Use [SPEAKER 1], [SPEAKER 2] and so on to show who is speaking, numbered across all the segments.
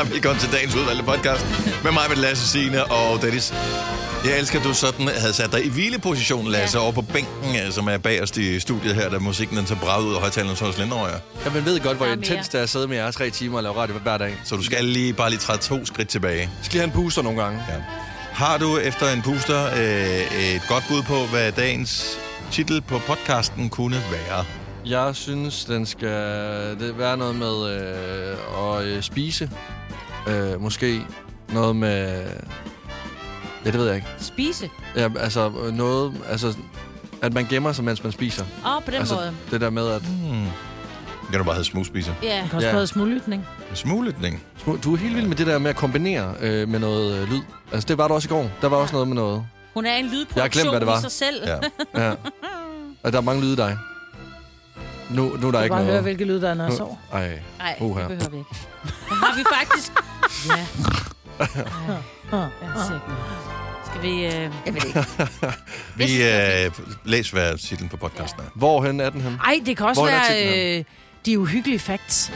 [SPEAKER 1] og velkommen til dagens udvalgte podcast med mig, med Lasse Signe og Dennis. Jeg elsker, at du sådan havde sat dig i hvileposition, Lasse, ja. over på bænken, øh, som er bagerst i studiet her, da musikken den så bragede ud af højtalerne hos Lindøjer.
[SPEAKER 2] Ja, man ved godt, hvor
[SPEAKER 3] Der er
[SPEAKER 2] intens
[SPEAKER 3] mere.
[SPEAKER 2] det er at sidde med jer tre timer og lave radio hver dag. Så
[SPEAKER 1] Så du skal lige bare lige træde to skridt tilbage.
[SPEAKER 2] skal lige have en booster nogle gange.
[SPEAKER 1] Ja. Har du efter en booster øh, et godt bud på, hvad dagens titel på podcasten kunne være?
[SPEAKER 2] Jeg synes, den skal det være noget med øh, at øh, spise. Øh, måske noget med... Ja, det ved jeg ikke.
[SPEAKER 3] Spise.
[SPEAKER 2] Ja, altså øh, noget... Altså, at man gemmer sig, mens man spiser.
[SPEAKER 3] Åh, oh, på den altså,
[SPEAKER 2] altså,
[SPEAKER 3] måde.
[SPEAKER 2] det der med, at...
[SPEAKER 1] Hmm. Det kan du bare hedde smugspiser.
[SPEAKER 3] Ja.
[SPEAKER 4] kan også
[SPEAKER 2] Ja.
[SPEAKER 4] ja. smuglytning.
[SPEAKER 1] Smuglytning.
[SPEAKER 2] Smu- Du er helt vild med det der med at kombinere øh, med noget øh, lyd. Altså, det var du også i går. Der var også noget med noget.
[SPEAKER 3] Hun er en
[SPEAKER 2] Jeg har glemt,
[SPEAKER 3] lydproduktion
[SPEAKER 2] hvad det var.
[SPEAKER 3] i sig selv.
[SPEAKER 1] Ja.
[SPEAKER 2] Ja. Og der er mange lyde i dig. Nu, nu er der
[SPEAKER 4] Jeg
[SPEAKER 2] ikke
[SPEAKER 4] bare
[SPEAKER 2] noget.
[SPEAKER 4] høre, hvilke lyd der er, når jeg
[SPEAKER 2] Nu-
[SPEAKER 4] sover.
[SPEAKER 2] Ej.
[SPEAKER 3] Nej,
[SPEAKER 2] Uh, her.
[SPEAKER 3] det behøver vi ikke. Men Har vi faktisk... Ja. Ej, ansigten. Skal vi... Øh... Jeg ved ikke.
[SPEAKER 1] Vi øh, læs, hvad titlen på podcasten er.
[SPEAKER 2] Hvorhen er den hen?
[SPEAKER 4] Ej, det kan også
[SPEAKER 2] Hvor er der titlen
[SPEAKER 4] være øh, de uhyggelige facts.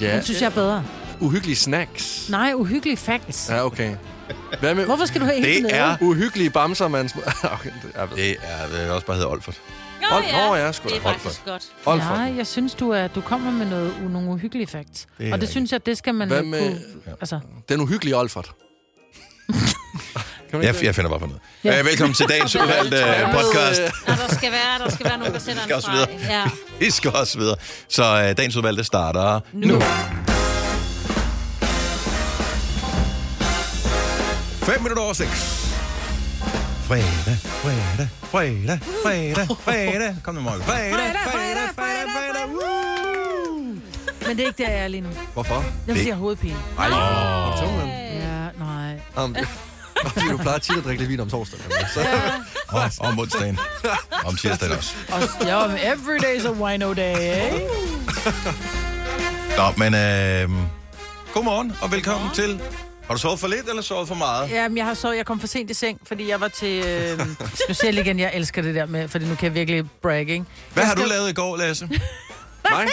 [SPEAKER 2] Ja,
[SPEAKER 4] Den synes jeg er bedre.
[SPEAKER 2] uhyggelige snacks.
[SPEAKER 4] Nej, uhyggelige facts.
[SPEAKER 2] Ja, okay. Hvad med
[SPEAKER 4] Hvorfor skal du have
[SPEAKER 1] Det
[SPEAKER 4] helt nede?
[SPEAKER 1] er-
[SPEAKER 2] uhyggelige bamser, man... sm- okay, det, jeg ved.
[SPEAKER 1] Det er det er også bare hedder Olfert.
[SPEAKER 3] Nå,
[SPEAKER 2] Hold- Nå, ja, sgu da.
[SPEAKER 3] Det er
[SPEAKER 1] Hold for.
[SPEAKER 3] faktisk godt.
[SPEAKER 2] Hold for den.
[SPEAKER 4] Nej, jeg synes, du, er, du kommer med noget, u- nogle uhyggelige facts.
[SPEAKER 1] Det er
[SPEAKER 4] og det
[SPEAKER 1] rigtigt.
[SPEAKER 4] synes jeg, det skal man
[SPEAKER 2] Hvad
[SPEAKER 4] Hvad
[SPEAKER 2] med-
[SPEAKER 4] med... kunne... Altså,
[SPEAKER 2] Den uhyggelige Olfert. kan man
[SPEAKER 1] Jeg,
[SPEAKER 2] ikke
[SPEAKER 1] jeg finder bare på noget. Ja.
[SPEAKER 4] Ja.
[SPEAKER 1] Øh, velkommen til dagens udvalgte øh, podcast.
[SPEAKER 3] Nå, der skal være, der skal være nogen, der sender
[SPEAKER 1] skal
[SPEAKER 3] en
[SPEAKER 1] også
[SPEAKER 3] streg. Ja.
[SPEAKER 1] Vi skal også videre. Så øh, dagens udvalgte starter nu.
[SPEAKER 3] Nu.
[SPEAKER 1] nu. 5 minutter over 6. Fredag, fredag, fredag, fredag, fredag. Kom nu, Morten. Fredag, fredag, fredag, fredag, fredag. Woo!
[SPEAKER 4] men det er ikke der, jeg er lige nu.
[SPEAKER 2] Hvorfor?
[SPEAKER 4] Jeg siger hovedpine.
[SPEAKER 2] Ej, om tunglen.
[SPEAKER 4] Ja, nej.
[SPEAKER 2] Om, fordi du plejer tit at drikke lidt vin om torsdagen. Så
[SPEAKER 1] Og om onsdagen. Om tirsdagen også.
[SPEAKER 4] Og jo, men every day is a wino day, ikke?
[SPEAKER 1] Nå, men øh, godmorgen og velkommen til... Har du sovet for lidt eller sovet for meget?
[SPEAKER 4] Jamen, jeg, har så, jeg kom for sent i seng, fordi jeg var til... Øh, nu siger jeg lige igen, jeg elsker det der med, fordi nu kan jeg virkelig brag, ikke?
[SPEAKER 1] Hvad
[SPEAKER 4] jeg
[SPEAKER 1] har du lavet i går, Lasse?
[SPEAKER 2] nej.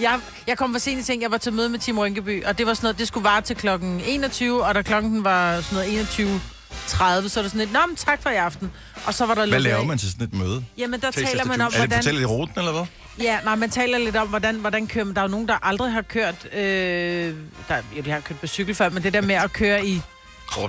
[SPEAKER 4] Jeg, jeg kom for sent i seng, jeg var til møde med Tim Rynkeby, og det var sådan noget, det skulle vare til klokken 21, og da klokken var sådan noget 21.30, så er det sådan lidt, nå, men tak for i aften. Og så var der
[SPEAKER 1] Hvad
[SPEAKER 4] lukket
[SPEAKER 1] laver
[SPEAKER 4] af.
[SPEAKER 1] man til sådan et møde?
[SPEAKER 4] Jamen, der
[SPEAKER 2] Taste
[SPEAKER 4] taler
[SPEAKER 2] the
[SPEAKER 4] man
[SPEAKER 2] juice.
[SPEAKER 4] om,
[SPEAKER 1] Er det
[SPEAKER 4] hvordan...
[SPEAKER 1] fortælle i ruten, eller hvad?
[SPEAKER 4] Ja, nej, man taler lidt om, hvordan, hvordan kører man. Der er jo nogen, der aldrig har kørt... Øh, der, jo, de har kørt på cykel før, men det der med at køre i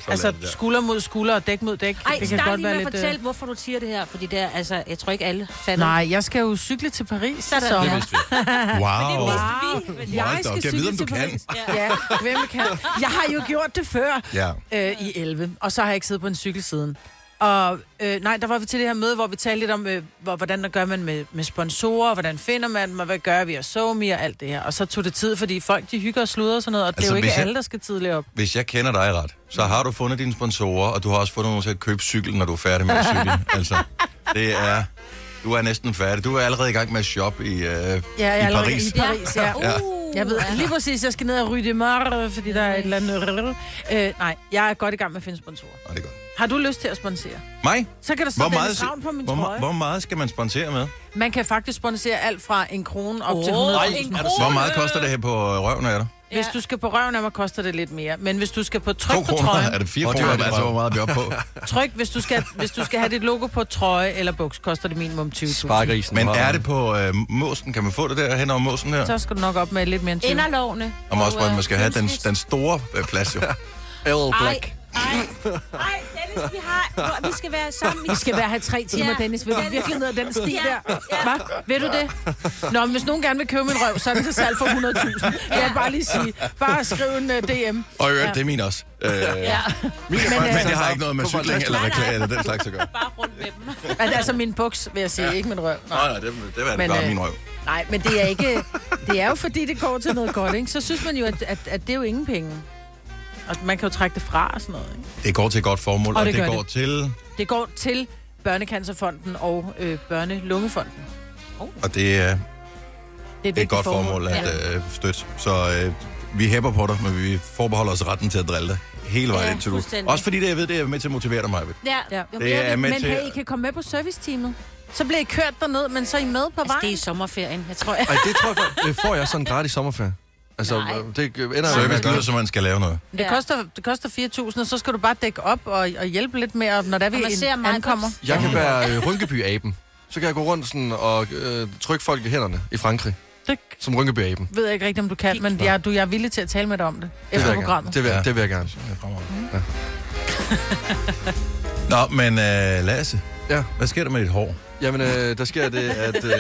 [SPEAKER 4] altså, skulder mod skulder og dæk mod dæk,
[SPEAKER 3] Ej,
[SPEAKER 4] det kan
[SPEAKER 3] start
[SPEAKER 4] godt
[SPEAKER 3] lige
[SPEAKER 4] være
[SPEAKER 3] med at
[SPEAKER 4] lidt... øh-
[SPEAKER 3] fortælle, hvorfor du siger det her. Fordi det er, altså, jeg tror ikke alle fatter.
[SPEAKER 4] Nej, jeg skal jo cykle til Paris,
[SPEAKER 3] Sådan.
[SPEAKER 4] så...
[SPEAKER 3] Det
[SPEAKER 4] Ja.
[SPEAKER 1] Wow.
[SPEAKER 3] Wow. Vi,
[SPEAKER 1] Hold
[SPEAKER 4] Jeg
[SPEAKER 1] da
[SPEAKER 4] skal
[SPEAKER 1] op, jeg
[SPEAKER 4] cykle
[SPEAKER 1] ved, om du
[SPEAKER 4] til
[SPEAKER 1] kan.
[SPEAKER 4] Paris. Ja, hvem kan? Jeg har jo gjort det før.
[SPEAKER 1] Ja.
[SPEAKER 4] øh, i 11, og så har jeg ikke siddet på en cykel siden. Og øh, nej, der var vi til det her møde, hvor vi talte lidt om, øh, hvor, hvordan der gør man med, med sponsorer, hvordan finder man dem, og hvad gør vi, og så me og alt det her. Og så tog det tid, fordi folk de hygger og sluder og sådan noget, og altså, det
[SPEAKER 1] Altså,
[SPEAKER 4] er jo ikke
[SPEAKER 1] hvis jeg-
[SPEAKER 4] jeg... alle, der skal tidligt op.
[SPEAKER 1] Hvis jeg kender dig ret, så har du fundet dine sponsorer, og du har også fundet nogen til at købe cykel, når du er færdig med at cykle. altså, det er... Du er næsten færdig. Du er allerede i gang med at shoppe i, øh, ja, i Paris.
[SPEAKER 4] i Paris, ja.
[SPEAKER 1] Ja.
[SPEAKER 3] Uh,
[SPEAKER 4] Jeg ved lige præcis, jeg skal ned og ryge det mørre, fordi der er et eller andet... Øh, nej, jeg er godt i gang med at finde sponsorer.
[SPEAKER 1] Og det er godt.
[SPEAKER 4] Har du lyst til at sponsere?
[SPEAKER 1] Mig?
[SPEAKER 4] Så kan der stå
[SPEAKER 1] Hvor
[SPEAKER 4] Dennis
[SPEAKER 1] meget,
[SPEAKER 4] Ravn på min
[SPEAKER 1] hvor,
[SPEAKER 4] trøje.
[SPEAKER 1] me- hvor meget skal man sponsere med?
[SPEAKER 4] Man kan faktisk sponsere alt fra en krone op oh, til
[SPEAKER 3] Åh,
[SPEAKER 4] 100.
[SPEAKER 3] en
[SPEAKER 2] er du
[SPEAKER 3] krone.
[SPEAKER 1] Hvor meget koster det her på øh, røven af dig?
[SPEAKER 4] Hvis
[SPEAKER 3] Ja.
[SPEAKER 4] du skal på røven af mig, koster det lidt mere. Men hvis du skal på tryk
[SPEAKER 1] 2
[SPEAKER 4] på
[SPEAKER 1] kroner?
[SPEAKER 4] trøjen,
[SPEAKER 1] Er det 4
[SPEAKER 2] Hvor dyrt
[SPEAKER 1] kroner?
[SPEAKER 2] er det
[SPEAKER 1] Altså,
[SPEAKER 2] bare?
[SPEAKER 1] hvor meget er vi oppe på?
[SPEAKER 4] tryk, hvis du, skal, hvis du skal have dit logo på trøje eller buks, koster det minimum 20.000.
[SPEAKER 2] Sparkerisen.
[SPEAKER 1] Men er det på øh, måsen? Kan man få det der hen over måsen her?
[SPEAKER 4] Så skal du nok op med lidt mere end 20.
[SPEAKER 3] Inderlovene.
[SPEAKER 1] Og man også,
[SPEAKER 3] Og, øh,
[SPEAKER 1] man skal have den,
[SPEAKER 3] gennemsnit.
[SPEAKER 1] den store øh, plads, jo.
[SPEAKER 2] L
[SPEAKER 3] Ej,
[SPEAKER 2] Black.
[SPEAKER 3] ej, ej, Dennis, vi har... Vi skal være sammen.
[SPEAKER 4] Vi skal være her i tre timer,
[SPEAKER 3] Ja.
[SPEAKER 4] ja. Dennis. Vil du virkelig ned ad den sti
[SPEAKER 3] Ja.
[SPEAKER 4] ja. der? Hva? Vil du det? Nå, men hvis nogen gerne vil købe min røv, så er det til salg for 100.000. Jeg vil bare lige sige, bare skriv en uh, DM.
[SPEAKER 1] Og i øvrigt, det er min også. Øh, ja.
[SPEAKER 2] Men,
[SPEAKER 1] Men øh, det har ikke noget med cykling eller
[SPEAKER 3] Nej, nej.
[SPEAKER 1] reklame eller den slags at gøre.
[SPEAKER 3] Bare rundt med dem.
[SPEAKER 4] Men altså min buks, vil jeg sige, ja. ikke min røv.
[SPEAKER 1] Nej, nej, det, det var
[SPEAKER 4] Men,
[SPEAKER 1] bare
[SPEAKER 4] øh,
[SPEAKER 1] min røv.
[SPEAKER 4] Nej, men det er ikke... Det er jo fordi, det går til noget godt, ikke? Så synes man jo, at, at, at det er jo ingen penge. Og man kan jo trække det fra og sådan noget, ikke?
[SPEAKER 1] Det går til et godt formål, og,
[SPEAKER 4] Og
[SPEAKER 1] og det,
[SPEAKER 4] det
[SPEAKER 1] det
[SPEAKER 4] gør
[SPEAKER 1] går det. til...
[SPEAKER 4] Det går til Børnecancerfonden og øh, Børnelungefonden. Det
[SPEAKER 1] Og det
[SPEAKER 4] er
[SPEAKER 1] er, det er et
[SPEAKER 4] vigtigt
[SPEAKER 1] godt formål at
[SPEAKER 3] Ja.
[SPEAKER 1] øh, støtte. Så øh, vi hæpper på dig, men vi forbeholder os retten til at drille dig hele vejen
[SPEAKER 3] Ja,
[SPEAKER 1] indtil du...
[SPEAKER 3] fuldstændig.
[SPEAKER 1] Også fordi det, jeg ved, det er med til at motivere dig, Maja.
[SPEAKER 3] Ja.
[SPEAKER 4] Ja.
[SPEAKER 3] Jo,
[SPEAKER 1] Det er med
[SPEAKER 4] Men
[SPEAKER 1] til...
[SPEAKER 4] hey, I kan komme med på serviceteamet. Så bliver I kørt derned, men så er I med på
[SPEAKER 3] Altså,
[SPEAKER 4] vejen.
[SPEAKER 3] det er i sommerferien, jeg tror jeg.
[SPEAKER 2] Ej, det tror jeg, for, det får jeg sådan gratis sommerferie. Altså,
[SPEAKER 3] Nej.
[SPEAKER 2] det ender jo med at
[SPEAKER 1] Service
[SPEAKER 2] gøre-
[SPEAKER 1] lyder, som man skal lave noget.
[SPEAKER 4] Det, ja.
[SPEAKER 3] Ja.
[SPEAKER 4] koster, det koster 4.000, og så skal du bare dække op og, og hjælpe lidt mere, når der vi
[SPEAKER 3] Og man ser
[SPEAKER 4] en,
[SPEAKER 3] mig
[SPEAKER 4] ankommer.
[SPEAKER 3] godt.
[SPEAKER 2] Jeg kan være øh, Rynkeby-aben. Så kan jeg gå rundt sådan, og øh, trykke folk i hænderne i Frankrig,
[SPEAKER 4] Det
[SPEAKER 2] som Rynkeby-aben.
[SPEAKER 4] ved jeg ikke rigtigt, om du kan, men jeg, du, jeg er villig til at tale med dig om det,
[SPEAKER 2] Det vil
[SPEAKER 4] efter
[SPEAKER 2] jeg gerne.
[SPEAKER 4] programmet.
[SPEAKER 2] Det vil,
[SPEAKER 1] Ja.
[SPEAKER 2] ja. det vil jeg gerne. Ja.
[SPEAKER 1] Nå, men uh, Lasse,
[SPEAKER 2] Ja.
[SPEAKER 1] hvad sker der med dit hår?
[SPEAKER 2] Jamen, øh, der sker det, at... Øh,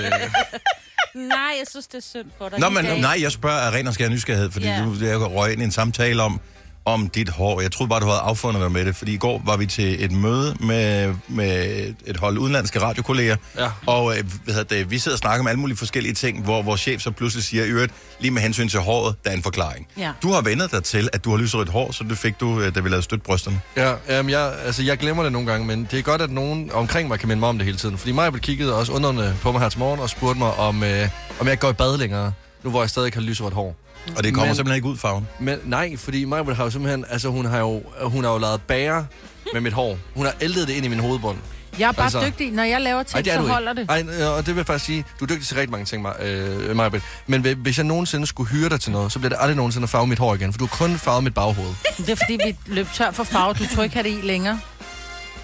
[SPEAKER 3] Nej, jeg synes, det er synd for dig.
[SPEAKER 1] Nå,
[SPEAKER 3] I
[SPEAKER 1] men
[SPEAKER 3] dag.
[SPEAKER 1] nej, jeg spørger af ren og skær nysgerrighed, fordi
[SPEAKER 3] Ja.
[SPEAKER 1] yeah. du jeg røg ind i en samtale om, om dit hår. Jeg troede bare, du havde affundet dig med det, fordi i går var vi til et møde med, med et hold udenlandske radiokolleger,
[SPEAKER 2] Ja.
[SPEAKER 1] og øh, hvad hedder det, vi sidder og snakker om alle mulige forskellige ting, hvor vores chef så pludselig siger, i øvrigt, lige med hensyn til håret, der er en forklaring.
[SPEAKER 3] Ja.
[SPEAKER 1] Du har vendet dig til, at du har lyserødt hår, så det fik du, øh, da vi lavede støtbrysterne.
[SPEAKER 2] ja, jamen, jeg, altså, jeg glemmer det nogle gange, men det er godt, at nogen omkring mig kan minde mig om det hele tiden. Fordi mig blev kigget også underne på mig her til morgen og spurgte mig, om, øh, om jeg ikke går i bad længere, nu hvor jeg stadig ikke har lyserødt hår.
[SPEAKER 1] Og det kommer men...
[SPEAKER 2] Men-
[SPEAKER 1] simpelthen ikke ud, farven.
[SPEAKER 2] Men nej, fordi Majbert har jo simpelthen... Altså, hun har jo, hun har jo lavet bære med mit hår. Hun har ældet det ind i min hovedbund.
[SPEAKER 4] Jeg er bare altså,
[SPEAKER 2] Altså-
[SPEAKER 4] dygtig. Når jeg laver ting, så holder det.
[SPEAKER 2] Ej, øh, og det vil jeg faktisk sige, du er dygtig til rigtig mange ting, Maj- øh, Majbrit. Men hvi- hvis jeg nogensinde skulle hyre dig til noget, så bliver det aldrig nogensinde at farve mit hår igen, for du har kun farvet mit baghoved.
[SPEAKER 4] Det er fordi, vi løb tør for farve. Du tror ikke, have det i længere.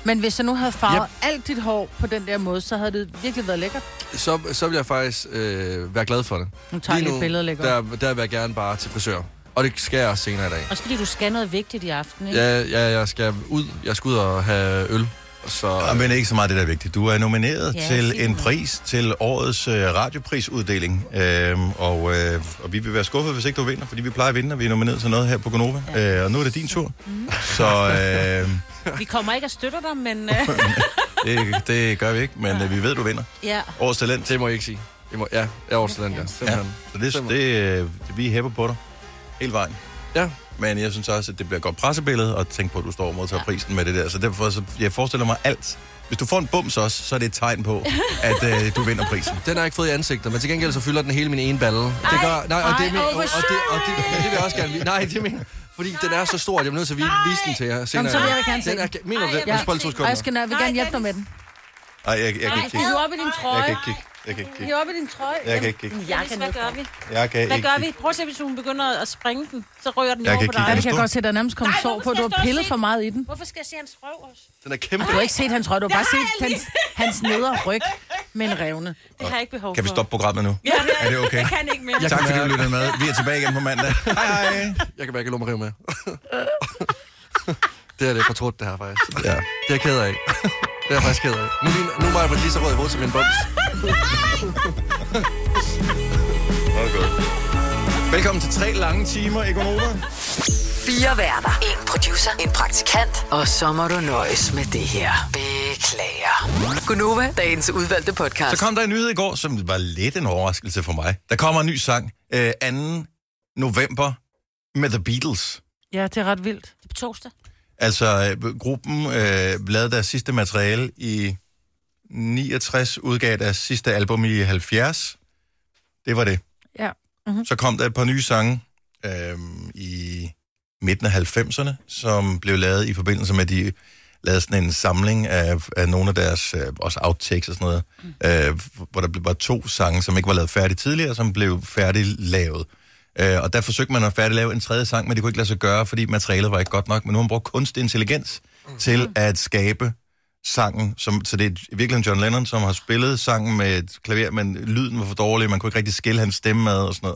[SPEAKER 4] Men hvis jeg nu havde farvet yep. alt dit hår på den der måde, så havde det virkelig været lækkert.
[SPEAKER 2] Så, så vil jeg faktisk øh, være glad for det.
[SPEAKER 4] Nu tager jeg lige et billede og lægger op.
[SPEAKER 2] der, der vil jeg gerne bare til frisør. Og det skal jeg også senere i dag.
[SPEAKER 3] Også fordi du skal noget vigtigt i aften, ikke?
[SPEAKER 2] Ja, ja, jeg skal ud. Jeg skal ud og have øl. Så,
[SPEAKER 1] Ja, men ikke så meget det, der er vigtigt. Du er nomineret ja,
[SPEAKER 3] Ja,
[SPEAKER 1] til
[SPEAKER 3] sig
[SPEAKER 1] en
[SPEAKER 3] det.
[SPEAKER 1] pris til årets øh, radioprisuddeling, øhm, og, øh, og vi vil være skuffet, hvis ikke du vinder, fordi vi plejer at vinde, og vi er nomineret til noget her på Gonova, ja. øh, og nu er det din tur. Mm. Så øh,
[SPEAKER 3] Vi kommer ikke og støtter dig, men... Uh,
[SPEAKER 1] det, det gør vi ikke, men øh, vi ved, du vinder.
[SPEAKER 3] ja.
[SPEAKER 1] Årets talent.
[SPEAKER 2] det må jeg ikke sige. Det må, ja, jeg er overstående, ja.
[SPEAKER 1] Ja,
[SPEAKER 2] Simpelthen.
[SPEAKER 1] så det, det, øh, vi hæpper på dig hele vejen.
[SPEAKER 2] Ja.
[SPEAKER 1] Men jeg synes også, at det bliver et godt pressebillede at tænke på, at du står og modtager ja. prisen med det der. Så derfor, så jeg forestiller mig alt. Hvis du får en bums også, så er det et tegn på, at øh, du vinder prisen.
[SPEAKER 2] Den har jeg ikke fået i ansigtet, men til gengæld så fylder den hele min ene balle. Det gør, nej, og
[SPEAKER 3] ej,
[SPEAKER 2] det, men,
[SPEAKER 3] åh,
[SPEAKER 2] og,
[SPEAKER 3] hvor
[SPEAKER 2] og, det, og det, men det vil jeg også gerne vise. Nej, det mener Fordi den er så stor, at jeg er nødt til at vi- vise den til jer senere.
[SPEAKER 4] Jamen, så vil jeg da gerne se
[SPEAKER 2] den. Er,
[SPEAKER 4] den.
[SPEAKER 2] mener
[SPEAKER 3] Ej,
[SPEAKER 2] du det?
[SPEAKER 3] jeg
[SPEAKER 2] Ja.
[SPEAKER 3] vil
[SPEAKER 2] Spørg
[SPEAKER 3] ikke
[SPEAKER 2] to
[SPEAKER 4] Og
[SPEAKER 3] se
[SPEAKER 2] sekunder.
[SPEAKER 4] jeg, skal, jeg vil
[SPEAKER 3] Nej,
[SPEAKER 4] gerne hjælpe dig
[SPEAKER 3] den-
[SPEAKER 4] med den.
[SPEAKER 1] Ej, jeg, jeg, jeg kan
[SPEAKER 3] Nej,
[SPEAKER 1] ikke
[SPEAKER 3] hiv
[SPEAKER 1] kigge.
[SPEAKER 3] op i din
[SPEAKER 1] Jeg
[SPEAKER 3] trøje.
[SPEAKER 1] kan ikke kigge. Jeg kan ikke kigge.
[SPEAKER 4] Hiv op i din trøje.
[SPEAKER 1] Jeg kan ikke kigge.
[SPEAKER 3] Jeg kan Hvad gør vi?
[SPEAKER 1] Jeg kan
[SPEAKER 3] Hvad
[SPEAKER 1] ikke
[SPEAKER 3] gør
[SPEAKER 1] kigge.
[SPEAKER 3] vi? Prøv at se, hvis hun begynder at springe den, så rører den
[SPEAKER 1] Jeg
[SPEAKER 3] jo
[SPEAKER 1] kan
[SPEAKER 3] over på
[SPEAKER 1] ikke
[SPEAKER 4] Ja,
[SPEAKER 3] dig.
[SPEAKER 4] det kan jeg godt se, der er nærmest kommet
[SPEAKER 3] Nej,
[SPEAKER 4] sår
[SPEAKER 3] hvorfor
[SPEAKER 4] på, du
[SPEAKER 3] skal jeg
[SPEAKER 4] har
[SPEAKER 3] stå og
[SPEAKER 4] pillet
[SPEAKER 3] se?
[SPEAKER 4] for meget i den.
[SPEAKER 3] Hvorfor skal jeg se hans røv også?
[SPEAKER 2] Den er kæmpe.
[SPEAKER 4] Du har ikke set hans røg, du har bare
[SPEAKER 3] Nej,
[SPEAKER 4] set hans, hans nedre ryg med en revne.
[SPEAKER 3] Det har jeg ikke behov for.
[SPEAKER 1] Kan vi stoppe programmet nu?
[SPEAKER 3] Ja, det
[SPEAKER 1] Er det okay?
[SPEAKER 3] Jeg kan ikke mere.
[SPEAKER 2] Jeg
[SPEAKER 1] Tak
[SPEAKER 2] kan
[SPEAKER 1] fordi du
[SPEAKER 2] mærke-
[SPEAKER 1] lyttede med. Vi er tilbage igen på mandag. Hej hej.
[SPEAKER 2] Jeg kan bare ikke lade mig rive med. det er det fortrudt, det her faktisk.
[SPEAKER 1] Ah. Ja.
[SPEAKER 2] Det er jeg ked af. Det er jeg faktisk ked af. Nu, er din- nu var jeg lige så rød i hovedet som min bums.
[SPEAKER 1] Velkommen til tre lange timer i Gonova.
[SPEAKER 5] Fire værter. En producer. En praktikant. Og så må du nøjes med det her. Beklager. Gunova, dagens udvalgte podcast.
[SPEAKER 1] Så kom der en nyhed i går, som var lidt en overraskelse for mig. Der kommer en ny sang øh, 2. november med The Beatles.
[SPEAKER 4] Ja, det er ret vildt.
[SPEAKER 3] På torsdag.
[SPEAKER 1] Altså, øh, gruppen øh, lavede deres sidste materiale i 69, udgav deres sidste album i 70. Det var det.
[SPEAKER 4] Ja.
[SPEAKER 1] Så kom der et par nye sange øh, i midten af 90'erne, som blev lavet i forbindelse med, at de lavede sådan en samling af, af nogle af deres øh, også outtakes og sådan noget,
[SPEAKER 4] Mm.
[SPEAKER 1] øh, hvor der blev- var to sange, som ikke var lavet færdige tidligere, som blev færdiglavet. Øh, og der forsøgte man at færdiglave en tredje sang, men det kunne ikke lade sig gøre, fordi materialet var ikke godt nok. Men nu har man brugt kunstig intelligens til at skabe sangen, som, så det er i virkeligheden John Lennon, som har spillet sangen med et klaver, men lyden var for dårlig, man kunne ikke rigtig skille hans stemme ad og sådan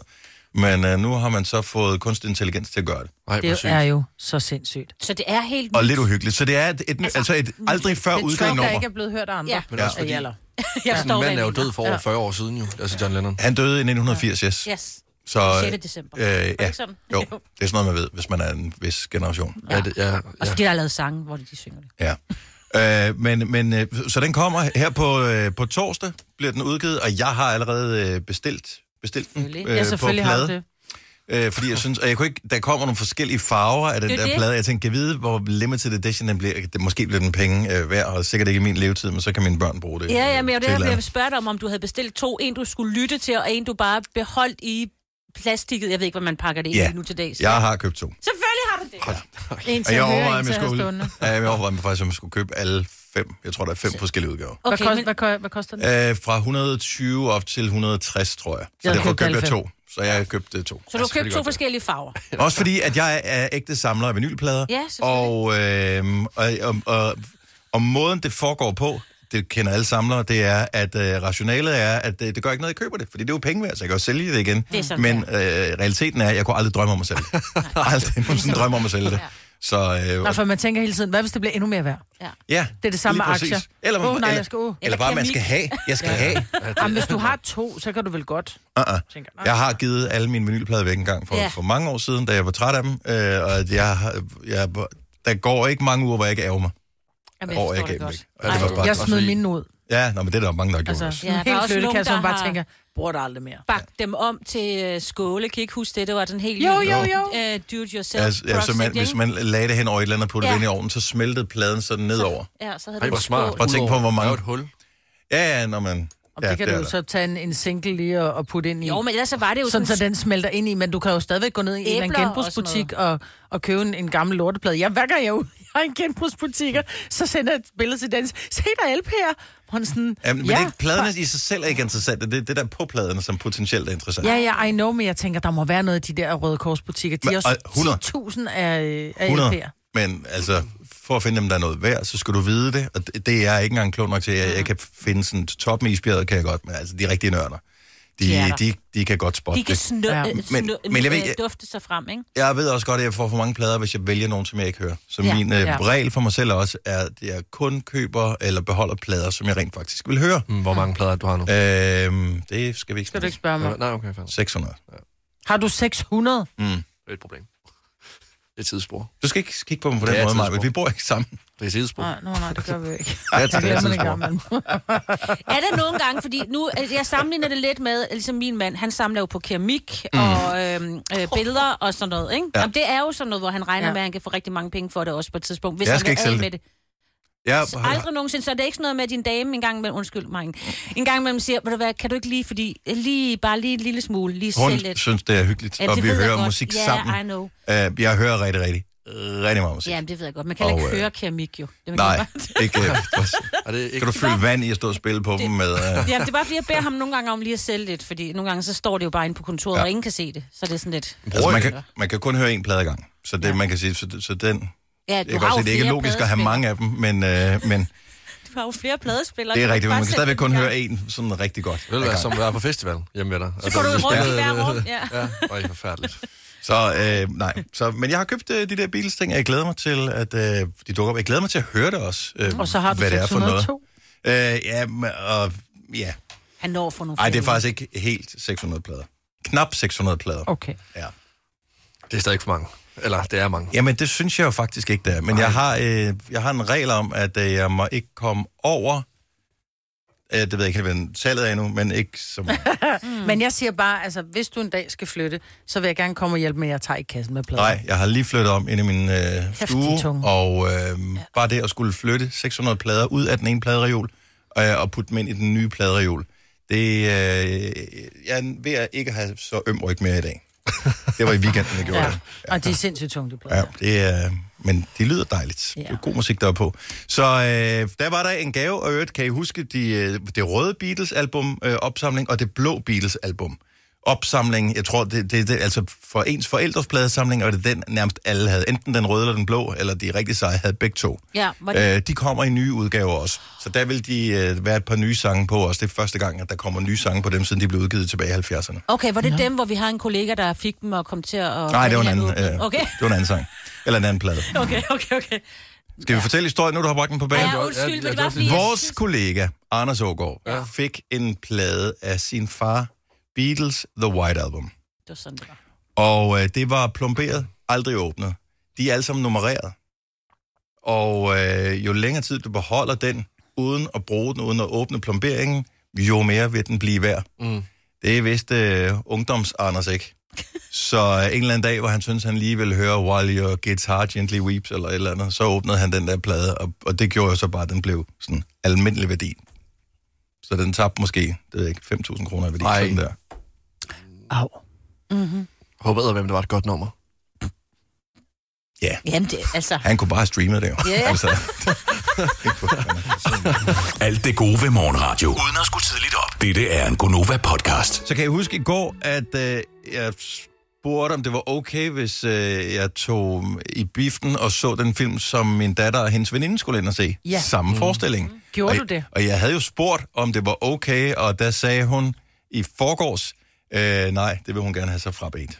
[SPEAKER 1] noget. Men øh, nu har man så fået kunstig intelligens til at gøre det.
[SPEAKER 2] Nej, hvor
[SPEAKER 4] Det
[SPEAKER 2] sygt.
[SPEAKER 4] er jo så sindssygt.
[SPEAKER 3] Så det er helt
[SPEAKER 1] Og
[SPEAKER 3] nyt.
[SPEAKER 1] lidt uhyggeligt. Så det er et, et, altså, altså et
[SPEAKER 3] mm,
[SPEAKER 1] aldrig før
[SPEAKER 4] Det tror
[SPEAKER 1] udgivet
[SPEAKER 4] der
[SPEAKER 1] nummer.
[SPEAKER 4] ikke er blevet hørt af andre.
[SPEAKER 3] Ja.
[SPEAKER 2] Men
[SPEAKER 1] Ja.
[SPEAKER 2] også fordi,
[SPEAKER 4] Eller-
[SPEAKER 1] Altså,
[SPEAKER 3] Jeg
[SPEAKER 2] sådan,
[SPEAKER 3] forstår,
[SPEAKER 2] manden Altså, er
[SPEAKER 3] hvad I
[SPEAKER 2] jo død
[SPEAKER 3] mener.
[SPEAKER 2] for over 40 år siden jo. Altså John Lennon.
[SPEAKER 1] Han døde i 1980, yes.
[SPEAKER 3] Yes.
[SPEAKER 1] Så,
[SPEAKER 3] 6. december.
[SPEAKER 1] Øh,
[SPEAKER 3] Var det
[SPEAKER 1] ja.
[SPEAKER 3] ikke sådan?
[SPEAKER 1] Jo, det er sådan noget, man ved, hvis man er en vis generation.
[SPEAKER 2] Ja, det, ja,
[SPEAKER 3] Og
[SPEAKER 2] ja.
[SPEAKER 3] de har lavet sange, hvor de synger det.
[SPEAKER 1] Ja. Øh, men, men, øh, så den kommer her på, øh, på torsdag, bliver den udgivet, og jeg har allerede øh, bestilt, bestilt den
[SPEAKER 3] Selvfølgelig.
[SPEAKER 1] øh,
[SPEAKER 4] Ja,
[SPEAKER 1] på
[SPEAKER 4] selvfølgelig har du
[SPEAKER 1] plade.
[SPEAKER 4] det.
[SPEAKER 1] Øh, fordi jeg synes, og jeg kunne ikke, der kommer nogle forskellige farver af den
[SPEAKER 3] Det er
[SPEAKER 1] der
[SPEAKER 3] det.
[SPEAKER 1] plade. Jeg tænkte, kan jeg vide, hvor limited edition den bliver. Det, måske bliver den penge øh, værd, og sikkert ikke i min levetid, men så kan mine børn bruge det.
[SPEAKER 3] Ja,
[SPEAKER 1] øh,
[SPEAKER 3] ja, men det var
[SPEAKER 1] til et
[SPEAKER 3] derfor,
[SPEAKER 1] eller
[SPEAKER 3] jeg
[SPEAKER 1] andet.
[SPEAKER 3] vil spørge dig om, om du havde bestilt to. En, du skulle lytte til, og en, du bare beholdt i plastikket. Jeg ved ikke, hvordan man pakker det ind
[SPEAKER 1] Ja.
[SPEAKER 3] i nu til dags.
[SPEAKER 1] Jeg har købt to.
[SPEAKER 3] Selvfølgelig har du det.
[SPEAKER 4] En
[SPEAKER 1] Og
[SPEAKER 4] til
[SPEAKER 1] jeg
[SPEAKER 4] at høre,
[SPEAKER 1] overvejer,
[SPEAKER 4] en
[SPEAKER 1] om
[SPEAKER 4] til
[SPEAKER 1] jeg
[SPEAKER 4] at have
[SPEAKER 1] skulle,
[SPEAKER 4] stående.
[SPEAKER 1] ja, jeg overvejer faktisk, om jeg skulle købe alle fem. Jeg tror, der er fem forskellige udgaver.
[SPEAKER 4] Hvad,
[SPEAKER 3] Okay,
[SPEAKER 4] kost,
[SPEAKER 3] men
[SPEAKER 4] hvad, ko- hvad koster den?
[SPEAKER 1] Øh, fra 120 op til 160, tror jeg. Så
[SPEAKER 4] Jeg
[SPEAKER 1] derfor
[SPEAKER 4] købte
[SPEAKER 1] købte jeg
[SPEAKER 4] alle
[SPEAKER 1] to. så jeg købte to. Altså,
[SPEAKER 3] Så du har købt to forskellige farver.
[SPEAKER 1] Også fordi, at jeg er ægte samler af vinylplader.
[SPEAKER 3] Ja,
[SPEAKER 1] og, øh, og, og, og, og måden, det foregår på, det kender alle samlere, det er, at øh, rationalet er, at øh, det gør ikke noget, jeg køber det, fordi det er jo penge værd, så jeg kan også sælge det igen.
[SPEAKER 3] Det er sådan,
[SPEAKER 1] Men øh, realiteten er, at jeg kunne aldrig drømme om at sælge det. aldrig nogensinde drømme om at sælge det. Så øh,
[SPEAKER 4] Nå, for man tænker hele tiden, hvad hvis det bliver endnu mere værd?
[SPEAKER 1] ja,
[SPEAKER 4] Det er det samme
[SPEAKER 1] lige
[SPEAKER 4] med
[SPEAKER 1] præcis.
[SPEAKER 4] aktier.
[SPEAKER 1] Eller,
[SPEAKER 4] Åh, nej,
[SPEAKER 1] eller,
[SPEAKER 4] jeg skal- åh.
[SPEAKER 1] eller
[SPEAKER 3] Eller
[SPEAKER 1] bare, man
[SPEAKER 3] keramik.
[SPEAKER 1] skal have. Jeg skal have.
[SPEAKER 4] Jamen, hvis du har to, så kan du vel godt.
[SPEAKER 1] Uh-uh.
[SPEAKER 4] Tænker,
[SPEAKER 1] Jeg har givet alle mine vinylplader væk engang for,
[SPEAKER 3] Ja.
[SPEAKER 1] for mange år siden, da jeg var træt af dem. Øh, og at jeg, har- jeg, der går ikke mange uger, hvor jeg ikke ærger mig.
[SPEAKER 3] Jamen,
[SPEAKER 1] Over, jeg
[SPEAKER 3] forstår
[SPEAKER 1] gav
[SPEAKER 3] det
[SPEAKER 1] dem
[SPEAKER 3] godt.
[SPEAKER 1] ikke.
[SPEAKER 2] Ja, det var
[SPEAKER 1] Nej.
[SPEAKER 2] bare-
[SPEAKER 4] Jeg
[SPEAKER 2] også
[SPEAKER 4] smed
[SPEAKER 2] fordi-
[SPEAKER 4] mine ud.
[SPEAKER 1] Ja, nå, men det er der mange, der har gjort
[SPEAKER 4] Altså,
[SPEAKER 1] altså,
[SPEAKER 4] ja,
[SPEAKER 3] der er
[SPEAKER 4] helt
[SPEAKER 3] også nogen,
[SPEAKER 4] flyttekasse,
[SPEAKER 3] der
[SPEAKER 4] som bare
[SPEAKER 3] har-
[SPEAKER 4] tænker, bruger det aldrig mere.
[SPEAKER 3] Bak dem om til øh, skåle. Kan I ikke huske det? Det var den helt
[SPEAKER 4] Jo,
[SPEAKER 3] lille,
[SPEAKER 4] jo, jo.
[SPEAKER 3] Øh, do-it-yourself
[SPEAKER 1] Altså, ja, så man, hvis man lagde det hen over et eller andet og puttede
[SPEAKER 3] Ja.
[SPEAKER 1] det ind i ovnen, så smeltede pladen sådan nedover.
[SPEAKER 3] Ja, så
[SPEAKER 2] Ej,
[SPEAKER 3] havde det
[SPEAKER 2] hvor
[SPEAKER 3] en
[SPEAKER 2] smart.
[SPEAKER 3] skål.
[SPEAKER 1] Prøv at tænke på, hvor mange-
[SPEAKER 2] Der er jo et hul.
[SPEAKER 1] Ja, ja, når man...
[SPEAKER 4] Og
[SPEAKER 1] Ja,
[SPEAKER 4] det kan
[SPEAKER 1] er
[SPEAKER 4] du jo
[SPEAKER 1] der.
[SPEAKER 4] så tage en, en single lige og, og putte ind i.
[SPEAKER 3] Jo, men ellers så var det jo
[SPEAKER 4] sådan,
[SPEAKER 3] sådan...
[SPEAKER 4] så den smelter ind i, men du kan jo stadigvæk gå ned i en eller anden
[SPEAKER 3] Æbler og sådan
[SPEAKER 4] genbrugsbutik og, og købe en, en gammel lorteplade. Jeg hver gang jeg er ude i en genbrugsbutikker, så sender jeg et billede til Dennis. Se der LP'er! Og han sådan,
[SPEAKER 1] Ja, men ja. det er ikke pladerne i sig selv er ikke interessante. Det er det der på pladerne, som potentielt er interessant.
[SPEAKER 4] Ja, ja, I know, men jeg tænker, der må være noget i de der Røde Kors-butikker. De
[SPEAKER 1] Men-
[SPEAKER 4] har
[SPEAKER 1] og
[SPEAKER 4] også
[SPEAKER 1] 100.
[SPEAKER 4] 10.000 af, af
[SPEAKER 1] 100.
[SPEAKER 4] LP'er.
[SPEAKER 1] Men altså, for at finde dem, der er noget værd, så skal du vide det. Og det, det er jeg ikke engang klog nok til. Jeg, jeg kan finde sådan toppen i isbjerget, kan jeg godt. Men altså, de rigtige nørder, de,
[SPEAKER 3] De er
[SPEAKER 1] de,
[SPEAKER 3] der.
[SPEAKER 1] de, kan godt spotte
[SPEAKER 3] De kan
[SPEAKER 1] det.
[SPEAKER 3] snu,
[SPEAKER 4] Ja.
[SPEAKER 3] øh, snu,
[SPEAKER 1] Men- men jeg ved ikke-
[SPEAKER 3] øh, dufte sig frem, ikke?
[SPEAKER 1] Jeg ved også godt, at jeg får for mange plader, hvis jeg vælger nogen, som jeg ikke hører. Så ja.
[SPEAKER 3] Ja.
[SPEAKER 1] min øh,
[SPEAKER 4] Ja.
[SPEAKER 1] regel for mig selv også er, at jeg kun køber eller beholder plader, som jeg rent faktisk vil høre.
[SPEAKER 2] Mm, Hvor mange plader du har nu?
[SPEAKER 1] Øhm, det skal vi ikke
[SPEAKER 4] Skal du
[SPEAKER 1] snakke
[SPEAKER 4] ikke spørge mig?
[SPEAKER 2] Ja, Nej, okay, fandme.
[SPEAKER 1] 600.
[SPEAKER 4] Har du 600?
[SPEAKER 2] Det er et problem. Det er et tidsspor.
[SPEAKER 1] Mm. Du skal ikke kigge på dem på
[SPEAKER 2] Det
[SPEAKER 1] den
[SPEAKER 2] er
[SPEAKER 1] måde,
[SPEAKER 2] et
[SPEAKER 1] Maja, men
[SPEAKER 2] tidspunkt.
[SPEAKER 1] vi bor ikke sammen.
[SPEAKER 2] Det er et tidsspor.
[SPEAKER 4] Nej, nej, nej, det gør vi ikke.
[SPEAKER 2] Ja, det er
[SPEAKER 4] Jeg glemmer det
[SPEAKER 2] tidsspor.
[SPEAKER 4] gammel.
[SPEAKER 3] Er der nogle gange, fordi nu, øh, jeg sammenligner det lidt med, ligesom min mand, han samler jo på keramik og øh, øh, billeder og sådan noget, ikke?
[SPEAKER 1] Mm. Ja.
[SPEAKER 3] Ja. Jamen, det er jo sådan noget, hvor han regner
[SPEAKER 4] Ja.
[SPEAKER 3] med, at han kan få rigtig mange penge for det også på et tidspunkt, hvis
[SPEAKER 1] Jeg
[SPEAKER 3] han
[SPEAKER 1] skal
[SPEAKER 3] vil
[SPEAKER 1] ikke
[SPEAKER 3] af
[SPEAKER 1] sælge
[SPEAKER 3] med det.
[SPEAKER 1] Jeg,
[SPEAKER 3] Så aldrig nogensinde, så er det ikke sådan noget med, at din dame en gang imellem, undskyld mig, en gang imellem siger, ved du hvad, kan du ikke lige, fordi lige, bare lige en lille smule, lige selv
[SPEAKER 1] hun
[SPEAKER 3] lidt.
[SPEAKER 1] synes, det er hyggeligt,
[SPEAKER 3] Ja,
[SPEAKER 1] og
[SPEAKER 3] det
[SPEAKER 1] vi
[SPEAKER 3] ved jeg
[SPEAKER 1] hører
[SPEAKER 3] godt.
[SPEAKER 1] musik
[SPEAKER 3] Ja,
[SPEAKER 1] sammen.
[SPEAKER 3] I know.
[SPEAKER 1] Øh, jeg hører rigtig, rigtig, rigtig meget musik.
[SPEAKER 3] Ja, men det ved jeg godt. Man kan heller
[SPEAKER 1] Og,
[SPEAKER 3] ikke
[SPEAKER 1] øh,
[SPEAKER 3] høre keramik, jo. Det man
[SPEAKER 1] Nej,
[SPEAKER 3] kan bare-
[SPEAKER 1] ikke. Øh,
[SPEAKER 2] Er det ikke...
[SPEAKER 1] kan du fylde vand i at stå og spille på dem med... Øh,
[SPEAKER 3] Jamen, det er bare, fordi jeg beder ham nogle gange om lige at sælge lidt, fordi nogle gange, så står det jo bare inde på kontoret,
[SPEAKER 1] Ja.
[SPEAKER 3] ja. og ingen kan se det. Så det er sådan lidt...
[SPEAKER 1] altså, man, kan, man kan kun høre en plade ad gangen. Så det, man kan sige, så, så den...
[SPEAKER 3] Ja,
[SPEAKER 1] Jeg kan godt se, det er ikke
[SPEAKER 3] flere
[SPEAKER 1] logisk at have
[SPEAKER 3] pladespillere.
[SPEAKER 1] mange af dem, men, øh, men
[SPEAKER 3] Du har jo flere pladespillere.
[SPEAKER 1] det er
[SPEAKER 3] så
[SPEAKER 1] rigtigt.
[SPEAKER 3] kan
[SPEAKER 1] Men man
[SPEAKER 3] bare
[SPEAKER 1] kan stadigvæk
[SPEAKER 3] sætte
[SPEAKER 1] kun
[SPEAKER 3] dem i
[SPEAKER 1] høre
[SPEAKER 3] gang.
[SPEAKER 1] en sådan rigtig godt.
[SPEAKER 2] Ved du
[SPEAKER 1] ad
[SPEAKER 2] hvad,
[SPEAKER 1] gangen.
[SPEAKER 2] som at være på festival hjemme ved dig. Så
[SPEAKER 3] går du rundt i hver rum, ja.
[SPEAKER 2] ja. Øj, forfærdeligt.
[SPEAKER 1] Så øh, nej, så, men jeg har købt øh, de der bilsting, og jeg glæder mig til, at øh, de dukker op. Jeg glæder mig til at høre det også, øh,
[SPEAKER 4] Og så har du
[SPEAKER 1] hvad det er for noget.
[SPEAKER 4] 602.
[SPEAKER 1] Øh, ja, men- og, ja.
[SPEAKER 3] Han når for nogle
[SPEAKER 1] Ej, det er
[SPEAKER 3] flere.
[SPEAKER 1] faktisk ikke helt 600 plader. Knap 600 plader.
[SPEAKER 4] Okay.
[SPEAKER 1] Ja.
[SPEAKER 2] Det er stadig for mange. Eller, det er mange.
[SPEAKER 1] Jamen, det synes jeg jo faktisk ikke, det er. Men jeg har, øh, jeg har en regel om, at øh, jeg må ikke komme over... Øh, det ved jeg ikke, helt, hvad tallet er endnu, men ikke som...
[SPEAKER 4] Men jeg siger bare, altså, hvis du en dag skal flytte, så vil jeg gerne komme og hjælpe med, at jeg tager i kassen med plader.
[SPEAKER 1] Nej, jeg har lige flyttet om ind i min øh, stue,
[SPEAKER 4] tunge.
[SPEAKER 1] og øh, ja. bare det at skulle flytte 600 plader ud af den ene pladereol, øh, og putte dem ind i den nye pladereol, det, øh, jeg er ved at ikke have så øm ryg mere i dag. det var i weekenden, jeg gjorde ja.
[SPEAKER 4] Ja.
[SPEAKER 1] det.
[SPEAKER 4] Og de er sindssygt tunge, de plader.
[SPEAKER 1] Ja, det er, men det lyder dejligt. Ja. Det er god musik, der er på. Så øh, der var der en gave, og i øvrigt kan I huske de, øh, det røde Beatles-album øh, opsamling, og det blå Beatles-album opsamling. Jeg tror, det, det, det altså for ens forældres pladesamling, og det er den nærmest alle havde. Enten den røde eller den blå, eller de rigtig seje havde begge to.
[SPEAKER 3] Ja, var det-
[SPEAKER 1] øh, de kommer i nye udgaver også. Så der vil de øh, være et par nye sange på også. Det er første gang, at der kommer nye sange på dem, siden de blev udgivet tilbage i 70'erne.
[SPEAKER 3] Okay, var det dem, hvor vi har en kollega, der fik dem og kom til at...
[SPEAKER 1] Øh. Nej, det var en anden,
[SPEAKER 3] åbne?
[SPEAKER 1] øh,
[SPEAKER 3] Okay,
[SPEAKER 1] det var en anden sang. Eller en anden plade.
[SPEAKER 3] okay, okay, okay.
[SPEAKER 1] Skal vi fortælle historien, nu du har bragt den på banen?
[SPEAKER 3] Ja, undskyld, men det var fordi... jeg
[SPEAKER 1] Vores
[SPEAKER 3] synes-
[SPEAKER 1] kollega, Anders Ågaard, ja. fik en plade af sin far, Beatles The White Album.
[SPEAKER 3] Det var sådan, det var.
[SPEAKER 1] Og øh, det var plomberet, aldrig åbnet. De er alle sammen nummereret. Og øh, jo længere tid du beholder den, uden at bruge den, uden at åbne plomberingen, jo mere vil den blive værd.
[SPEAKER 2] Mm.
[SPEAKER 1] Det vidste øh, ungdoms-Anders ikke. Så øh, en eller anden dag, hvor han syntes, han lige ville høre While Your Guitar Gently Weeps, eller et eller andet, så åbnede han den der plade, og, og det gjorde jo så bare, at den blev sådan almindelig værdi. Så den tabte måske, det ved jeg ikke, 5.000 kroner i værdi.
[SPEAKER 2] Ej.
[SPEAKER 1] Sådan der.
[SPEAKER 4] Au.
[SPEAKER 2] Håber hvem det var et godt nummer.
[SPEAKER 3] Jamen, det, altså...
[SPEAKER 1] Han kunne bare streame det jo.
[SPEAKER 3] Ja.
[SPEAKER 1] Altså,
[SPEAKER 6] Alt det gode ved morgenradio. Uden at skulle tidligt op. Dette er en Gonova-podcast.
[SPEAKER 1] Så kan jeg huske i går, at øh, jeg spurgte, om det var okay, hvis øh, jeg tog i biften og så den film, som min datter og hendes veninde skulle ind og se.
[SPEAKER 4] Ja. Mm.
[SPEAKER 1] Samme forestilling.
[SPEAKER 4] Gjorde
[SPEAKER 1] og,
[SPEAKER 4] du det?
[SPEAKER 1] Og jeg havde jo spurgt, om det var okay, og der sagde hun i forgårs, øh, nej, det vil hun gerne have sig frabedt.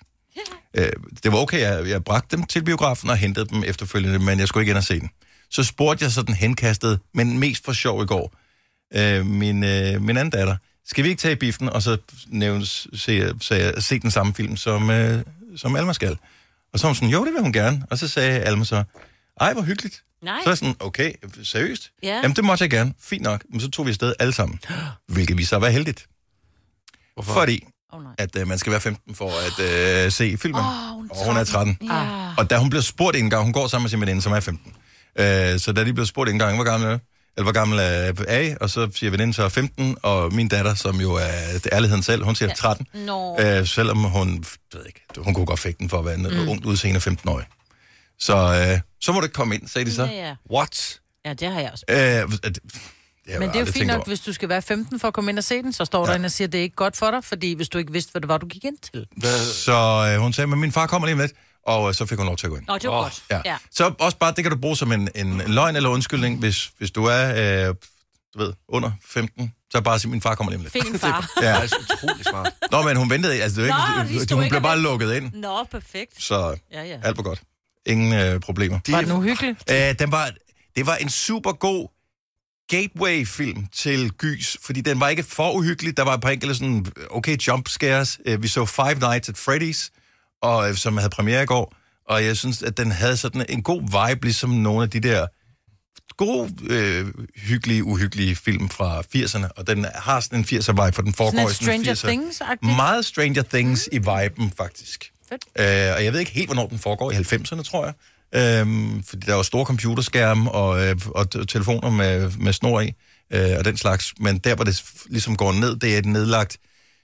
[SPEAKER 1] Øh, det var okay, jeg, jeg bragte dem til biografen og hentede dem efterfølgende, men jeg skulle ikke ind og se den. Så spurgte jeg sådan henkastet, men mest for sjov i går, øh, min, øh, min anden datter, skal vi ikke tage i biffen, og så nævnes, se, se, se den samme film, som, øh, som Alma skal? Og så var hun sådan, jo, det vil hun gerne. Og så sagde Alma så, ej, hvor hyggeligt.
[SPEAKER 3] Nej.
[SPEAKER 1] Så er jeg sådan, okay, seriøst?
[SPEAKER 3] Ja.
[SPEAKER 1] Jamen, det måtte jeg gerne. Fint nok. Men så tog vi afsted alle sammen. Hvilket vi så var heldigt. Hvorfor? Fordi,
[SPEAKER 3] Åh, nej.
[SPEAKER 1] at øh, man skal være 15 for at øh, se filmen.
[SPEAKER 3] Åh, hun er
[SPEAKER 1] og hun er 13.
[SPEAKER 3] Ja.
[SPEAKER 1] Og da hun blev spurgt en gang, hun går sammen med sin veninde, som er 15. Øh, så da de blev spurgt en gang, hvor gammel er du? eller hvor gammel er A, og så siger veninden så 15, og min datter, som jo er det er ærligheden selv, hun siger 13.
[SPEAKER 3] Nå.
[SPEAKER 1] Øh, selvom hun, jeg ved ikke, hun kunne godt fække den for at være en mm. ungt udseende 15-årig. Så, øh, så må du ikke komme ind, sagde de så.
[SPEAKER 3] Ja, ja.
[SPEAKER 2] What?
[SPEAKER 3] ja, det har jeg også.
[SPEAKER 1] Øh, at- det, har
[SPEAKER 4] Men det er
[SPEAKER 1] jeg
[SPEAKER 4] jo
[SPEAKER 1] aldrig
[SPEAKER 4] fint
[SPEAKER 1] tænkt
[SPEAKER 4] nok,
[SPEAKER 1] over.
[SPEAKER 4] hvis du skal være 15 for at komme ind og se den, så står ja. der en og siger, at det er ikke godt for dig, fordi hvis du ikke vidste, hvad det var, du gik ind til.
[SPEAKER 1] Så øh, hun sagde, men min far kommer lige om lidt, og øh, så fik hun lov til at gå ind.
[SPEAKER 3] Nå, det var godt.
[SPEAKER 1] Ja. ja. Så også bare, det kan du bruge som en, en løgn eller undskyldning, hvis, hvis du er, øh, du ved, under 15. Så bare sige, min far kommer lige om lidt.
[SPEAKER 3] Find en far.
[SPEAKER 1] Ja.
[SPEAKER 2] Det er altså utrolig smart.
[SPEAKER 1] Nå, men hun ventede, altså det var
[SPEAKER 3] Nå,
[SPEAKER 1] ikke,
[SPEAKER 3] de
[SPEAKER 1] Nå,
[SPEAKER 3] stod
[SPEAKER 1] hun
[SPEAKER 3] ikke
[SPEAKER 1] blev
[SPEAKER 3] og
[SPEAKER 1] bare
[SPEAKER 3] ventede.
[SPEAKER 1] lukket ind,
[SPEAKER 3] Nå, perfekt.
[SPEAKER 1] så
[SPEAKER 3] Ja, ja.
[SPEAKER 1] alt var godt. Ingen øh, problemer.
[SPEAKER 4] Var den uhyggelig?
[SPEAKER 1] Øh, den var, det var en super god gateway-film til Gys, fordi den var ikke for uhyggelig. Der var et par enkelte sådan, okay, jump scares. Øh, Vi så Five Nights at Freddy's, og, øh, som havde premiere i går, og jeg synes, at den havde sådan en god vibe, ligesom nogle af de der gode, øh, hyggelige, uhyggelige film fra 80'erne, og den har sådan en 80'er vibe, for den foregår
[SPEAKER 4] Sådan
[SPEAKER 1] i
[SPEAKER 4] et
[SPEAKER 1] sådan
[SPEAKER 4] Stranger
[SPEAKER 1] en 80'er.
[SPEAKER 4] Things-agtigt? Mm.
[SPEAKER 1] Meget Stranger Things i viben, faktisk.
[SPEAKER 4] Fedt.
[SPEAKER 1] Øh, og jeg ved ikke helt, hvornår den foregår, i 90'erne, tror jeg. Øhm, fordi der var store computerskærme og, øh, og t- telefoner med, med snor i, øh, og den slags. Men der, hvor det f- ligesom går ned, det er et nedlagt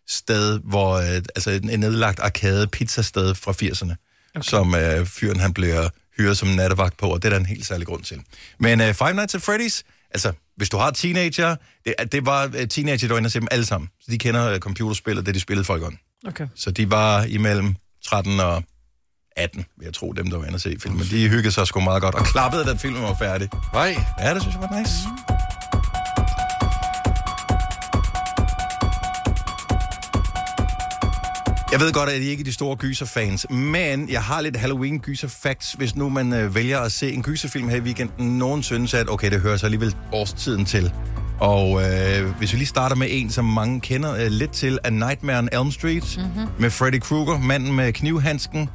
[SPEAKER 1] sted, hvor, øh, altså en, en nedlagt arcade pizzasted fra 80'erne, okay. som øh, fyren han bliver hyret som nattevagt på, og det er der en helt særlig grund til. Men øh, Five Nights at Freddy's, altså hvis du har teenager, det, det var øh, teenager, der var inde og se dem alle sammen. Så de kender øh, computerspil og det, de spillede folk om.
[SPEAKER 4] Okay.
[SPEAKER 1] Så de var imellem 13 og 18, vil jeg tro, dem der var inde og se filmen. De hyggede sig sgu meget godt og klappede, da filmen var færdig.
[SPEAKER 2] Nej.
[SPEAKER 1] Ja, det synes jeg var nice. Jeg ved godt, at I ikke er de store gyserfans, men jeg har lidt Halloween-gyser-facts, hvis nu man øh, vælger at se en gyserfilm her i weekenden. Nogen synes, at okay, det hører sig alligevel årstiden til. Og øh, hvis vi lige starter med en, som mange kender øh, lidt til, A Nightmare on Elm Street, mm-hmm. med Freddy Krueger, manden med knivhandsken.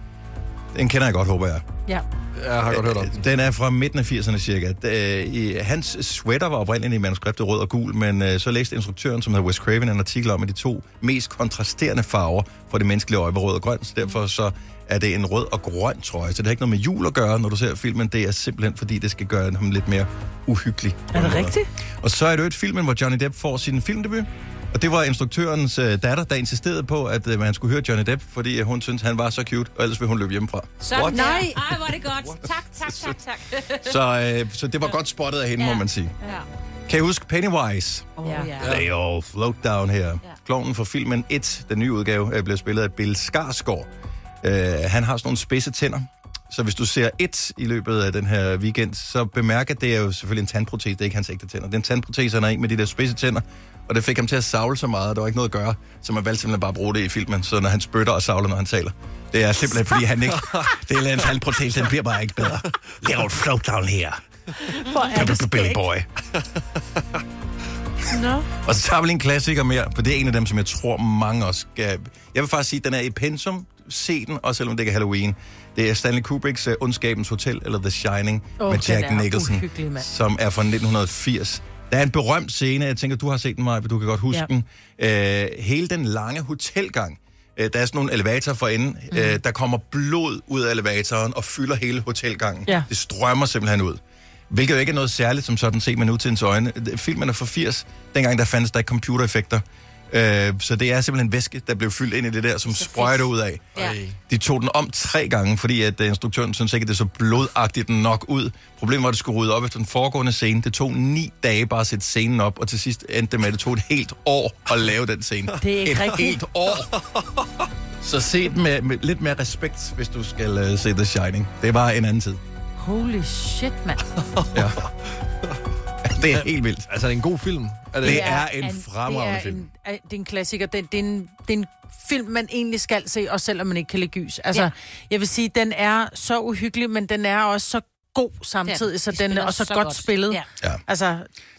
[SPEAKER 1] Den kender jeg godt, håber jeg.
[SPEAKER 4] Ja.
[SPEAKER 2] Jeg har godt hørt om den.
[SPEAKER 1] Øh, Den er fra midten af 80'erne cirka. Da, øh, i- Hans sweater var oprindeligt i manuskriptet rød og gul, men øh, så læste instruktøren, som hedder Wes Craven, en artikel om, at de to mest kontrasterende farver for det menneskelige øje var rød og grøn. Så
[SPEAKER 4] Mm.
[SPEAKER 1] derfor så er det en rød og grøn trøje. Så det har ikke noget med jul at gøre, når du ser filmen. Det er simpelthen, fordi det skal gøre ham lidt mere uhyggelig.
[SPEAKER 4] Er det rigtigt?
[SPEAKER 1] Og så er det jo et filmen, hvor Johnny Depp får sin filmdebut. Og det var instruktørens øh, datter, der insisterede på, at øh, man skulle høre Johnny Depp, fordi øh, hun syntes, han var så cute, og ellers ville hun løbe hjemmefra.
[SPEAKER 3] Sådan
[SPEAKER 2] What?
[SPEAKER 3] der. Nej. Ej, hvor er det godt. Tak, tak, tak, tak.
[SPEAKER 1] Så, øh, så det var godt spottet af hende, ja. må man sige.
[SPEAKER 3] Ja.
[SPEAKER 1] Kan I huske Pennywise?
[SPEAKER 3] Oh, ja. ja.
[SPEAKER 1] They all float down her. Ja. Kloven fra filmen It, den nye udgave, øh, bliver spillet af Bill Skarsgård. Øh, han har sådan nogle spidse tænder. Så hvis du ser et i løbet af den her weekend, så bemærk, at det er jo selvfølgelig en tandprotese, det er ikke hans ægte tænder. Den tandprotese, han har en med de der spidse tænder, og det fik ham til at savle så meget, og der var ikke noget at gøre, så man valgte simpelthen bare at bruge det i filmen, så når han spytter og savler, når han taler. Det er simpelthen, fordi han ikke... Det er en tandprotese, den bliver bare ikke bedre. Little float down here. Billy boy.
[SPEAKER 4] Nå.
[SPEAKER 1] Og så tager vi lige en klassiker mere, for det er en af dem, som jeg tror mange også skal... Jeg vil faktisk sige, at den er i pensum. Se den, også selvom det ikke er Halloween. Det er Stanley Kubricks uh, Undskabens Hotel, eller The Shining,
[SPEAKER 4] Åh,
[SPEAKER 1] oh, med
[SPEAKER 4] den
[SPEAKER 1] Jack
[SPEAKER 4] er
[SPEAKER 1] Nicholson,
[SPEAKER 4] uhyggelig, mand.
[SPEAKER 1] som er fra 1980. Der er en berømt scene, jeg tænker, du har set den, Maja, du kan godt huske ja.
[SPEAKER 4] Ja.
[SPEAKER 1] den. Øh, hele den lange hotelgang, øh, der er sådan nogle elevatorer for enden,
[SPEAKER 4] Mhm.
[SPEAKER 1] mm. øh, der kommer blod ud af elevatoren og fylder hele hotelgangen.
[SPEAKER 4] Ja.
[SPEAKER 1] Det strømmer simpelthen ud. Hvilket jo ikke er noget særligt, som sådan set med nutidens øjne. Filmen er fra 80, dengang der fandtes der ikke computereffekter. Øh, så det er simpelthen væske, der blev fyldt ind i det der, som sprøjter ud af.
[SPEAKER 3] Ja.
[SPEAKER 1] De tog den om tre gange, fordi at øh, instruktøren synes ikke, at det så blodagtigt nok ud. Problemet var, at det skulle rydde op efter den foregående scene. Det tog ni dage bare at sætte scenen op, og til sidst endte det med, at det tog et helt år at lave den scene.
[SPEAKER 4] Det er ikke
[SPEAKER 1] et
[SPEAKER 4] rigtigt.
[SPEAKER 1] helt år! Så se den med, med lidt mere respekt, hvis du skal øh, se The Shining. Det er bare en anden tid.
[SPEAKER 4] Holy shit, mand.
[SPEAKER 1] Ja. det er helt vildt.
[SPEAKER 2] Altså, er det en god film? Er det,
[SPEAKER 1] Det er en fremragende
[SPEAKER 4] det er
[SPEAKER 1] film.
[SPEAKER 4] En, er- det er en klassiker. Det, det, er en, det er en film, man egentlig skal se, også selvom man ikke kan lide gys. Altså,
[SPEAKER 3] Ja.
[SPEAKER 4] ja. jeg vil sige, den er så uhyggelig, men den er også så god samtidig,
[SPEAKER 3] Ja,
[SPEAKER 4] så
[SPEAKER 3] de
[SPEAKER 4] den er
[SPEAKER 3] spiller
[SPEAKER 4] også så,
[SPEAKER 3] så
[SPEAKER 4] godt,
[SPEAKER 3] godt.
[SPEAKER 4] spillet.
[SPEAKER 3] Ja.
[SPEAKER 4] Ja.
[SPEAKER 1] Ja.
[SPEAKER 4] Altså,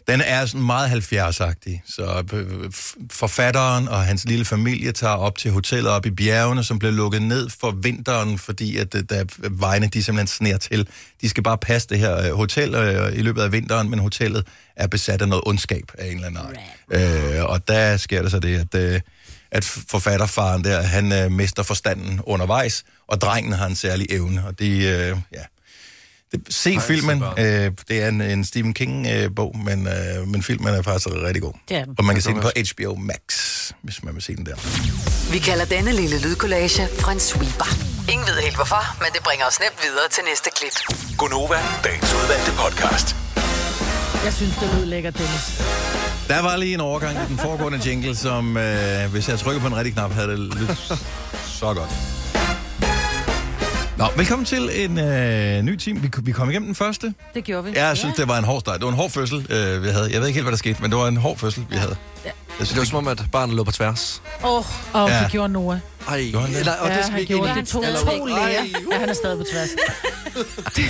[SPEAKER 1] Den er sådan meget 70-agtig, så øh, f- forfatteren og hans lille familie tager op til hoteller op i bjergene, som bliver lukket ned for vinteren, fordi at, øh, der vejene de simpelthen sner til. De skal bare passe det her øh, hotel øh, i løbet af vinteren, men hotellet er besat af noget ondskab af en eller anden art. Øh, og der sker der så det, at, øh, at forfatterfaren der, han øh, mister forstanden undervejs, og drengen har en særlig evne, og det, øh, ja, det- Se Nej, filmen. Øh, det er en, en Stephen King-bog, men, øh, men filmen er faktisk rigtig god.
[SPEAKER 3] Det er den.
[SPEAKER 1] Og man kan se den på HBO Max, hvis man vil se den der.
[SPEAKER 5] Vi kalder denne lille lydkollage en sweeper. Ingen ved helt hvorfor, men det bringer os nemt videre til næste klip.
[SPEAKER 6] Gunova, dagens udvalgte podcast.
[SPEAKER 4] jeg synes, det lød lækkert, Dennis.
[SPEAKER 1] Der var lige en overgang i den foregående jingle, som øh, hvis jeg trykker på den rigtige knap, havde det lyttet så godt. Nå, velkommen til en øh, ny time. Vi, vi kom igennem den første.
[SPEAKER 4] Det gjorde vi.
[SPEAKER 1] Jeg synes, det var en hård start. Det var en hård fødsel, øh, vi havde. Jeg ved ikke helt, hvad der skete, men det var en hård fødsel, vi havde. Jeg synes,
[SPEAKER 2] det var som om, at barnet lå på tværs.
[SPEAKER 4] Åh, oh,
[SPEAKER 1] Ja.
[SPEAKER 4] ja. det gjorde Noah.
[SPEAKER 2] Ej,
[SPEAKER 1] han det?
[SPEAKER 2] eller, og
[SPEAKER 4] Ja,
[SPEAKER 2] det skal vi
[SPEAKER 4] han
[SPEAKER 2] ikke
[SPEAKER 4] gjorde
[SPEAKER 2] ind i
[SPEAKER 4] det. To,
[SPEAKER 3] Allerede.
[SPEAKER 4] to læger.
[SPEAKER 2] Ej, uh.
[SPEAKER 4] Ja, han er stadig på tværs.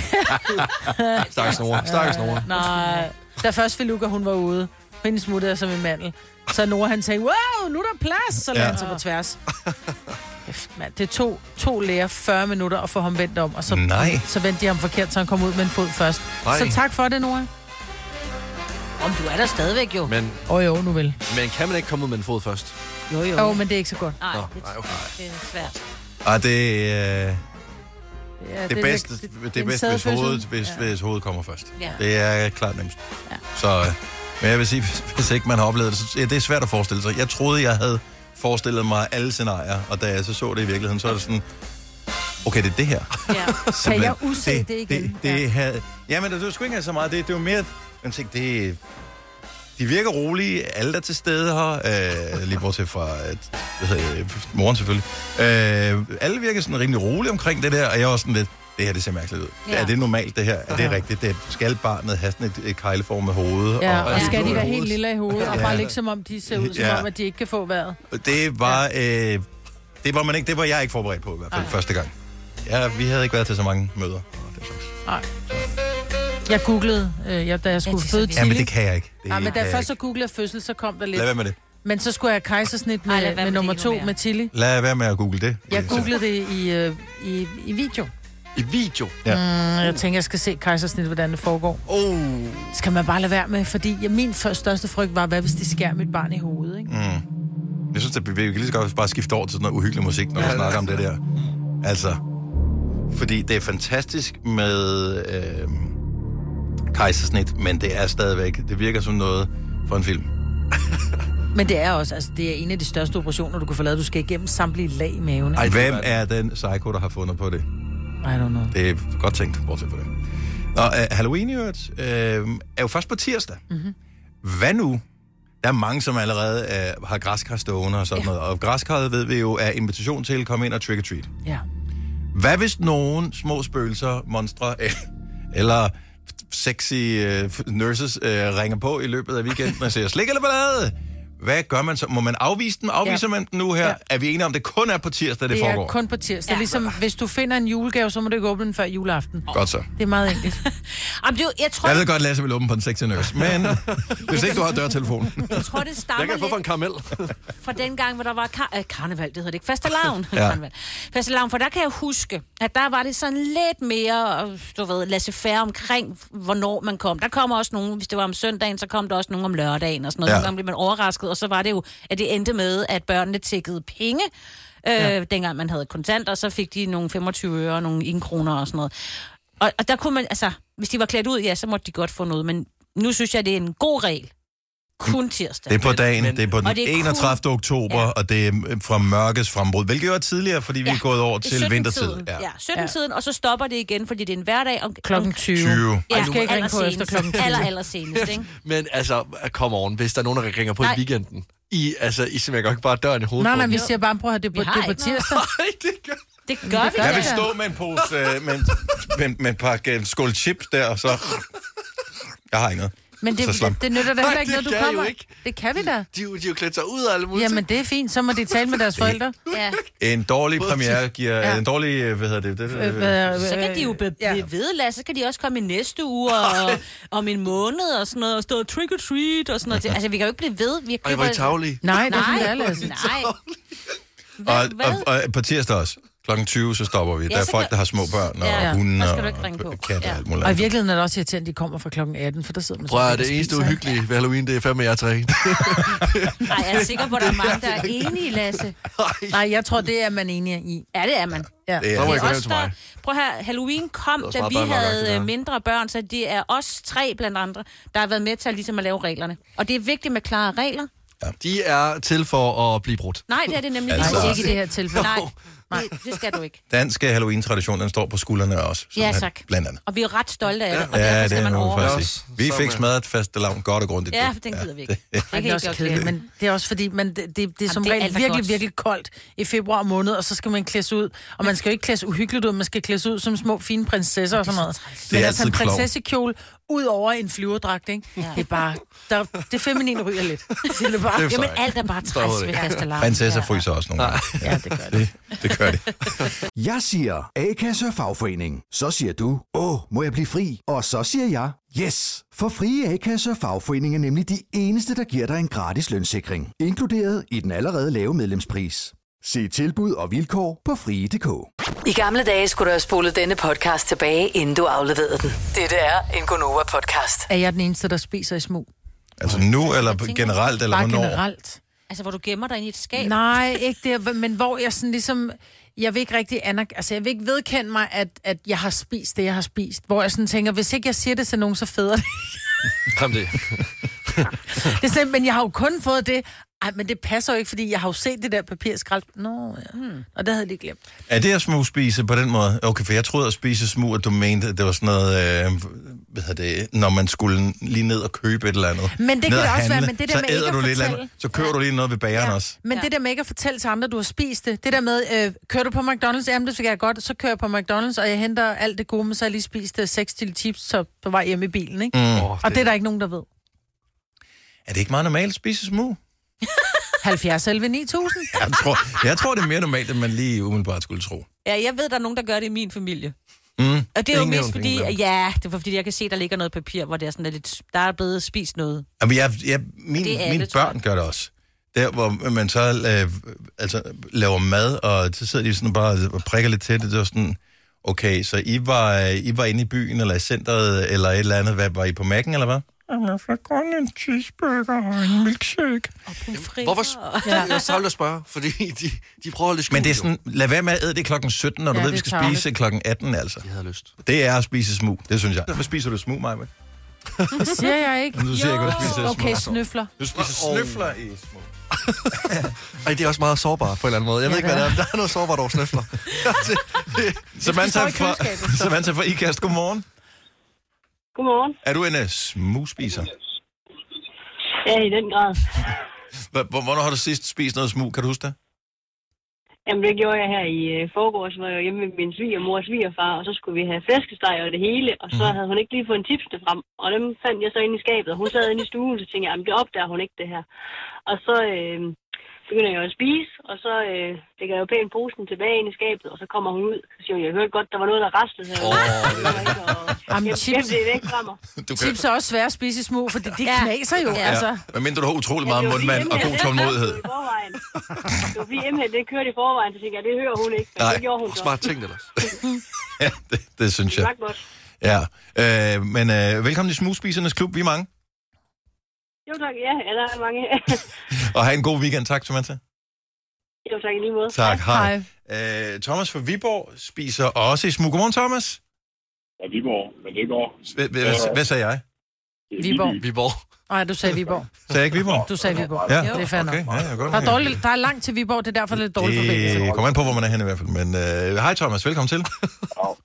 [SPEAKER 2] Stakkels Nora. Stakkels Nora.
[SPEAKER 4] Nej. Da først Feluca, hun var ude, hende smuttede jeg som en mandel. Så Nora, han tænkte, wow, nu er der plads, så lader
[SPEAKER 1] Ja.
[SPEAKER 4] ja. han sig på tværs. Kæft, mand. Det tog to læger 40 minutter at få ham vendt om, og så,
[SPEAKER 1] Nej.
[SPEAKER 4] så vendte de ham forkert, så han kom ud med en fod først.
[SPEAKER 2] Nej.
[SPEAKER 4] Nej. Så tak for det, Nora.
[SPEAKER 3] Om du er der stadigvæk jo.
[SPEAKER 2] Men,
[SPEAKER 4] Åh oh, jo, nu vel.
[SPEAKER 2] men kan man ikke komme ud med en fod først?
[SPEAKER 3] Jo, jo.
[SPEAKER 4] Jo, oh, men det er ikke så godt.
[SPEAKER 3] Nej,
[SPEAKER 2] Nå,
[SPEAKER 3] det,
[SPEAKER 2] nej, okay.
[SPEAKER 3] det er svært.
[SPEAKER 2] Ah,
[SPEAKER 1] Og det, øh,
[SPEAKER 4] Ja,
[SPEAKER 1] det er bedst, det, det er
[SPEAKER 4] en
[SPEAKER 1] bedst hvis,
[SPEAKER 4] sædfødsel.
[SPEAKER 1] hovedet, hvis, ja. hvis hovedet kommer først.
[SPEAKER 3] Ja.
[SPEAKER 1] Det er klart nemmest. Ja. Så, øh, men jeg vil sige, hvis, hvis ikke man har oplevet det, så ja, det er svært at forestille sig. Jeg troede, jeg havde forestillet mig alle scenarier, og da jeg så så det i virkeligheden, så er det sådan, okay, det er det her.
[SPEAKER 3] Ja.
[SPEAKER 1] Simpelthen.
[SPEAKER 4] jeg udse det igen?
[SPEAKER 1] Det, det ja. havde, jamen, det var sgu ikke engang så meget. Det, det var mere, man tænkte, det, de virker rolige, alle der er til stede her, øh, lige bortset fra øh, hvad hedder det, morgen selvfølgelig. Øh, alle virker sådan rimelig rolige omkring det der, og jeg var sådan lidt, det her det ser mærkeligt ud. Ja.
[SPEAKER 3] Ja.
[SPEAKER 1] Er det normalt, det her? Er det rigtigt? Det skal barnet have sådan et, et kejleformet hoved?
[SPEAKER 4] Ja, og
[SPEAKER 1] er det
[SPEAKER 4] skal
[SPEAKER 1] blod
[SPEAKER 4] de
[SPEAKER 1] i
[SPEAKER 4] være
[SPEAKER 1] hovedet?
[SPEAKER 4] helt lille i hovedet, og
[SPEAKER 1] Ja.
[SPEAKER 4] bare ligge som om, de ser ud som
[SPEAKER 1] Ja.
[SPEAKER 4] om, at de ikke kan få vejret.
[SPEAKER 1] Det var, øh, det var man ikke, det var jeg ikke forberedt på i hvert fald Ej. første gang. Ja, vi havde ikke været til så mange møder. og den slags.
[SPEAKER 4] Jeg googlede, øh, jeg, da jeg skulle
[SPEAKER 3] det er så
[SPEAKER 4] føde
[SPEAKER 3] vildt.
[SPEAKER 4] Tilly.
[SPEAKER 1] Ja, men det kan jeg ikke. Det
[SPEAKER 4] Nej, men da
[SPEAKER 1] kan
[SPEAKER 4] jeg
[SPEAKER 1] jeg
[SPEAKER 4] først så
[SPEAKER 1] ikke.
[SPEAKER 4] googlede fødsel, så kom der lidt.
[SPEAKER 1] Lad være med det.
[SPEAKER 4] Men så skulle jeg have kejsersnit med,
[SPEAKER 3] Ej, lad være
[SPEAKER 4] med,
[SPEAKER 3] med
[SPEAKER 4] nummer
[SPEAKER 3] det endnu
[SPEAKER 4] to
[SPEAKER 3] mere.
[SPEAKER 4] med Tilly.
[SPEAKER 1] Lad være med at google det.
[SPEAKER 4] Jeg
[SPEAKER 1] Det er
[SPEAKER 4] googlede det i, øh, i, i video.
[SPEAKER 2] I video?
[SPEAKER 4] Og jeg tænkte, jeg skal se kejsersnit, hvordan det foregår.
[SPEAKER 2] Oh.
[SPEAKER 4] Skal man bare lade være med, fordi ja, min før, største frygt var, hvad hvis de skærer mit barn i hovedet,
[SPEAKER 1] Mm.
[SPEAKER 2] Mm.
[SPEAKER 4] ikke?
[SPEAKER 1] Jeg synes, at vi, vi kan lige så godt bare skifte over til sådan noget uhyggelig musik, når vi
[SPEAKER 2] det
[SPEAKER 1] snakker
[SPEAKER 2] er
[SPEAKER 1] om det der. Altså, fordi det er fantastisk med øh, kejsersnit, men det er stadigvæk, det virker som noget for en film.
[SPEAKER 4] Men det er også, altså det er en af de største operationer, du kan få lavet. Du skal igennem samtlige lag i maven. ikke?
[SPEAKER 1] Ej, Hvem
[SPEAKER 2] det
[SPEAKER 1] er den psycho, der har fundet på det?
[SPEAKER 4] I don't know.
[SPEAKER 1] Det er godt tænkt, bortset fra det. Nå, øh, Halloween i øvrigt, øh, er jo først på tirsdag.
[SPEAKER 2] Mhm.
[SPEAKER 1] Mm-hmm. Hvad nu? Der er mange, som allerede øh, har græskar stående og sådan ja. noget. Og græskarret ved vi jo er invitation til at komme ind og trick-or-treat.
[SPEAKER 4] Ja.
[SPEAKER 1] Hvad hvis nogen små spøgelser, monstre øh, eller sexy øh, nurses øh, ringer på i løbet af weekenden og siger, slik eller ballade? Hvad gør man så? Må man afvise dem? Afviser ja.
[SPEAKER 4] Ja.
[SPEAKER 1] man dem nu her? Ja.
[SPEAKER 4] Ja.
[SPEAKER 1] Er vi enige om, det kun er på tirsdag, det,
[SPEAKER 4] Det
[SPEAKER 1] foregår?
[SPEAKER 4] er kun på tirsdag.
[SPEAKER 3] Ja.
[SPEAKER 4] Ja. Ligesom hvis du finder en julegave, så må du ikke åbne den før juleaften.
[SPEAKER 1] Godt så.
[SPEAKER 4] Det er meget enkelt.
[SPEAKER 3] Jamen, det, er jo- jeg, tror,
[SPEAKER 1] Jeg ved godt, Lasse vil åbne på en sexy nurse, men hvis ikke du har dørtelefonen.
[SPEAKER 3] jeg tror, det
[SPEAKER 2] Jeg
[SPEAKER 3] stammer
[SPEAKER 2] kan få
[SPEAKER 3] lidt
[SPEAKER 2] for en karamel.
[SPEAKER 3] fra den gang, hvor der var kar- øh, karneval, det hedder det ikke, fastelavn.
[SPEAKER 1] Ja.
[SPEAKER 3] ja. Fastelavn, for der kan jeg huske, at der var det sådan lidt mere, øh, du ved, laissez faire omkring, hvornår man kom. Der kom også nogen, hvis det var om søndagen, så kom der også nogen om lørdagen og sådan noget.
[SPEAKER 1] Ja.
[SPEAKER 3] Ja. Nogle gange blev man overrasket, og så var det jo, at det endte med, at børnene tækkede penge. Øh, ja. Dengang man havde kontanter, så fik de nogle 25 øre og nogle 1 kroner og sådan noget. Og, og der kunne man, altså, hvis de var klædt ud, ja, så måtte de godt få noget, men nu synes jeg, det er en god regel, kun tirsdag.
[SPEAKER 1] Det er på dagen,
[SPEAKER 2] men-
[SPEAKER 1] det er på den
[SPEAKER 3] Og det er
[SPEAKER 1] 31. oktober,
[SPEAKER 3] Ja.
[SPEAKER 1] og det er øh, fra mørkets frembrud, hvilket jo er tidligere, fordi vi er gået over
[SPEAKER 3] i
[SPEAKER 1] til
[SPEAKER 3] 17-tiden.
[SPEAKER 1] vintertid.
[SPEAKER 3] Ja, 17-tiden, og så stopper det igen, fordi det er en hverdag. Om,
[SPEAKER 4] Klokken
[SPEAKER 3] om-
[SPEAKER 4] 20.
[SPEAKER 1] 20.
[SPEAKER 3] Ja,
[SPEAKER 4] Ej, du skal ikke ringe på
[SPEAKER 3] allersenest.
[SPEAKER 4] efter klokken 20.
[SPEAKER 3] Aller, aller senest, ikke?
[SPEAKER 2] Men altså, kom on, hvis der er nogen, der ringer på Nej.
[SPEAKER 3] Nej.
[SPEAKER 2] i weekenden. I, altså, I smækker ikke bare døren i hovedet
[SPEAKER 4] Nej,
[SPEAKER 2] på
[SPEAKER 4] nej,
[SPEAKER 2] dem.
[SPEAKER 4] vi siger bare, prøv at høre, det er på,
[SPEAKER 3] Vi har
[SPEAKER 4] det er på
[SPEAKER 3] ikke noget.
[SPEAKER 4] tirsdag.
[SPEAKER 2] Nej, det gør...
[SPEAKER 3] Det gør vi
[SPEAKER 1] Jeg vil
[SPEAKER 3] da.
[SPEAKER 1] stå med en pose, øh, med, en, med, med en pakke øh, skål chips der, og så... Jeg har ikke noget.
[SPEAKER 4] Men
[SPEAKER 1] Så
[SPEAKER 4] det,
[SPEAKER 1] slap.
[SPEAKER 4] det, det nytter da heller
[SPEAKER 2] Nej,
[SPEAKER 4] ikke
[SPEAKER 2] det
[SPEAKER 4] noget, du
[SPEAKER 2] kan jeg jo
[SPEAKER 4] kommer.
[SPEAKER 2] ikke.
[SPEAKER 4] Det kan vi da.
[SPEAKER 2] De, er jo- de er jo klædt sig ud af alle mulige
[SPEAKER 4] Jamen, det er fint. Så må de tale med deres forældre.
[SPEAKER 3] Ja.
[SPEAKER 1] En dårlig premiere giver...
[SPEAKER 4] Ja.
[SPEAKER 1] En dårlig... øh, Hvad hedder det? det, det, det.
[SPEAKER 3] Så kan de jo
[SPEAKER 4] øh,
[SPEAKER 3] be- blive ved, Lasse. Så kan de også komme i næste uge og om en måned og sådan noget, og stå og trick or treat og sådan noget. Altså, vi kan jo ikke blive ved. Vi
[SPEAKER 2] Ej, hvor er I tavlige.
[SPEAKER 4] Nej, det er sådan, det
[SPEAKER 3] Nej,
[SPEAKER 4] er, Lasse.
[SPEAKER 3] nej.
[SPEAKER 1] Og,
[SPEAKER 3] Hvad?
[SPEAKER 1] og,
[SPEAKER 3] hvad?
[SPEAKER 1] og på tirsdag også. Klokken 20, så stopper vi. Ja, der er
[SPEAKER 3] så
[SPEAKER 1] folk,
[SPEAKER 3] kan-
[SPEAKER 1] der har små børn og
[SPEAKER 3] Ja,
[SPEAKER 1] ja,
[SPEAKER 3] ja.
[SPEAKER 1] hunde
[SPEAKER 3] Der
[SPEAKER 1] og,
[SPEAKER 3] skal du ikke ringe på.
[SPEAKER 1] og katte og
[SPEAKER 3] Ja.
[SPEAKER 1] alt muligt
[SPEAKER 4] Og i
[SPEAKER 1] andet.
[SPEAKER 4] virkeligheden er det også irriterende, at de kommer fra klokken 18, for der sidder man
[SPEAKER 2] Prøv at høre,
[SPEAKER 4] selvfølgelig og
[SPEAKER 2] det eneste
[SPEAKER 4] spiser, ikke?
[SPEAKER 2] uhyggelige ved Halloween, det er fandme jer tre.
[SPEAKER 3] Ej, jeg er sikker på, at der er mange, der er enige, Lasse.
[SPEAKER 2] Nej,
[SPEAKER 4] Nej, jeg tror, det er man enig i.
[SPEAKER 3] Ja, det er man.
[SPEAKER 4] Ja.
[SPEAKER 1] Det
[SPEAKER 2] så må
[SPEAKER 1] er,
[SPEAKER 2] I gå
[SPEAKER 3] Det er
[SPEAKER 2] hjem
[SPEAKER 3] os,
[SPEAKER 2] til mig.
[SPEAKER 3] der... Prøv at høre, Halloween kom,
[SPEAKER 2] Det er også
[SPEAKER 3] da
[SPEAKER 2] meget
[SPEAKER 3] vi
[SPEAKER 2] børneagtigt, det
[SPEAKER 3] havde
[SPEAKER 2] her.
[SPEAKER 3] øh, mindre børn, så det er os tre blandt andre, der har været med til at, ligesom at lave reglerne. Og det er vigtigt med klare regler.
[SPEAKER 2] De er til for at blive brudt.
[SPEAKER 3] Nej, det er det nemlig
[SPEAKER 1] Altså-
[SPEAKER 4] Nej,
[SPEAKER 3] ikke.
[SPEAKER 4] ikke i det her tilfælde.
[SPEAKER 3] Nej, det, det skal du ikke.
[SPEAKER 1] dansk øh, Halloween-tradition, den står på skuldrene også.
[SPEAKER 3] Ja,
[SPEAKER 1] simpelthen,
[SPEAKER 3] tak.
[SPEAKER 1] Blandt andet.
[SPEAKER 3] Og vi er ret stolte af det, og
[SPEAKER 1] Ja,
[SPEAKER 3] derfor
[SPEAKER 1] det
[SPEAKER 3] skal man
[SPEAKER 1] er man
[SPEAKER 3] over.
[SPEAKER 1] faktisk sige. Vi
[SPEAKER 2] Som,
[SPEAKER 1] fik
[SPEAKER 2] øh,
[SPEAKER 1] smadret faste lavn godt og grundigt.
[SPEAKER 3] Ja, den gider vi ikke. Det
[SPEAKER 4] Ej,
[SPEAKER 3] kan
[SPEAKER 4] det er også
[SPEAKER 3] ikke gøre
[SPEAKER 4] kedeligt, men det er også fordi, man, det, det, det er som
[SPEAKER 3] det er
[SPEAKER 4] regel
[SPEAKER 3] alt, der er
[SPEAKER 4] virkelig,
[SPEAKER 3] godt.
[SPEAKER 4] virkelig koldt i februar måned, og så skal man klædes ud. Og man skal jo ikke klædes uhyggeligt ud, man skal klædes ud som små fine prinsesser og sådan noget.
[SPEAKER 1] Det
[SPEAKER 4] Men
[SPEAKER 1] er
[SPEAKER 4] altså en
[SPEAKER 1] altid klovn.
[SPEAKER 4] prinsessekjole ud over en flyverdragt, ikke? Ja. Det er bare, der, det feminine ryger lidt. Sig det bare.
[SPEAKER 2] Det er
[SPEAKER 3] Jamen,
[SPEAKER 2] sejt.
[SPEAKER 3] alt er bare træls ved fastelavn.
[SPEAKER 1] Prinsesser fryser også nogle gange. Ja, det gør det. Det gør det.
[SPEAKER 7] Jeg siger A-kasse og fagforening. Så siger du, åh, må jeg blive fri? Og så siger jeg, yes! For frie A-kasse og fagforening er nemlig de eneste, der giver dig en gratis lønssikring. Inkluderet i den allerede lave medlemspris. Se tilbud og vilkår på frie.dk.
[SPEAKER 5] I gamle dage skulle du have spolet denne podcast tilbage, inden du afleverede den. Dette er en Gonova-podcast.
[SPEAKER 4] Er jeg den eneste, der spiser i smug?
[SPEAKER 1] Altså nu, eller
[SPEAKER 3] tænker,
[SPEAKER 1] generelt, eller
[SPEAKER 4] Bare
[SPEAKER 1] hvornår?
[SPEAKER 4] generelt.
[SPEAKER 3] Altså, hvor du gemmer dig ind i et skab.
[SPEAKER 4] Nej, ikke det, men hvor jeg sådan ligesom... Jeg vil ikke rigtig anerk- altså, jeg vil ikke vedkende mig, at, at jeg har spist det, jeg har spist. Hvor jeg sådan tænker, hvis ikke jeg siger det til nogen, så federe det.
[SPEAKER 2] Kom det.
[SPEAKER 4] det er sådan, men jeg har jo kun fået det. Ej, men det passer jo ikke, fordi jeg har jo set det der papirskrald. Nå, ja. Hmm. Og det havde jeg lige glemt.
[SPEAKER 1] Er det at smugspise på den måde? Okay, for jeg troede at spise smug, at du mente, at det var sådan noget, øh, hvad hedder det, når man skulle lige ned og købe et eller andet.
[SPEAKER 4] Men det
[SPEAKER 1] Ned
[SPEAKER 4] kan
[SPEAKER 1] og
[SPEAKER 4] det også være,
[SPEAKER 1] handle,
[SPEAKER 4] men det der
[SPEAKER 1] så
[SPEAKER 4] med ikke
[SPEAKER 1] æder
[SPEAKER 4] at
[SPEAKER 1] du lidt eller
[SPEAKER 4] fortælle.
[SPEAKER 1] andet, så kører du lige noget ved bageren ja. også.
[SPEAKER 4] Men
[SPEAKER 3] Ja.
[SPEAKER 4] ja. det der med ikke at fortælle til andre, du har spist det, det der med, øh, kører du på McDonald's? Jamen, det skal jeg godt. Så kører jeg på McDonald's, og jeg henter alt det gode, men så har jeg lige spist øh, 6 til chips så på vej hjem i bilen, ikke? Mm.
[SPEAKER 2] Åh,
[SPEAKER 4] Og det er der ikke nogen, der ved.
[SPEAKER 1] Er det ikke meget normalt at spise smug?
[SPEAKER 4] 70 11 9000.
[SPEAKER 1] Jeg tror, jeg tror, det er mere normalt, end man lige umiddelbart skulle tro.
[SPEAKER 3] Ja, jeg ved, der er nogen, der gør det i min familie.
[SPEAKER 1] Mm.
[SPEAKER 3] Og det er jo
[SPEAKER 2] Ingen
[SPEAKER 3] mest
[SPEAKER 2] nævnt,
[SPEAKER 3] fordi,
[SPEAKER 2] ingen nævnt.
[SPEAKER 3] ja, det var fordi, jeg kan se, der ligger noget papir, hvor det er sådan der lidt, der er blevet spist noget.
[SPEAKER 1] Jamen, jeg, jeg, min,
[SPEAKER 3] Det er
[SPEAKER 1] det
[SPEAKER 3] alle,
[SPEAKER 1] mine
[SPEAKER 3] tror jeg.
[SPEAKER 1] børn gør det også. Der, hvor man så øh, altså, laver mad, og så sidder de sådan bare og prikker lidt til det. Det var sådan, okay, så I var, øh, I var inde i byen, eller i centret, eller et eller andet. Hvad, var I på Mac'en, eller hvad? Jamen, jeg fik kun en cheeseburger og en milkshake.
[SPEAKER 2] Hvorfor sp- ja. Jeg savler at spørge, fordi de, de prøver at lidt
[SPEAKER 1] Men det er sådan, lad være med at æde det klokken 17, når du
[SPEAKER 4] Ja,
[SPEAKER 1] ved, vi
[SPEAKER 4] det
[SPEAKER 1] skal
[SPEAKER 4] er tarveligt.
[SPEAKER 1] spise klokken 18, altså.
[SPEAKER 2] Jeg havde lyst.
[SPEAKER 1] Det er at spise smug, det synes jeg. Hvad spiser du smug, Maja?
[SPEAKER 4] Det siger jeg ikke.
[SPEAKER 1] Du siger ikke, at du spiser smug.
[SPEAKER 4] Okay, snøfler.
[SPEAKER 1] Du spiser snøfler i smug.
[SPEAKER 2] Ej, det er også meget sårbart på en eller anden måde. Jeg ved
[SPEAKER 4] Ja,
[SPEAKER 2] ikke, hvad
[SPEAKER 4] det
[SPEAKER 2] det er. men Der er noget sårbart over snøfler.
[SPEAKER 1] Samantha fra, Samantha fra IKAST, godmorgen.
[SPEAKER 8] Godmorgen.
[SPEAKER 1] Er du en uh, smugspiser?
[SPEAKER 8] Ja, i den grad.
[SPEAKER 1] Hvor- hvor- Hvornår har du sidst spist noget smug? Kan du huske det?
[SPEAKER 8] Jamen, det gjorde jeg her i øh, forgårs, hvor jeg var hjemme med min svigermor og svigerfar, og så skulle vi have flæskesteg og det hele, og
[SPEAKER 1] Mhm.
[SPEAKER 8] så havde hun ikke lige fået en tipsene frem, og dem fandt jeg så inde i skabet, og hun sad inde i stuen, så tænkte jeg, jamen, det opdager hun ikke det her. Og så øh, begynder jeg at spise, og så øh, lægger jeg jo pænt posen tilbage ind i skabet, og så kommer hun ud, så siger hun, jeg hørte godt, der var noget, der restede her. Oh,
[SPEAKER 4] Jamen,
[SPEAKER 8] jeg
[SPEAKER 4] chips,
[SPEAKER 8] gemte det væk fra mig.
[SPEAKER 1] Du kan,
[SPEAKER 4] chips er også svært at spise i smug, fordi de knaser jo, ja. altså.
[SPEAKER 1] Hvad mindre du har utrolig meget
[SPEAKER 8] Ja, det var
[SPEAKER 1] mundvand
[SPEAKER 8] fordi
[SPEAKER 1] og
[SPEAKER 8] Emma,
[SPEAKER 1] god
[SPEAKER 8] det
[SPEAKER 1] tålmodighed.
[SPEAKER 8] kørte i forvejen. Det var fordi Emma, det kørte i forvejen, så tænkte jeg, det hører hun ikke, men det gjorde hun så.
[SPEAKER 2] Smart tænkt ellers.
[SPEAKER 1] Ja, det, det synes
[SPEAKER 8] Det
[SPEAKER 1] jeg.
[SPEAKER 8] var godt.
[SPEAKER 1] Ja. Øh, men øh, velkommen til Smugspisernes Klub. Vi er mange.
[SPEAKER 8] Jo tak, ja, ja, der er mange.
[SPEAKER 1] Og have en god weekend. Tak, Samantha.
[SPEAKER 8] jo tak i lige måde.
[SPEAKER 1] Tak. Hej. Øh, Thomas fra Viborg spiser også i smug. Godmorgen, Thomas.
[SPEAKER 9] Ja, vi går, men det går.
[SPEAKER 1] Hvad- hvad- Hvad hvad sagde jeg?
[SPEAKER 4] Viborg.
[SPEAKER 2] Viborg.
[SPEAKER 4] Nej, du sagde Viborg.
[SPEAKER 1] Sagde jeg ikke Viborg?
[SPEAKER 4] Du sagde Viborg.
[SPEAKER 1] Ja,
[SPEAKER 4] det er fair
[SPEAKER 1] okay.
[SPEAKER 4] nok.
[SPEAKER 1] Ja, jeg er godt
[SPEAKER 4] Der
[SPEAKER 1] nok.
[SPEAKER 4] er, dårlig, der er langt til Viborg, det er derfor, det er lidt dårlig forbindelse.
[SPEAKER 1] Det kommer an på, hvor man er henne i hvert fald. Men øh, hej Thomas, velkommen til.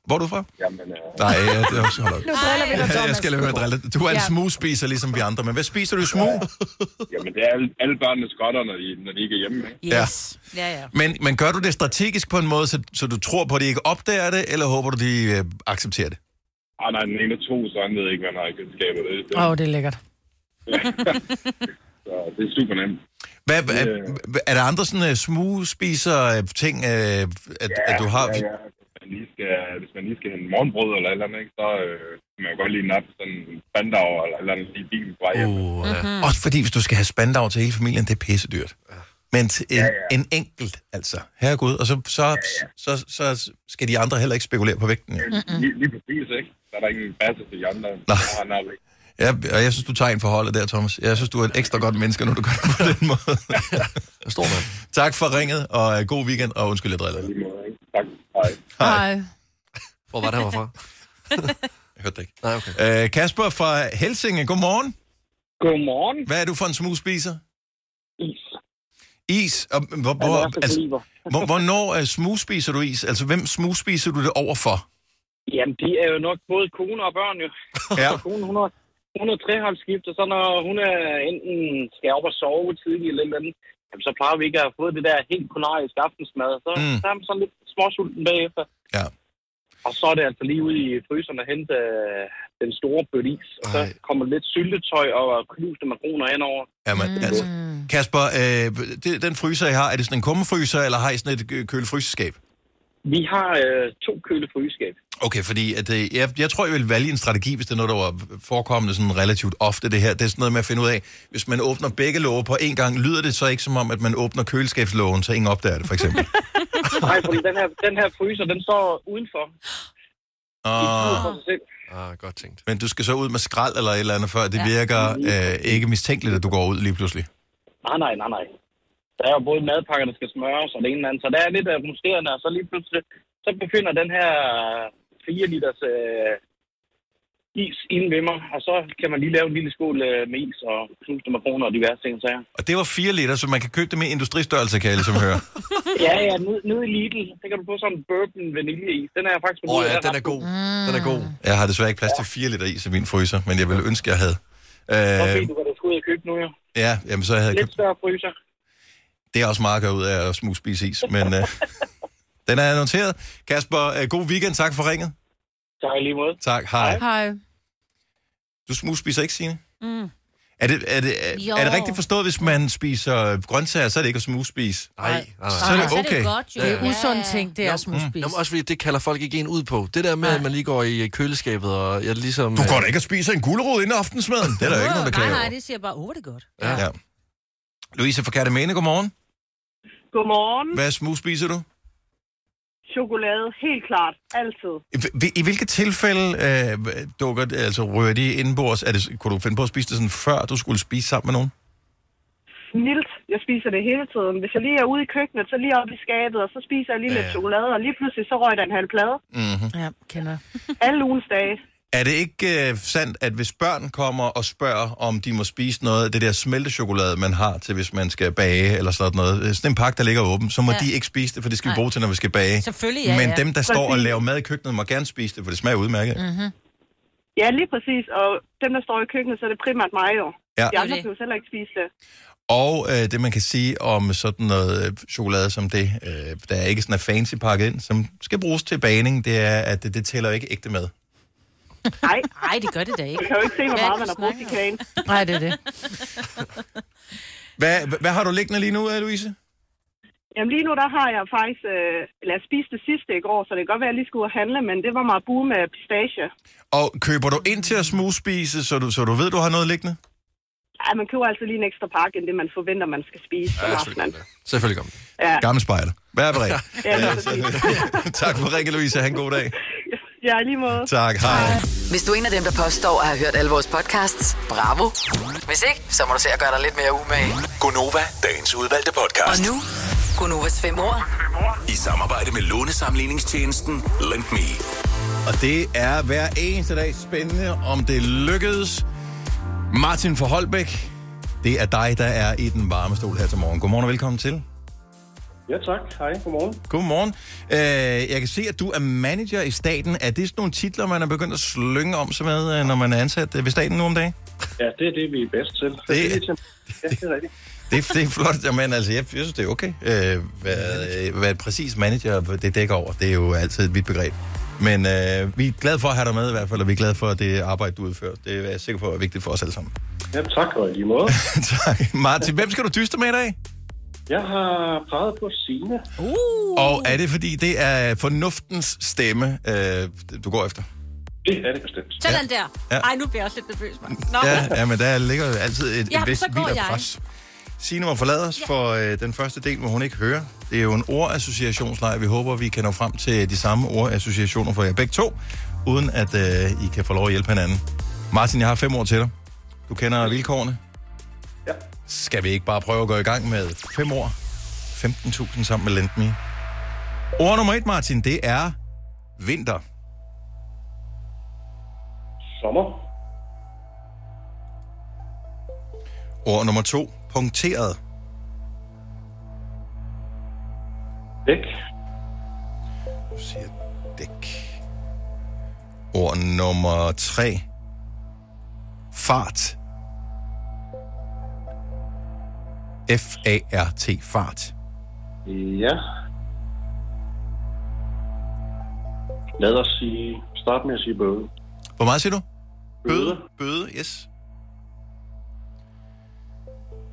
[SPEAKER 1] Hvor er du fra? Jamen, øh... Nej, ja, det er også hold op.
[SPEAKER 10] Nu driller vi dig,
[SPEAKER 1] Ja, jeg
[SPEAKER 10] Thomas.
[SPEAKER 1] skal lade være med at drille. dig. Du er en
[SPEAKER 10] Ja.
[SPEAKER 1] smugspiser, ligesom vi andre. Men hvad spiser du i smug?
[SPEAKER 9] Jamen, det er alle, alle børnene skotter, når de, når de ikke er hjemme. Ikke?
[SPEAKER 1] Yes.
[SPEAKER 3] Ja, ja.
[SPEAKER 1] Men, men gør du det strategisk på en måde, så, så du tror på, at de ikke opdager det, eller håber du, de øh, accepterer det?
[SPEAKER 9] Ah, nej, den ene er to, så han ved ikke, hvad han har i kundskaber. Det, det,
[SPEAKER 4] Åh, oh, det er lækkert.
[SPEAKER 9] så, det er super nemt.
[SPEAKER 1] Hvad, er,
[SPEAKER 9] Øh.
[SPEAKER 1] er der andre sådan uh, smugspiser-ting, uh, at, at du har?
[SPEAKER 9] Ja, ja. Hvis man lige skal, hvis man lige skal hente morgenbrød eller et eller andet, ikke, så øh, kan man jo godt lige nappe sådan en spandau eller et eller andet lige i bilen på vej hjem.
[SPEAKER 1] Uh, mm-hmm. Også fordi, hvis du skal have spandau til hele familien, det er pissedyrt. Men til en, ja, ja. en enkelt, altså. Herregud. Og så, så, ja, ja. Så, så, så skal de andre heller ikke spekulere på vægten. Jo.
[SPEAKER 9] Lige, lige præcis, ikke? Så er der ingen basse til de andre.
[SPEAKER 1] Nej.
[SPEAKER 9] Så har han aldrig.
[SPEAKER 1] Ja, og jeg synes, du tager en forholdet der, Thomas. Jeg synes, du er et ekstra godt menneske, når du gør det på den måde.
[SPEAKER 2] Stor mand.
[SPEAKER 1] tak for ringet, og øh, god weekend, og undskyld, jeg driller. dig.
[SPEAKER 9] Lige måde, ikke? Tak. Hej.
[SPEAKER 4] Nej.
[SPEAKER 2] Hvor var det, han var fra?
[SPEAKER 1] Jeg hørte det ikke.
[SPEAKER 2] Nej, okay.
[SPEAKER 1] Øh, Kasper fra Helsinge, godmorgen.
[SPEAKER 9] Godmorgen.
[SPEAKER 1] Hvad er du for en smugspiser?
[SPEAKER 9] Is.
[SPEAKER 1] Is? Og, hvor, hvor, altså, hvor, hvornår uh, smugspiser du is? Altså, hvem smugspiser du det over for?
[SPEAKER 9] Jamen, de er jo nok både kone og børn, jo.
[SPEAKER 1] Ja.
[SPEAKER 9] Kone, hun har, hun har treholdsskift, og så når hun er enten skal op og sove tidligt eller et eller andet, jamen, så plejer vi ikke at have fået det der helt kunarisk aftensmad. Så,
[SPEAKER 1] Mm.
[SPEAKER 9] mm. så er man sådan lidt småsulten bagefter.
[SPEAKER 1] Ja.
[SPEAKER 9] Og så er det altså lige ude i fryseren og hente øh, den store bøtte is. Og så
[SPEAKER 2] Ej.
[SPEAKER 9] kommer lidt syltetøj og knuste makroner henover.
[SPEAKER 1] Jamen, mm. altså. Kasper, øh, det, den fryser, jeg har, er det sådan en kummefryser, eller har I sådan et øh, kølefryseskab?
[SPEAKER 9] Vi har øh, to kølefryseskab.
[SPEAKER 1] Okay, fordi at, øh, jeg, jeg tror, jeg vil vælge en strategi, hvis det er noget, der var forekommende sådan relativt ofte, det her. Det er sådan noget med at finde ud af, hvis man åbner begge låger på en gang, lyder det så ikke som om, at man åbner køleskabslågen, så ingen opdager det, for eksempel.
[SPEAKER 9] Nej, fordi den her, den her fryser, den står udenfor.
[SPEAKER 1] Og,
[SPEAKER 9] For sig selv.
[SPEAKER 2] Ah, godt tænkt.
[SPEAKER 1] men du skal så ud med skrald eller et eller andet, før det virker øh, ikke mistænkeligt, at du går ud lige pludselig.
[SPEAKER 9] Nej, nej, nej, nej. Der er jo både madpakker, der skal smøres og det ene eller andet. Så der er lidt af rumsterende, og så lige pludselig, så befinder den her 4 liters øh, is inde ved mig. Og så kan man lige lave en lille skål øh, med is og knuste makroner og diverse ting, så jeg.
[SPEAKER 1] Og det var 4 liter, så man kan købe det med industristørrelse, kan jeg ligesom høre.
[SPEAKER 9] Ja, ja, nede, nede i Lidl, der kan du få sådan en bourbon vaniljeis. Den er jeg faktisk... Mm.
[SPEAKER 2] Åh oh,
[SPEAKER 9] begyndt
[SPEAKER 2] ja,
[SPEAKER 9] at
[SPEAKER 2] den er
[SPEAKER 9] ret
[SPEAKER 2] god. Den er god.
[SPEAKER 1] Jeg har desværre ikke plads til 4 liter is i min fryser, men jeg ville ønske, jeg havde.
[SPEAKER 9] Så
[SPEAKER 1] Øh,
[SPEAKER 9] ved du, hvad du skal ud og købe nu, jo.
[SPEAKER 1] ja, jamen, så havde jeg
[SPEAKER 9] Lidt
[SPEAKER 1] købt.
[SPEAKER 9] større fryser.
[SPEAKER 1] Det er også meget at gøre ud af at smugspise is, men øh, den er noteret. Kasper, øh, god weekend. Tak for ringet.
[SPEAKER 9] Tak i lige måde.
[SPEAKER 1] Tak. Hej.
[SPEAKER 4] Hej.
[SPEAKER 1] Du smugspiser ikke, Signe?
[SPEAKER 3] Mm.
[SPEAKER 1] Er det, er, det, er,
[SPEAKER 3] Jo.
[SPEAKER 1] er det rigtigt forstået, hvis man spiser grøntsager, så er det ikke at smugspise?
[SPEAKER 2] Nej, nej, nej.
[SPEAKER 1] Så er det
[SPEAKER 3] Så er
[SPEAKER 1] okay. mm.
[SPEAKER 3] det godt, jo.
[SPEAKER 4] Det er
[SPEAKER 3] Ja,
[SPEAKER 4] usund
[SPEAKER 3] ja.
[SPEAKER 4] ting, det er småspis.
[SPEAKER 2] Nå, men Mm. også fordi det kalder folk ikke en ud på. Det der med, at man lige går i køleskabet og jeg ligesom...
[SPEAKER 1] Du går da ikke og spiser en gulerod inden aftensmaden. Det er der jo ikke nogen, der
[SPEAKER 3] Nej,
[SPEAKER 1] klager
[SPEAKER 3] nej,
[SPEAKER 1] over.
[SPEAKER 3] det siger bare, åh, oh, det er godt.
[SPEAKER 2] Ja.
[SPEAKER 1] Ja. Louise fra Katamene, godmorgen.
[SPEAKER 2] Mm.
[SPEAKER 11] Godmorgen.
[SPEAKER 1] Hvad smugspiser du?
[SPEAKER 11] Chokolade, helt klart. Altid.
[SPEAKER 1] I, I hvilke tilfælde øh, dukker det, altså rører de indenbords? Er det, kunne du finde på at spise det sådan, før du skulle spise sammen med nogen?
[SPEAKER 11] Snilt. Jeg spiser det hele tiden. Hvis jeg lige er ude i køkkenet, så lige op i skabet, og så spiser jeg lige lidt
[SPEAKER 2] Ja.
[SPEAKER 11] chokolade, og lige pludselig så røg der en halv plade.
[SPEAKER 4] Ja, kender.
[SPEAKER 11] Alle ugens dage.
[SPEAKER 1] Er det ikke øh, sandt, at hvis børn kommer og spørger, om de må spise noget af det der smeltechokolade, man har til, hvis man skal bage eller sådan noget, øh, sådan en pakke, der ligger åben, så må ja.
[SPEAKER 3] Ja.
[SPEAKER 1] de ikke spise det, for det skal vi
[SPEAKER 3] Nej.
[SPEAKER 1] bruge til, når vi skal bage.
[SPEAKER 3] Selvfølgelig, ja,
[SPEAKER 1] Men
[SPEAKER 3] ja.
[SPEAKER 1] dem, der står og
[SPEAKER 11] Præcis.
[SPEAKER 1] laver mad i køkkenet, må gerne spise det, for det smager udmærket. Mm.
[SPEAKER 4] Mhm.
[SPEAKER 11] Ja, lige præcis. Og dem, der står i køkkenet, så er det primært mig jo.
[SPEAKER 1] Ja.
[SPEAKER 11] De andre
[SPEAKER 3] Det er det.
[SPEAKER 11] kan jo heller ikke spise det.
[SPEAKER 1] Og øh, det, man kan sige om sådan noget øh, chokolade som det, øh, der er ikke sådan er fancy pakket ind, som skal bruges til bagning, det er, at det, det tæller jo ikke ægte med.
[SPEAKER 11] Nej,
[SPEAKER 3] Nej, det gør det da
[SPEAKER 11] man
[SPEAKER 3] ikke.
[SPEAKER 11] kan jo ikke se, hvor
[SPEAKER 3] Hvad er det,
[SPEAKER 11] meget man
[SPEAKER 3] du
[SPEAKER 11] har brugt i
[SPEAKER 3] snakker
[SPEAKER 11] kagen.
[SPEAKER 4] Nej, det er det.
[SPEAKER 1] Hvad, hvad har du liggende lige nu, øh, Louise?
[SPEAKER 11] Jamen lige nu, der har jeg faktisk... Øh, eller jeg spiste det sidste i går, så det kan godt være, at jeg lige skulle ud og handle, men det var marabu med pistache.
[SPEAKER 1] Og køber du ind til at smugspise, så du, så du ved, du har noget liggende?
[SPEAKER 11] Ja, man køber altså lige en ekstra pakke, end det man forventer, man skal spise om
[SPEAKER 1] altså,
[SPEAKER 11] aftenen.
[SPEAKER 2] Selvfølgelig gør man det.
[SPEAKER 11] Ja,
[SPEAKER 1] Gammel spejder. Hvad er beredt?
[SPEAKER 11] ja, lige præcis.
[SPEAKER 1] tak for ringen, Louise. Ha' en god dag.
[SPEAKER 11] ja, i lige måde.
[SPEAKER 1] Tak. Hej.
[SPEAKER 5] Hvis du er en af dem, der påstår at have hørt alle vores podcasts, bravo. Hvis ikke, så må du se at gøre dig lidt mere umage.
[SPEAKER 6] Gonova, dagens udvalgte
[SPEAKER 5] Og
[SPEAKER 6] podcast.
[SPEAKER 5] nu, Gunovas fem år.
[SPEAKER 6] I samarbejde med lånesamligningstjenesten Lend Me.
[SPEAKER 1] Og det er hver eneste dag spændende, om det lykkedes Martin fra Holbæk, det er dig, der er i den varme stol her til morgen. Godmorgen og velkommen til.
[SPEAKER 9] Ja, tak. Hej, godmorgen.
[SPEAKER 1] Godmorgen. Øh, jeg kan se, at du er manager i staten. Er det sådan nogle titler, man er begyndt at slynge om sig med, øh, når man er ansat øh, ved staten nu om dagen?
[SPEAKER 9] Ja, det er det, vi er bedst til. Så
[SPEAKER 1] Det-
[SPEAKER 9] det, er ligesom- ja, det er rigtigt.
[SPEAKER 1] Det, det er flot, men altså, jeg, jeg synes, det er okay. Øh, hvad, øh, hvad et præcis manager det dækker over, det er jo altid et vidt begreb. Men øh, vi er glade for at have dig med i hvert fald, og vi er glade for det arbejde, du udfører. Det er jeg sikker på er vigtigt for os alle sammen.
[SPEAKER 9] Ja, tak og i lige måde.
[SPEAKER 1] tak. Martin, hvem skal du dyste med i dag?
[SPEAKER 9] Jeg har peget på Signe.
[SPEAKER 3] Uh.
[SPEAKER 1] Og er det, fordi det er fornuftens stemme, øh, du går efter?
[SPEAKER 9] Det er det bestemt.
[SPEAKER 3] Sådan der.
[SPEAKER 1] Ja.
[SPEAKER 3] Ej, nu bliver jeg også lidt nervøs, mand. Nå.
[SPEAKER 1] Ja, ja, men der ligger jo altid et,
[SPEAKER 3] Ja,
[SPEAKER 1] et vist
[SPEAKER 3] så går
[SPEAKER 1] vildt
[SPEAKER 3] jeg.
[SPEAKER 1] pres. Signe må forlade os for øh, den første del, hvor hun ikke hører. Det er jo en ordassociationslejr. Vi håber, vi kan nå frem til de samme ordassociationer for jer begge to, uden at øh, I kan få lov at hjælpe hinanden. Martin, jeg har fem ord til dig. Du kender vilkårene.
[SPEAKER 9] Ja.
[SPEAKER 1] Skal vi ikke bare prøve at gå i gang med fem ord? 15.000 sammen med Lendme. Ord nummer et, Martin, det er vinter.
[SPEAKER 9] Sommer.
[SPEAKER 1] Ord nummer to, punkteret.
[SPEAKER 9] Dæk.
[SPEAKER 1] Du siger dæk. Ord nummer tre. Fart. F-A-R-T, fart.
[SPEAKER 9] Ja. Lad os sige, start med at sige bøde.
[SPEAKER 1] Hvor meget siger du?
[SPEAKER 9] Bøde.
[SPEAKER 1] Bøde, yes.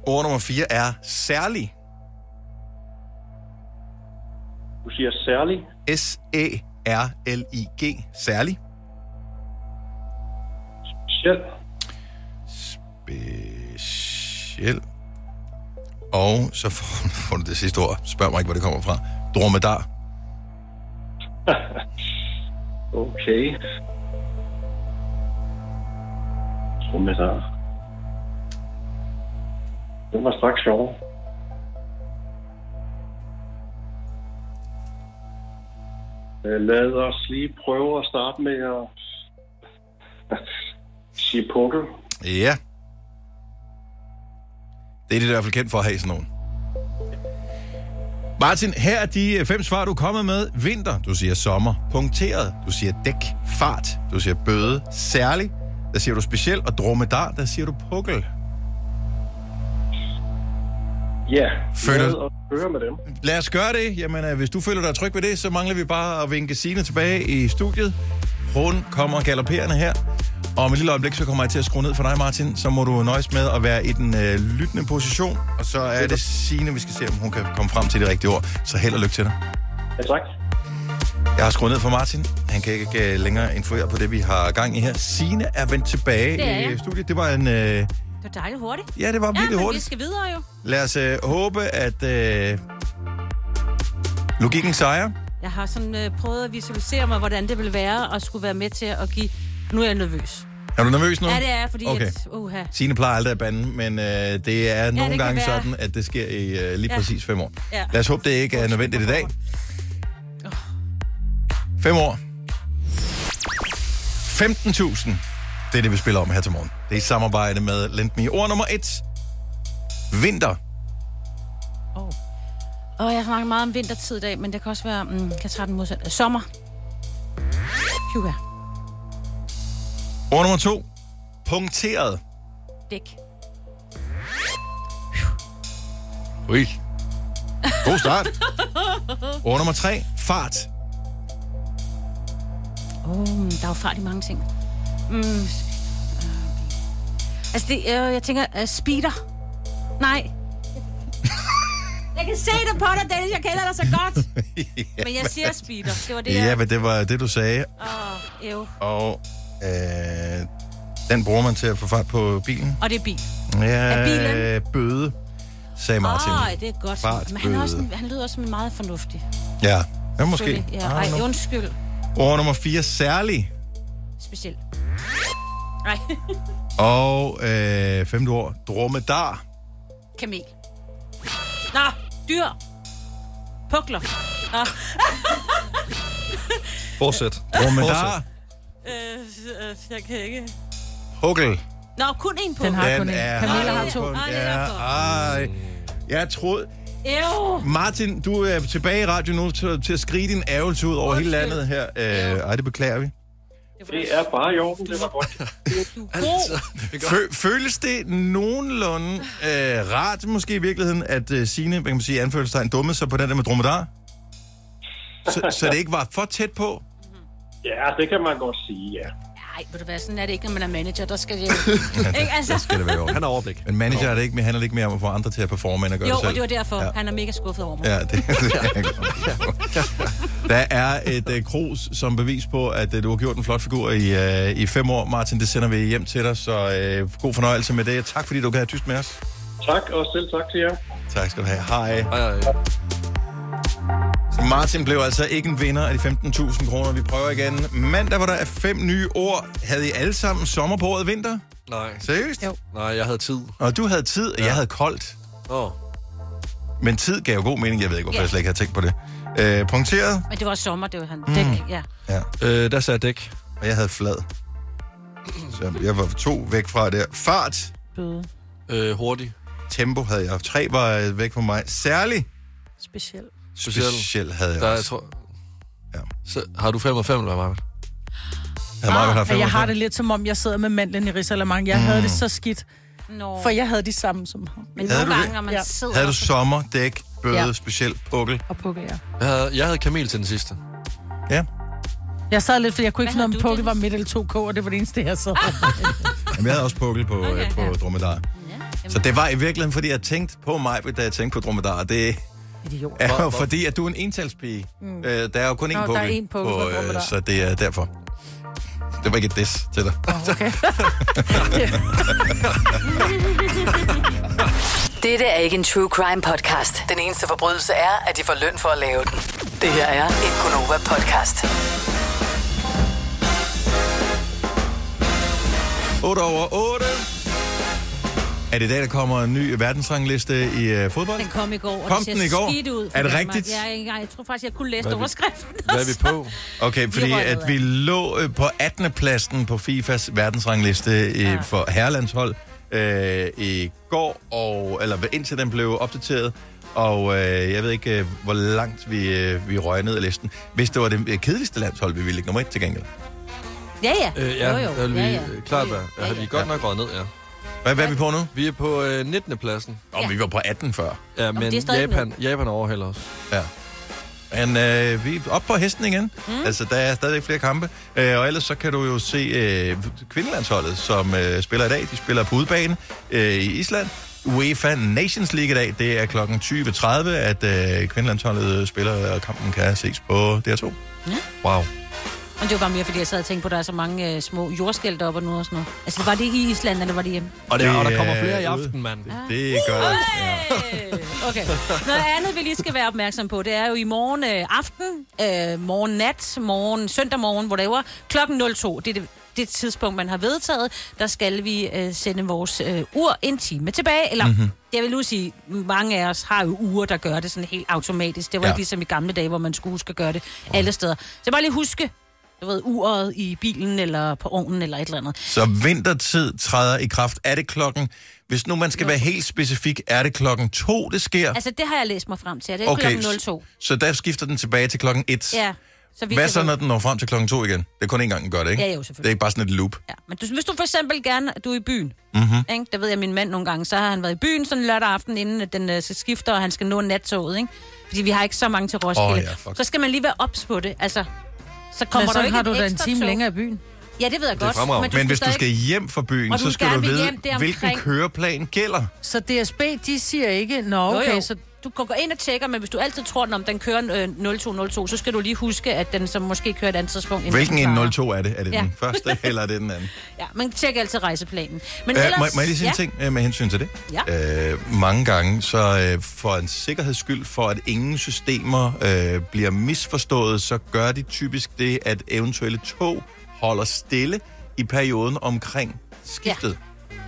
[SPEAKER 1] Ord nummer 4 er særlig.
[SPEAKER 9] Du siger særlig.
[SPEAKER 1] S-E-R-L-I-G, særlig.
[SPEAKER 9] Speciel.
[SPEAKER 1] Speciel. Og så får, får du det sidste ord. Spørg mig ikke, hvor det kommer fra. Dromedar.
[SPEAKER 9] Okay. Trommetter. Den var straks sjov. Øh, Lad os lige prøve at starte med at sige pukkel.
[SPEAKER 1] Ja. Det er det i hvert fald kendt for at have sådan nogen. Martin, her er de øh, fem svar, du er kommet med. Vinter, du siger sommer. Punkteret, du siger dæk. Fart, du siger bøde. Særlig, der siger du speciel. Og dromedar, der siger du pukkel.
[SPEAKER 9] Ja,
[SPEAKER 1] Føler-
[SPEAKER 9] lad os høre med dem.
[SPEAKER 1] Lad os gøre det. Jamen, øh, hvis du føler dig tryg ved det, så mangler vi bare at vinke Signe tilbage i studiet. Hun kommer galopperende her. Og om et lille øjeblik, så kommer jeg til at skrue ned for dig, Martin. Så må du nøjes med at være i den øh, lyttende position. Og så er det Signe, vi skal se, om hun kan komme frem til det rigtige ord. Så held og lykke til dig.
[SPEAKER 9] Ja, tak.
[SPEAKER 1] Jeg har skruet ned for Martin. Han kan ikke øh, længere influere på det, vi har gang i her. Signe er vendt tilbage
[SPEAKER 3] Det er
[SPEAKER 1] i
[SPEAKER 3] jeg.
[SPEAKER 1] studiet. Det var en... Øh,
[SPEAKER 3] Det var dejligt hurtigt.
[SPEAKER 1] ja, det var
[SPEAKER 3] Ja,
[SPEAKER 1] virkelig
[SPEAKER 3] men vi
[SPEAKER 1] hurtigt.
[SPEAKER 3] skal videre jo.
[SPEAKER 1] Lad os øh, håbe, at øh, logikken sejrer.
[SPEAKER 3] Jeg har sådan øh, prøvet at visualisere mig, hvordan det ville være at skulle være med til at give... Nu er jeg nervøs.
[SPEAKER 1] Er du nervøs nu?
[SPEAKER 3] Ja, det er jeg, fordi...
[SPEAKER 1] Okay.
[SPEAKER 3] At, uha.
[SPEAKER 1] Signe plejer aldrig at bande, men øh, det er nogle
[SPEAKER 3] kan
[SPEAKER 1] gange
[SPEAKER 3] være.
[SPEAKER 1] sådan, at det sker i øh, lige
[SPEAKER 3] Ja.
[SPEAKER 1] præcis fem år.
[SPEAKER 3] Ja.
[SPEAKER 1] Lad os håbe, det ikke er nødvendigt i dag. Fem år. 15.000. Det er det, vi spiller om her til morgen. Det er i samarbejde med Lendme. Ord nummer et. Vinter.
[SPEAKER 3] Og jeg snakker meget om vintertid i dag, men det kan også være... Mm, kan jeg tage den modsat? Sommer. Juga.
[SPEAKER 1] Ord nummer to. Punkteret.
[SPEAKER 3] Dæk.
[SPEAKER 2] Ui.
[SPEAKER 1] God start. Ord nummer tre. Fart.
[SPEAKER 3] Åh, oh, der er jo fart i mange ting. Mm. øh, Altså, det, øh, jeg tænker, uh, speeder. Nej. Jeg kan se det på dig, Dennis. Jeg kender dig så godt.
[SPEAKER 1] ja,
[SPEAKER 3] Men jeg siger speeder. Det var det,
[SPEAKER 1] ja,
[SPEAKER 3] jeg...
[SPEAKER 1] men det var det, du sagde.
[SPEAKER 3] Åh, ev.
[SPEAKER 1] Og øh, den bruger man til at få fart på bilen.
[SPEAKER 3] Og det er bil.
[SPEAKER 1] Ja,
[SPEAKER 3] Er bilen?
[SPEAKER 1] bøde, sagde Martin.
[SPEAKER 3] Åh, det er godt.
[SPEAKER 1] Fart,
[SPEAKER 3] Men han, er også,
[SPEAKER 1] bøde.
[SPEAKER 3] han lyder også som en meget fornuftig.
[SPEAKER 1] Ja, ja måske.
[SPEAKER 3] Selvfølgelig. Ja,
[SPEAKER 1] Ah,
[SPEAKER 3] ej,
[SPEAKER 1] nu.
[SPEAKER 3] undskyld.
[SPEAKER 1] Ord nummer 4, særlig.
[SPEAKER 3] Specielt. Nej,
[SPEAKER 1] Og øh, femte ord, dromedar.
[SPEAKER 3] kamel. Nå, dyr. Pukler. Nå,
[SPEAKER 2] Fortsæt.
[SPEAKER 1] Dromedar,
[SPEAKER 3] øh, øh, jeg kan ikke...
[SPEAKER 1] hukkel.
[SPEAKER 3] Nå, kun én på.
[SPEAKER 4] Den har
[SPEAKER 1] Den
[SPEAKER 4] kun
[SPEAKER 1] er...
[SPEAKER 4] en. Camilla har to.
[SPEAKER 1] kun- Ja, ej. Jeg troede...
[SPEAKER 3] Ew.
[SPEAKER 1] Martin, du er tilbage i radio nu til, til at skrige din ærgelse ud over hele landet her. Øh, ej, det beklager vi.
[SPEAKER 9] Det er bare i orden, det var godt.
[SPEAKER 1] Altså,
[SPEAKER 3] God.
[SPEAKER 1] Fø- føles det nogenlunde øh, rart, måske i virkeligheden, at øh, Signe, hvad kan man sige, i anførselstegn, dummede sig på den der med dromedar? Så, så det ikke var for tæt på?
[SPEAKER 9] Ja, det kan man godt sige, ja.
[SPEAKER 3] Nej, ved du hvad, sådan er det ikke, når man er manager. Der skal jeg... ikke, altså.
[SPEAKER 1] Skal det være i orden?
[SPEAKER 2] Han har overblik.
[SPEAKER 1] Men manager er det ikke, men handler det ikke mere om at få andre til at performe, end at gøre
[SPEAKER 3] Jo,
[SPEAKER 1] det selv?
[SPEAKER 3] og det var derfor.
[SPEAKER 1] Ja.
[SPEAKER 3] Ja. Han er mega skuffet over mig.
[SPEAKER 1] Ja, det, det er jeg godt. Der er et uh, krus som bevis på, at uh, du har gjort en flot figur i, uh, i fem år. Martin, det sender vi hjem til dig, så uh, god fornøjelse med det. Tak fordi du kan have tyst med os.
[SPEAKER 9] Tak, og selv tak til jer.
[SPEAKER 1] Tak skal du have. Hej.
[SPEAKER 2] Ej, ej.
[SPEAKER 1] Så Martin blev altså ikke en vinder af de 15.000 kroner. Vi prøver igen. Mandag, hvor der er fem nye ord. Havde I alle sammen sommer på året vinter?
[SPEAKER 2] Nej.
[SPEAKER 1] Seriøst? Jo.
[SPEAKER 2] Nej, jeg havde tid.
[SPEAKER 1] Og du havde tid, og jeg havde koldt.
[SPEAKER 2] Nå.
[SPEAKER 1] Men tid gav jo god mening. Jeg ved ikke, hvorfor
[SPEAKER 3] Ja.
[SPEAKER 1] jeg slet ikke havde tænkt på det. Øh, punkteret,
[SPEAKER 3] Men det var sommer, det var han.
[SPEAKER 1] Mm.
[SPEAKER 3] Dæk, ja.
[SPEAKER 2] Øh, der sagde jeg dæk.
[SPEAKER 1] og jeg havde flad. Så jeg var to væk fra der. Fart,
[SPEAKER 4] Bøde.
[SPEAKER 2] Øh, hurtig.
[SPEAKER 1] tempo havde jeg. Tre var øh, væk fra mig. Særlig
[SPEAKER 4] Specielt.
[SPEAKER 2] Speciel.
[SPEAKER 1] speciel havde jeg
[SPEAKER 2] Der, jeg
[SPEAKER 1] også.
[SPEAKER 2] tror...
[SPEAKER 1] Ja.
[SPEAKER 2] Ja. Så, har du 5 mod 5, eller hvad, Marvind?
[SPEAKER 1] Havde Marvin haft
[SPEAKER 4] Og Ah, jeg
[SPEAKER 1] 500?
[SPEAKER 4] har det lidt som om, jeg sidder med mandlen i Rissalamang. Jeg havde det
[SPEAKER 2] Mm.
[SPEAKER 4] så skidt,
[SPEAKER 3] Nå.
[SPEAKER 4] for jeg havde de samme som ham.
[SPEAKER 3] Men
[SPEAKER 1] Havde
[SPEAKER 3] nogle
[SPEAKER 1] du det?
[SPEAKER 3] gange, når man
[SPEAKER 4] Ja.
[SPEAKER 3] sidder...
[SPEAKER 1] Havde du
[SPEAKER 3] og-
[SPEAKER 1] sommer, dæk, bøde, ja.
[SPEAKER 4] Ja.
[SPEAKER 1] speciel, pukkel?
[SPEAKER 4] Og pukke, ja.
[SPEAKER 2] Jeg havde, jeg havde kamel til den sidste.
[SPEAKER 1] Ja.
[SPEAKER 4] Jeg sad lidt, for jeg kunne ikke
[SPEAKER 3] Hvad
[SPEAKER 4] finde
[SPEAKER 3] havde
[SPEAKER 4] ud af, om
[SPEAKER 3] du,
[SPEAKER 4] pukke var
[SPEAKER 3] Dennis?
[SPEAKER 4] midt eller to k, og det var det eneste, jeg sad.
[SPEAKER 1] Jamen, jeg havde også pukkel på, okay, øh, på
[SPEAKER 3] ja.
[SPEAKER 1] dromedar.
[SPEAKER 3] Ja.
[SPEAKER 1] Så det var i virkeligheden, fordi jeg tænkte på mig, da jeg tænkte på dromedar. Det
[SPEAKER 4] Idiot.
[SPEAKER 1] er jo
[SPEAKER 2] Hvor- hvor-
[SPEAKER 1] fordi, at du er en entalspige. Mm. Øh, der er jo kun én
[SPEAKER 4] Nå,
[SPEAKER 1] pukkel. øh,
[SPEAKER 4] der er én pukkel på dromedar.
[SPEAKER 1] så det er derfor. Det var ikke et diss til dig.
[SPEAKER 5] Dette er ikke en true crime podcast. Den eneste forbrydelse er, at de får løn for at lave den. Det her er en Gunova podcast.
[SPEAKER 1] 8 over 8. Er det i dag, der kommer en ny verdensrangliste i øh, fodbold?
[SPEAKER 3] Den kom i går, og
[SPEAKER 1] Kom
[SPEAKER 3] det ser
[SPEAKER 1] den i går?
[SPEAKER 3] skidt ud. for
[SPEAKER 1] Er det
[SPEAKER 3] Danmark.
[SPEAKER 1] rigtigt?
[SPEAKER 3] Ja, jeg, jeg tror faktisk, jeg kunne læse
[SPEAKER 2] Hvad er vi-
[SPEAKER 3] overskriften.
[SPEAKER 2] Hvad er vi på?
[SPEAKER 1] Okay, fordi
[SPEAKER 3] røg
[SPEAKER 1] at
[SPEAKER 3] nedad.
[SPEAKER 1] vi lå øh, på 18. pladsen på FIFAs verdensrangliste øh, ja. for herrelandshold øh, i går, og, eller indtil den blev opdateret. Og øh, jeg ved ikke, øh, hvor langt vi, øh, vi røg ned af listen. Hvis det var det øh, kedeligste landshold, vi ville ligge nummer et til gengæld.
[SPEAKER 3] Ja, ja.
[SPEAKER 2] Øh, ja, der ville vi øh, klart være. Ja, havde vi godt
[SPEAKER 1] Ja.
[SPEAKER 2] nok røget ned, ja.
[SPEAKER 1] Hvad, hvad er vi på nu?
[SPEAKER 2] Vi er på øh, 19. pladsen.
[SPEAKER 1] Om
[SPEAKER 3] Ja.
[SPEAKER 1] vi var på 18 før.
[SPEAKER 2] Ja, men
[SPEAKER 3] det er stadig
[SPEAKER 2] Japan, Japan overhælder os.
[SPEAKER 1] Ja. Men øh, vi er oppe på hesten igen. Mm. Altså, der er stadigvæk flere kampe. Øh, og ellers så kan du jo se øh, kvindelandsholdet, som øh, spiller i dag. De spiller på udebane øh, i Island. UEFA Nations League i dag, det er kl. 20.30, at øh, kvindelandsholdet spiller, og kampen kan ses på DR2.
[SPEAKER 2] Wow.
[SPEAKER 3] Men det var bare mere, fordi jeg sad og tænkte på, at der er så mange øh, små jordskæld deroppe nu og sådan noget. Altså, var det i Island, eller var det hjemme?
[SPEAKER 2] Og, der,
[SPEAKER 1] Det
[SPEAKER 2] og der kommer
[SPEAKER 1] er
[SPEAKER 2] flere i
[SPEAKER 1] ude.
[SPEAKER 2] aften, mand.
[SPEAKER 1] Det gør det. Ja.
[SPEAKER 3] Øh, Okay. Noget andet, vi lige skal være opmærksom på, det er jo i morgen øh, aften, øh, morgen nat, morgen, søndag morgen, whatever, klokken 02. Det er det, det tidspunkt, man har vedtaget. Der skal vi øh, sende vores øh, ur en time tilbage. Eller,
[SPEAKER 1] Mhm.
[SPEAKER 3] mm-hmm. jeg vil nu sige, mange af os har jo ure, der gør det sådan helt automatisk. Det var
[SPEAKER 1] Ja.
[SPEAKER 3] ja. ikke ligesom i gamle dage, hvor man skulle huske at gøre det alle steder. Så bare lige huske, du ved, uret i bilen, eller på ovnen, eller et eller andet.
[SPEAKER 1] Så vintertid træder i kraft. Er det klokken? Hvis nu man skal være helt specifik, er det klokken 2, det sker?
[SPEAKER 3] Altså, det har jeg læst mig frem til, og det er okay. klokken 02.
[SPEAKER 1] Så der skifter den tilbage til klokken 1.
[SPEAKER 3] Ja. Så vi
[SPEAKER 1] Hvad
[SPEAKER 3] kan
[SPEAKER 1] så,
[SPEAKER 3] vide-
[SPEAKER 1] når den når frem til klokken 2 igen? Det er kun én gang, den gør det, ikke?
[SPEAKER 3] Ja, jo,
[SPEAKER 1] Det er
[SPEAKER 3] selvfølgelig.
[SPEAKER 1] ikke bare sådan et loop. Mhm.
[SPEAKER 3] Ja, men du, hvis du for eksempel gerne, du er i byen,
[SPEAKER 1] Mm.
[SPEAKER 3] mm-hmm. ikke? der ved jeg, min mand nogle gange, så har han været i byen sådan lørdag aften, inden at den øh, så skifter, og han skal nå nattoget, ikke? Fordi vi har ikke så mange til Roskilde.
[SPEAKER 1] Åh, ja, fuck.
[SPEAKER 3] så skal man lige være ops på det, altså. Så kommer
[SPEAKER 4] Men
[SPEAKER 3] der
[SPEAKER 4] så
[SPEAKER 3] jo ikke
[SPEAKER 4] har du
[SPEAKER 3] et
[SPEAKER 4] da en
[SPEAKER 3] ekstra
[SPEAKER 4] time
[SPEAKER 3] tog.
[SPEAKER 4] længere i byen.
[SPEAKER 3] Ja, det ved jeg godt.
[SPEAKER 2] fremragende.
[SPEAKER 1] Men hvis du skal
[SPEAKER 3] stadig-
[SPEAKER 1] hjem fra byen,
[SPEAKER 3] Og
[SPEAKER 1] så
[SPEAKER 3] du
[SPEAKER 1] skal
[SPEAKER 3] gerne
[SPEAKER 1] du
[SPEAKER 3] vil
[SPEAKER 1] vide,
[SPEAKER 3] hjem deromkring.
[SPEAKER 1] hvilken køreplan gælder.
[SPEAKER 4] Så DSB, de siger ikke, nå
[SPEAKER 3] Jo,
[SPEAKER 4] okay,
[SPEAKER 3] jo.
[SPEAKER 4] så...
[SPEAKER 3] Du kan gå ind og tjekke, men hvis du altid tror, at den kører øh, 0202, så skal du lige huske, at den som måske kører et andet tidspunkt. end
[SPEAKER 1] Hvilken
[SPEAKER 3] den plejer.
[SPEAKER 1] en 02 er det? Er det
[SPEAKER 3] Ja.
[SPEAKER 1] den første, eller er det den anden?
[SPEAKER 3] Ja, men tjek altid rejseplanen. Men
[SPEAKER 1] Øh,
[SPEAKER 3] ellers,
[SPEAKER 1] må, må jeg lige sige
[SPEAKER 3] ja,
[SPEAKER 1] en ting øh, med hensyn til det? Øh, mange gange, så øh, for en sikkerheds skyld, for at ingen systemer øh, bliver misforstået, så gør de typisk det, at eventuelle tog holder stille i perioden omkring skiftet.
[SPEAKER 3] Det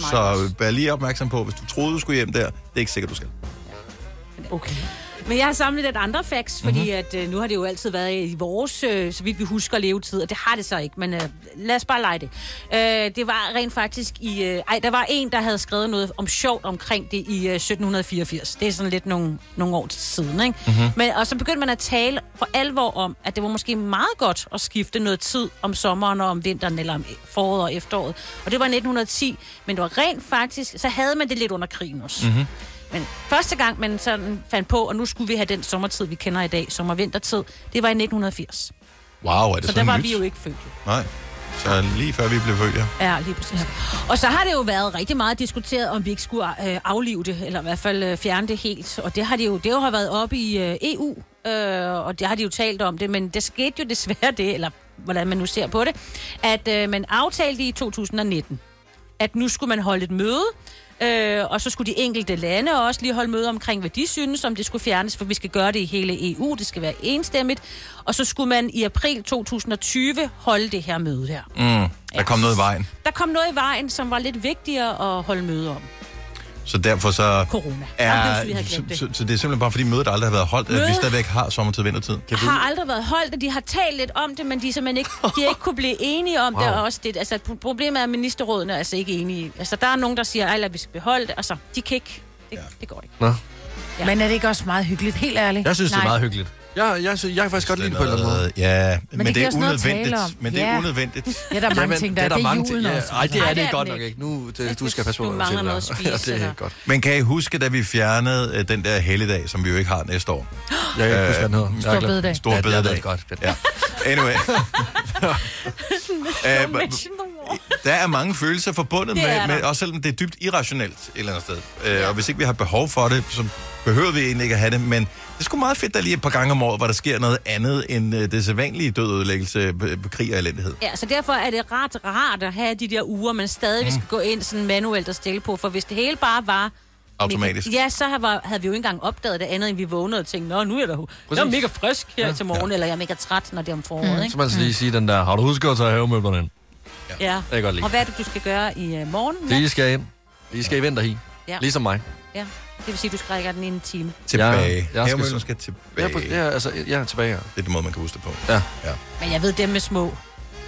[SPEAKER 3] er meget
[SPEAKER 1] så vær lige opmærksom på, hvis du troede, du skulle hjem der, det er ikke sikkert, du skal.
[SPEAKER 4] Okay.
[SPEAKER 3] Men jeg har samlet lidt andre facts, fordi mm-hmm. at, øh, nu har det jo altid været i vores, øh, så vidt vi husker, levetid, og det har det så ikke, men øh, lad os bare lege det. Øh, det var rent faktisk i... Øh, ej, der var en, der havde skrevet noget om sjovt omkring det i øh, 1784. Det er sådan lidt nogle, nogle år siden, ikke?
[SPEAKER 12] Mhm.
[SPEAKER 3] Men, og så begyndte man at tale for alvor om, at det var måske meget godt at skifte noget tid om sommeren og om vinteren, eller om foråret og efteråret. Og det var 1910, men det var rent faktisk... Så havde man det lidt under krigen også.
[SPEAKER 13] Mhm.
[SPEAKER 12] Mm-hmm.
[SPEAKER 3] Men første gang, man sådan fandt på, og nu skulle vi have den sommertid, vi kender i dag, sommer-vintertid, det var i 1980.
[SPEAKER 1] Wow, er det
[SPEAKER 3] så der
[SPEAKER 1] sådan
[SPEAKER 3] var
[SPEAKER 1] nyt?
[SPEAKER 3] vi jo ikke født. jo.
[SPEAKER 1] Nej, så lige før vi blev født, ja.
[SPEAKER 3] Ja, lige præcis. Og så har det jo været rigtig meget diskuteret, om vi ikke skulle øh, aflive det, eller i hvert fald øh, fjerne det helt. Og det har det jo, det jo har været oppe i øh, EU, øh, og det har de jo talt om det, men der skete jo desværre det, eller hvordan man nu ser på det, at øh, man aftalte i 2019, at nu skulle man holde et møde, øh, og så skulle de enkelte lande også lige holde møde omkring, hvad de synes, om det skulle fjernes, for vi skal gøre det i hele EU, det skal være enstemmigt. Og så skulle man i april 2020 holde det her møde her.
[SPEAKER 1] Mm, der kom noget i vejen.
[SPEAKER 3] Der kom noget i vejen, som var lidt vigtigere at holde møde om.
[SPEAKER 1] Så derfor så...
[SPEAKER 3] Corona. Jamen, det er,
[SPEAKER 1] Er,
[SPEAKER 3] hvis vi havde
[SPEAKER 1] så,
[SPEAKER 3] glemt det.
[SPEAKER 1] så, så, det er simpelthen bare fordi mødet aldrig har været holdt, at vi
[SPEAKER 3] Mødet-
[SPEAKER 1] stadigvæk har sommertid og vintertid. Kan
[SPEAKER 3] har aldrig været holdt, og de har talt lidt om det, men de, er simpelthen ikke, de har ikke kunne blive enige om wow. det.
[SPEAKER 1] Wow.
[SPEAKER 3] Og også det altså, pro- problemet er, at ministerrådene er altså ikke enige. Altså, der er nogen, der siger, at vi skal beholde det. Altså, de kan ikke. Det, ja. det går ikke.
[SPEAKER 2] Nå.
[SPEAKER 3] Ja.
[SPEAKER 4] Men er det ikke også meget hyggeligt, helt ærligt?
[SPEAKER 2] Jeg synes, Nej. det er meget hyggeligt. Jeg, jeg, synes, jeg kan faktisk godt lide det på en eller anden måde.
[SPEAKER 1] Ja,
[SPEAKER 4] Men men det det er giver også noget at tale unødvendigt. om. Men det er Ja.
[SPEAKER 1] unødvendigt.
[SPEAKER 4] Ja, der er mange ting, der er. Det er julen også.
[SPEAKER 2] Nej, det
[SPEAKER 4] Nej,
[SPEAKER 2] er
[SPEAKER 4] det
[SPEAKER 2] det
[SPEAKER 4] er
[SPEAKER 2] godt
[SPEAKER 4] den
[SPEAKER 2] nok
[SPEAKER 4] ikke.
[SPEAKER 2] ikke. Nu, det, du skal passe på,
[SPEAKER 4] du
[SPEAKER 2] hvad du siger.
[SPEAKER 4] mangler
[SPEAKER 2] der.
[SPEAKER 4] noget at spise,
[SPEAKER 2] Ja, det er
[SPEAKER 4] eller-
[SPEAKER 2] godt.
[SPEAKER 1] Men kan I huske, da vi fjernede øh, den der helligdag, som vi jo ikke har næste år? Øh,
[SPEAKER 2] Jeg kan ikke huske, hvad den hedder. Stor bededag.
[SPEAKER 1] Stor
[SPEAKER 2] Ja, det er
[SPEAKER 1] bededag.
[SPEAKER 2] ved godt.
[SPEAKER 1] Ja. Anyway. Øh, Æh, der er mange følelser forbundet
[SPEAKER 12] Det er
[SPEAKER 1] med,
[SPEAKER 12] der.
[SPEAKER 1] med, også selvom det er dybt irrationelt et eller andet sted. Øh, og hvis ikke vi har behov for det, så behøver vi egentlig ikke at have det. Men det er sgu meget fedt, der lige et par gange om året, hvor der sker noget andet end øh, det sædvanlige død, ødelæggelse, b- krig og elendighed.
[SPEAKER 3] Ja, så derfor er det ret rart at have de der uger, man stadig mm. skal gå ind sådan manuelt og stille på. For hvis det hele bare var...
[SPEAKER 1] Automatisk.
[SPEAKER 3] Ja, så havde, var- havde vi jo ikke engang opdaget det andet, end vi vågnede og tænkte, nå, nu er jeg da jeg er mega frisk her ja. til morgen, ja. eller jeg er mega træt, når det er om foråret.
[SPEAKER 2] Mm.
[SPEAKER 3] Ikke?
[SPEAKER 2] Så må man altså lige sige den der, har du husket at tage havemøblerne ind?
[SPEAKER 3] Ja.
[SPEAKER 2] Det kan jeg godt lide.
[SPEAKER 3] Og hvad er det, du skal gøre i uh, morgen?
[SPEAKER 2] Det I skal ind. I skal i vinterhi.
[SPEAKER 3] Ja.
[SPEAKER 2] Ligesom mig.
[SPEAKER 3] Ja. Det vil sige, at du strækker den i en time.
[SPEAKER 1] Tilbage.
[SPEAKER 2] jeg skal
[SPEAKER 1] Havemøllen
[SPEAKER 2] så-
[SPEAKER 1] skal
[SPEAKER 2] Ja, på-
[SPEAKER 1] tilbage.
[SPEAKER 2] ja, altså, ja, tilbage. Ja.
[SPEAKER 1] Det er den måde, man kan huske det på.
[SPEAKER 2] Ja.
[SPEAKER 1] ja.
[SPEAKER 3] Men jeg ved, dem med små,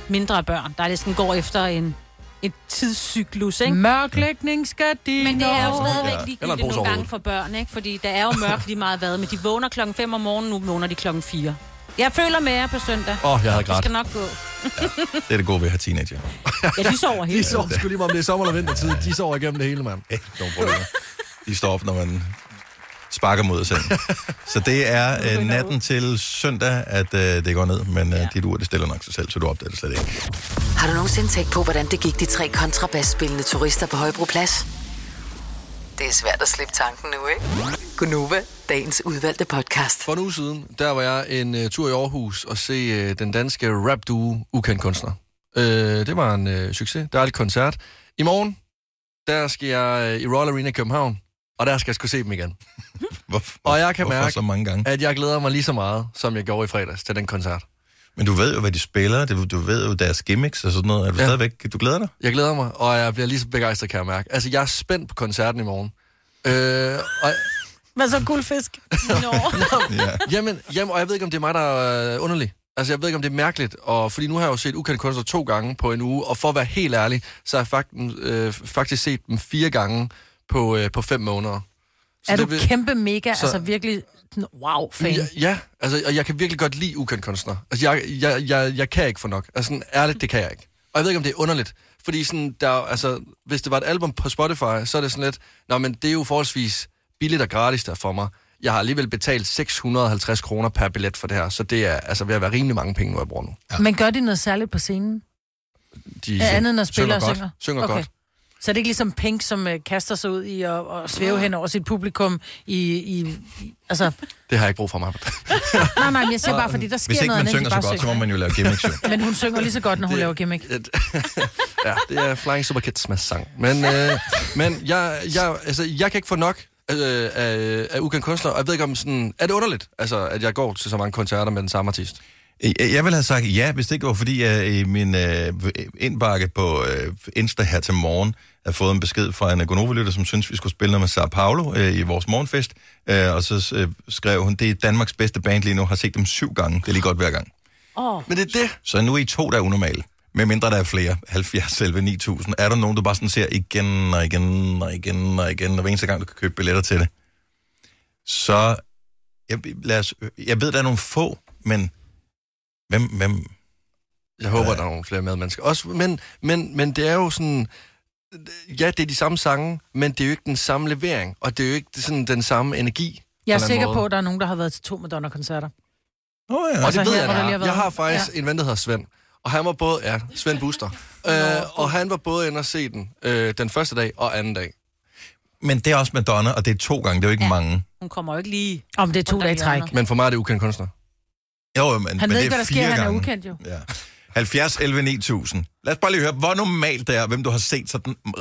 [SPEAKER 3] mindre børn, der næsten går efter en, en tidscyklus, ikke?
[SPEAKER 4] Mørklægning skal de
[SPEAKER 3] Men det er jo
[SPEAKER 4] nå.
[SPEAKER 3] stadigvæk
[SPEAKER 4] Ja.
[SPEAKER 3] ligegyldigt
[SPEAKER 4] Eller en pose
[SPEAKER 3] nogle gange
[SPEAKER 4] overhovedet.
[SPEAKER 3] for børn, ikke? Fordi der er jo mørkt lige meget hvad, men de vågner klokken 5 om morgenen, nu vågner de klokken 4. Jeg føler med jer på søndag.
[SPEAKER 2] Åh, jeg havde
[SPEAKER 3] Det
[SPEAKER 2] grædt.
[SPEAKER 3] skal nok gå.
[SPEAKER 1] Det er det gode ved at have teenager.
[SPEAKER 3] Ja, de sover hele
[SPEAKER 2] De sover sgu lige meget, om det er sommer eller vintertid. De sover igennem det hele, mand.
[SPEAKER 1] Nogle problemer. De står op, når man sparker mod sengen. Så det er øh, natten til søndag, at øh, det går ned, men øh, dit ur, det stiller nok sig selv, så du opdager det slet ikke.
[SPEAKER 5] Har du nogensinde tænkt på, hvordan det gik de tre kontrabasspillende turister på Højbroplads? Det er svært at slippe tanken nu, ikke? Gunova, dagens udvalgte podcast.
[SPEAKER 2] For en uge siden, der var jeg en uh, tur i Aarhus og se uh, den danske rapduo Ukendt Kunstner. Uh, det var en uh, succes. Der er et koncert. I morgen, der skal jeg uh, i Royal Arena i København, og der skal jeg sgu se dem igen.
[SPEAKER 1] Hvorfor,
[SPEAKER 2] og jeg kan
[SPEAKER 1] hvorfor
[SPEAKER 2] mærke,
[SPEAKER 1] så mange gange?
[SPEAKER 2] at jeg glæder mig lige så meget, som jeg gjorde i fredags til den koncert.
[SPEAKER 1] Men du ved jo, hvad de spiller, det- du ved jo deres gimmicks og sådan noget. Er du ja. stadigvæk, du glæder dig?
[SPEAKER 2] Jeg glæder mig, og jeg bliver lige så begejstret, kan jeg mærke. Altså, jeg er spændt på koncerten i morgen. Øh, og...
[SPEAKER 4] Hvad så, guldfisk?
[SPEAKER 3] Nå.
[SPEAKER 1] ja.
[SPEAKER 2] jamen, jamen, og jeg ved ikke, om det er mig, der er øh, underlig. Altså, jeg ved ikke, om det er mærkeligt, og fordi nu har jeg jo set ukendt kunstner to gange på en uge, og for at være helt ærlig, så har jeg faktisk, øh, faktisk set dem fire gange på, øh, på fem måneder.
[SPEAKER 4] Er du
[SPEAKER 2] det vil-
[SPEAKER 4] kæmpe mega,
[SPEAKER 2] Så-
[SPEAKER 4] altså virkelig sådan, wow-fan?
[SPEAKER 2] Ja, ja, altså, og jeg kan virkelig godt lide ukendt kunstner. Altså, jeg, jeg, jeg, jeg kan ikke få nok. Altså, sådan, ærligt, det kan jeg ikke. Og jeg ved ikke, om det er underligt. Fordi sådan, der, er- altså, hvis det var et album på Spotify, så er det sådan lidt, nå, men det er jo forholdsvis billigt og gratis der for mig. Jeg har alligevel betalt 650 kroner per billet for det her, så det er altså ved at være rimelig mange penge, nu jeg bruger nu.
[SPEAKER 4] Ja. Men gør de noget særligt på scenen?
[SPEAKER 2] De
[SPEAKER 4] er andet end at spille
[SPEAKER 2] synger
[SPEAKER 4] og
[SPEAKER 2] godt.
[SPEAKER 4] synger?
[SPEAKER 2] Synger okay. godt.
[SPEAKER 4] Så er det ikke ligesom Pink, som uh, kaster sig ud i at, at svæve hen over sit publikum i... i, i altså,
[SPEAKER 2] Det har jeg ikke brug for mig.
[SPEAKER 4] nej, nej, men jeg siger bare, fordi der sker
[SPEAKER 1] Hvis ikke
[SPEAKER 4] noget
[SPEAKER 1] man
[SPEAKER 4] andet, end
[SPEAKER 1] synger
[SPEAKER 4] de
[SPEAKER 1] så
[SPEAKER 4] bare
[SPEAKER 1] godt, så må man jo lave gimmicks. jo.
[SPEAKER 4] Men hun synger lige så godt, når hun
[SPEAKER 2] Det-
[SPEAKER 4] laver gimmick.
[SPEAKER 2] ja, det er Flying Superkids med sang. Men, øh, men jeg, jeg, altså, jeg kan ikke få nok øh, af, af ukendt kunstner, og jeg ved ikke om sådan... Er det underligt, altså, at jeg går til så mange koncerter med den samme artist?
[SPEAKER 1] Jeg jeg ville have sagt ja, hvis det ikke var fordi, jeg i min øh, indbakke på øh, Insta her til morgen har fået en besked fra en Gonova-lytter, som synes, vi skulle spille noget med Sao Paulo øh, i vores morgenfest. Øh, og så øh, skrev hun, det er Danmarks bedste band lige nu, har set dem syv gange. Det er lige godt hver gang.
[SPEAKER 3] Oh.
[SPEAKER 2] Men det er det.
[SPEAKER 1] Så nu er I to, der er unormale. Med mindre der er flere. 70 selv 9000. Er der nogen, du bare sådan ser igen og igen og igen og igen, og hver eneste gang, du kan købe billetter til det? Så, jeg, lad os, jeg ved, der er nogle få, men hvem, hvem,
[SPEAKER 2] Jeg håber, der er nogle flere medmennesker. Også, men, men, men det er jo sådan... Ja, det er de samme sange, men det er jo ikke den samme levering, og det er jo ikke sådan den samme energi.
[SPEAKER 4] Jeg er
[SPEAKER 2] på en eller anden
[SPEAKER 4] sikker på,
[SPEAKER 2] måde.
[SPEAKER 4] at der er nogen, der har været til to Madonna-koncerter.
[SPEAKER 1] Oh,
[SPEAKER 2] Og det ved
[SPEAKER 4] her,
[SPEAKER 2] jeg,
[SPEAKER 4] hvor
[SPEAKER 2] der er.
[SPEAKER 4] der lige har været
[SPEAKER 2] Jeg har
[SPEAKER 4] en.
[SPEAKER 2] faktisk ja. en ven, der hedder Svend. Og han var både... Ja, Svend Buster. øh, og han var både inde og se den øh, den første dag og anden dag.
[SPEAKER 1] Men det er også Madonna, og det er to gange, det er jo ikke ja. mange.
[SPEAKER 3] Hun kommer jo ikke lige...
[SPEAKER 4] Om det er to
[SPEAKER 3] rundt om
[SPEAKER 4] dage i træk.
[SPEAKER 3] hjørnet.
[SPEAKER 2] Men for mig er det ukendt kunstner.
[SPEAKER 1] Jo, men,
[SPEAKER 4] Han
[SPEAKER 1] men
[SPEAKER 4] ved
[SPEAKER 1] det
[SPEAKER 4] ikke, hvad
[SPEAKER 1] er
[SPEAKER 4] der
[SPEAKER 1] fire
[SPEAKER 4] sker, han er
[SPEAKER 1] gange.
[SPEAKER 4] ukendt jo.
[SPEAKER 1] Ja. 70, 11, 9000. Lad os bare lige høre, hvor normalt det er, hvem du har set sådan r-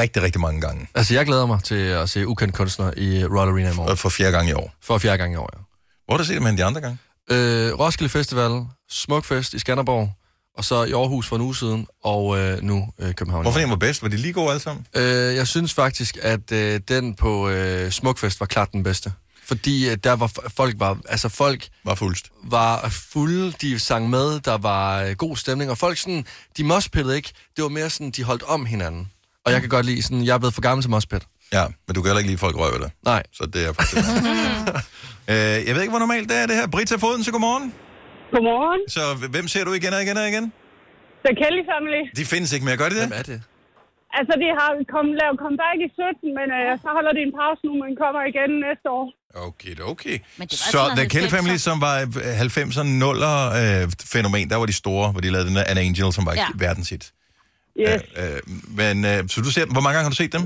[SPEAKER 1] rigtig, rigtig mange gange.
[SPEAKER 2] Altså, jeg glæder mig til at se ukendt kunstner i Royal Arena i morgen.
[SPEAKER 1] Og for fjerde gang i år.
[SPEAKER 2] For fjerde gang i år, ja.
[SPEAKER 1] Hvor har du set dem hen de andre gange?
[SPEAKER 2] Øh, Roskilde Festival, Smukfest i Skanderborg, og så i Aarhus for en uge siden, og øh, nu øh, København.
[SPEAKER 1] Hvorfor den var bedst? Var de lige gode alle sammen?
[SPEAKER 2] Øh, jeg synes faktisk, at øh, den på øh, Smukfest var klart den bedste. Fordi øh, der var f- folk var, altså folk
[SPEAKER 1] Var fuldst.
[SPEAKER 2] var fulde, de sang med, der var øh, god stemning, og folk sådan, de mospillede ikke, det var mere sådan, de holdt om hinanden. Og jeg kan godt lide sådan, jeg er blevet for gammel til mospit.
[SPEAKER 1] Ja, men du kan heller ikke lide folk røver dig.
[SPEAKER 2] Nej.
[SPEAKER 1] Så det er faktisk... øh, jeg ved ikke, hvor normalt det er, det her. Brita Foden, så godmorgen.
[SPEAKER 12] Godmorgen.
[SPEAKER 1] Så hvem ser du igen og igen og igen?
[SPEAKER 12] The Kelly Family.
[SPEAKER 1] De findes ikke mere, gør de det? Hvem
[SPEAKER 2] er det?
[SPEAKER 12] Altså, de har kom, lavet comeback i 17, men øh, så holder de en pause nu, men kommer igen næste år.
[SPEAKER 1] Okay, okay.
[SPEAKER 12] Men det
[SPEAKER 1] Så
[SPEAKER 12] var sådan
[SPEAKER 1] The
[SPEAKER 12] noget
[SPEAKER 1] Kelly
[SPEAKER 12] 90'er.
[SPEAKER 1] Family, som var 90'er, 0'er øh, fænomen, der var de store, hvor de lavede den der An Angel, som var
[SPEAKER 12] Ja.
[SPEAKER 1] ja. verdenshit.
[SPEAKER 12] Yes.
[SPEAKER 1] Øh, øh, men øh, så du ser dem. Hvor mange gange har du set dem?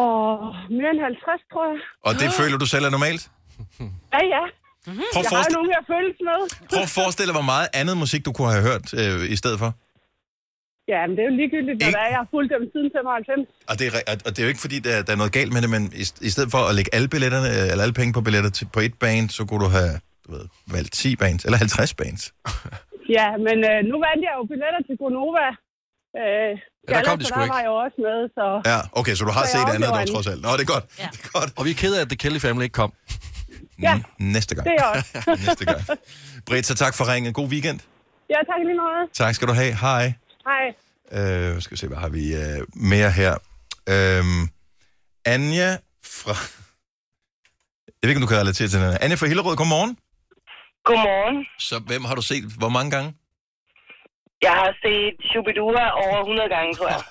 [SPEAKER 12] Og mere end 50, tror jeg.
[SPEAKER 1] Og det føler du selv er normalt?
[SPEAKER 12] Ja, ja.
[SPEAKER 1] Prøv at
[SPEAKER 12] jeg har jo
[SPEAKER 1] forestille-
[SPEAKER 12] nogen, jeg følges med.
[SPEAKER 1] Prøv at forestille dig, hvor meget andet musik, du kunne have hørt øh, i stedet for.
[SPEAKER 12] Ja, men det er jo ligegyldigt, når det er. Jeg har fulgt dem siden 95.
[SPEAKER 1] Og det, er, re- og- og det er jo ikke, fordi der, der er noget galt med det, men i, i stedet for at lægge alle, billetterne, øh, eller alle penge på billetter til, på et band, så kunne du have du ved, valgt 10 bands, eller 50 bands.
[SPEAKER 12] Ja, men øh, nu vandt jeg jo billetter til Gonova. Øh,
[SPEAKER 1] Ja, der kom de
[SPEAKER 12] Gallagher,
[SPEAKER 1] sgu
[SPEAKER 12] der
[SPEAKER 1] ikke.
[SPEAKER 12] var jeg også med, så...
[SPEAKER 1] Ja, okay, så du har
[SPEAKER 12] Så jeg
[SPEAKER 1] set andet,
[SPEAKER 12] afgjorde
[SPEAKER 1] dog, trods alt. Nå, det er godt. Ja. Det er godt.
[SPEAKER 2] Og vi er kede af, at The Kelly Family ikke kom.
[SPEAKER 12] Ja,
[SPEAKER 1] Næste gang.
[SPEAKER 12] det er jeg også.
[SPEAKER 1] Næste gang. Britt, så tak for ringen. God weekend.
[SPEAKER 12] ja, tak lige meget.
[SPEAKER 1] Tak skal du have. Hej.
[SPEAKER 12] Hej.
[SPEAKER 1] Øh, skal vi se, hvad har vi øh, mere her? Øh, Anja fra... Jeg ved ikke, om du kan relatere til den her. Anja fra Hillerød, godmorgen.
[SPEAKER 13] Godmorgen.
[SPEAKER 1] Så hvem har du set hvor mange gange?
[SPEAKER 13] Jeg har set Shubidua over 100 gange, tror jeg.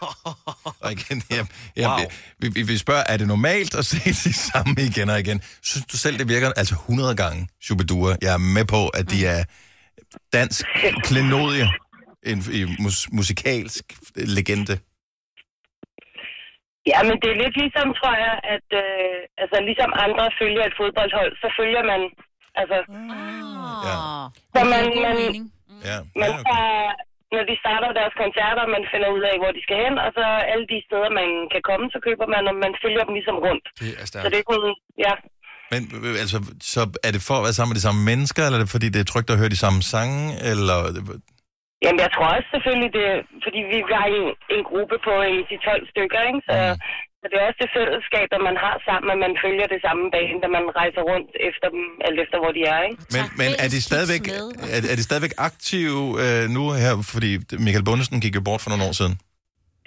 [SPEAKER 1] Og igen, jeg, jeg, wow. vi, vi, vi spørger, er det normalt at se de samme igen og igen? Synes du selv, det virker altså 100 gange, Shubidua? Jeg er med på, at
[SPEAKER 2] Mm.
[SPEAKER 1] de er dansk klenodie, en, en mus, musikalsk legende.
[SPEAKER 13] Ja, men det er lidt ligesom, tror jeg, at øh, altså, ligesom andre følger et fodboldhold, så følger man, altså...
[SPEAKER 1] Ja.
[SPEAKER 13] Så man,
[SPEAKER 11] Det giver
[SPEAKER 13] man,
[SPEAKER 11] god Mm.
[SPEAKER 1] Ja.
[SPEAKER 13] man tager, når de starter deres koncerter, man finder ud af, hvor de skal hen, og så alle de steder, man kan komme, så køber man, og man følger dem ligesom rundt.
[SPEAKER 2] Det er
[SPEAKER 13] Så det er kun, ja,
[SPEAKER 1] Men øh, altså, så er det for at være sammen med de samme mennesker, eller er det fordi, det er trygt at høre de samme sange, eller...
[SPEAKER 13] Jamen, jeg tror også selvfølgelig, det, er- fordi vi var i en, en gruppe på en 10-12 stykker, ikke? Så, mm. så det er også det fællesskab, at man har sammen, at man følger det samme bane, da man rejser rundt efter dem, alt efter hvor de er. Ikke?
[SPEAKER 1] Men, men er, de stadigvæk, er, er de stadigvæk aktive øh, nu her? Fordi Michael Bundesen gik jo bort for nogle år siden.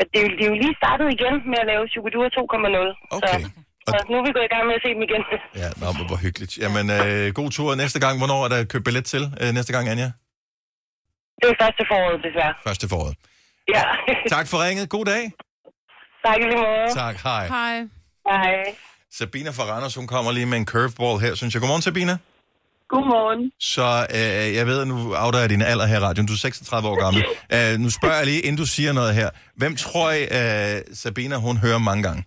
[SPEAKER 13] At det, er jo- de er jo lige startet igen med at lave Shukidua 2.0. Okay. Så, så nu er vi gået i gang med at se dem igen.
[SPEAKER 1] Ja, nå, men hvor hyggeligt. Jamen, øh, god tur næste gang. Hvornår er der købt billet til øh, næste gang, Anja?
[SPEAKER 13] Det er første foråret, desværre.
[SPEAKER 1] Første foråret.
[SPEAKER 13] Ja.
[SPEAKER 1] Tak for ringet. God dag.
[SPEAKER 13] tak i lige måde.
[SPEAKER 1] Tak. Hej.
[SPEAKER 4] Hej.
[SPEAKER 13] Hej.
[SPEAKER 1] Sabina fra Randers, hun kommer lige med en curveball her, synes jeg. Godmorgen, Sabina.
[SPEAKER 12] Godmorgen.
[SPEAKER 1] Så øh, jeg ved, at nu afdager jeg din alder her i radioen. Du er 36 år gammel. øh, nu spørger jeg lige, inden du siger noget her. Hvem tror jeg, øh, Sabina, hun hører mange gange?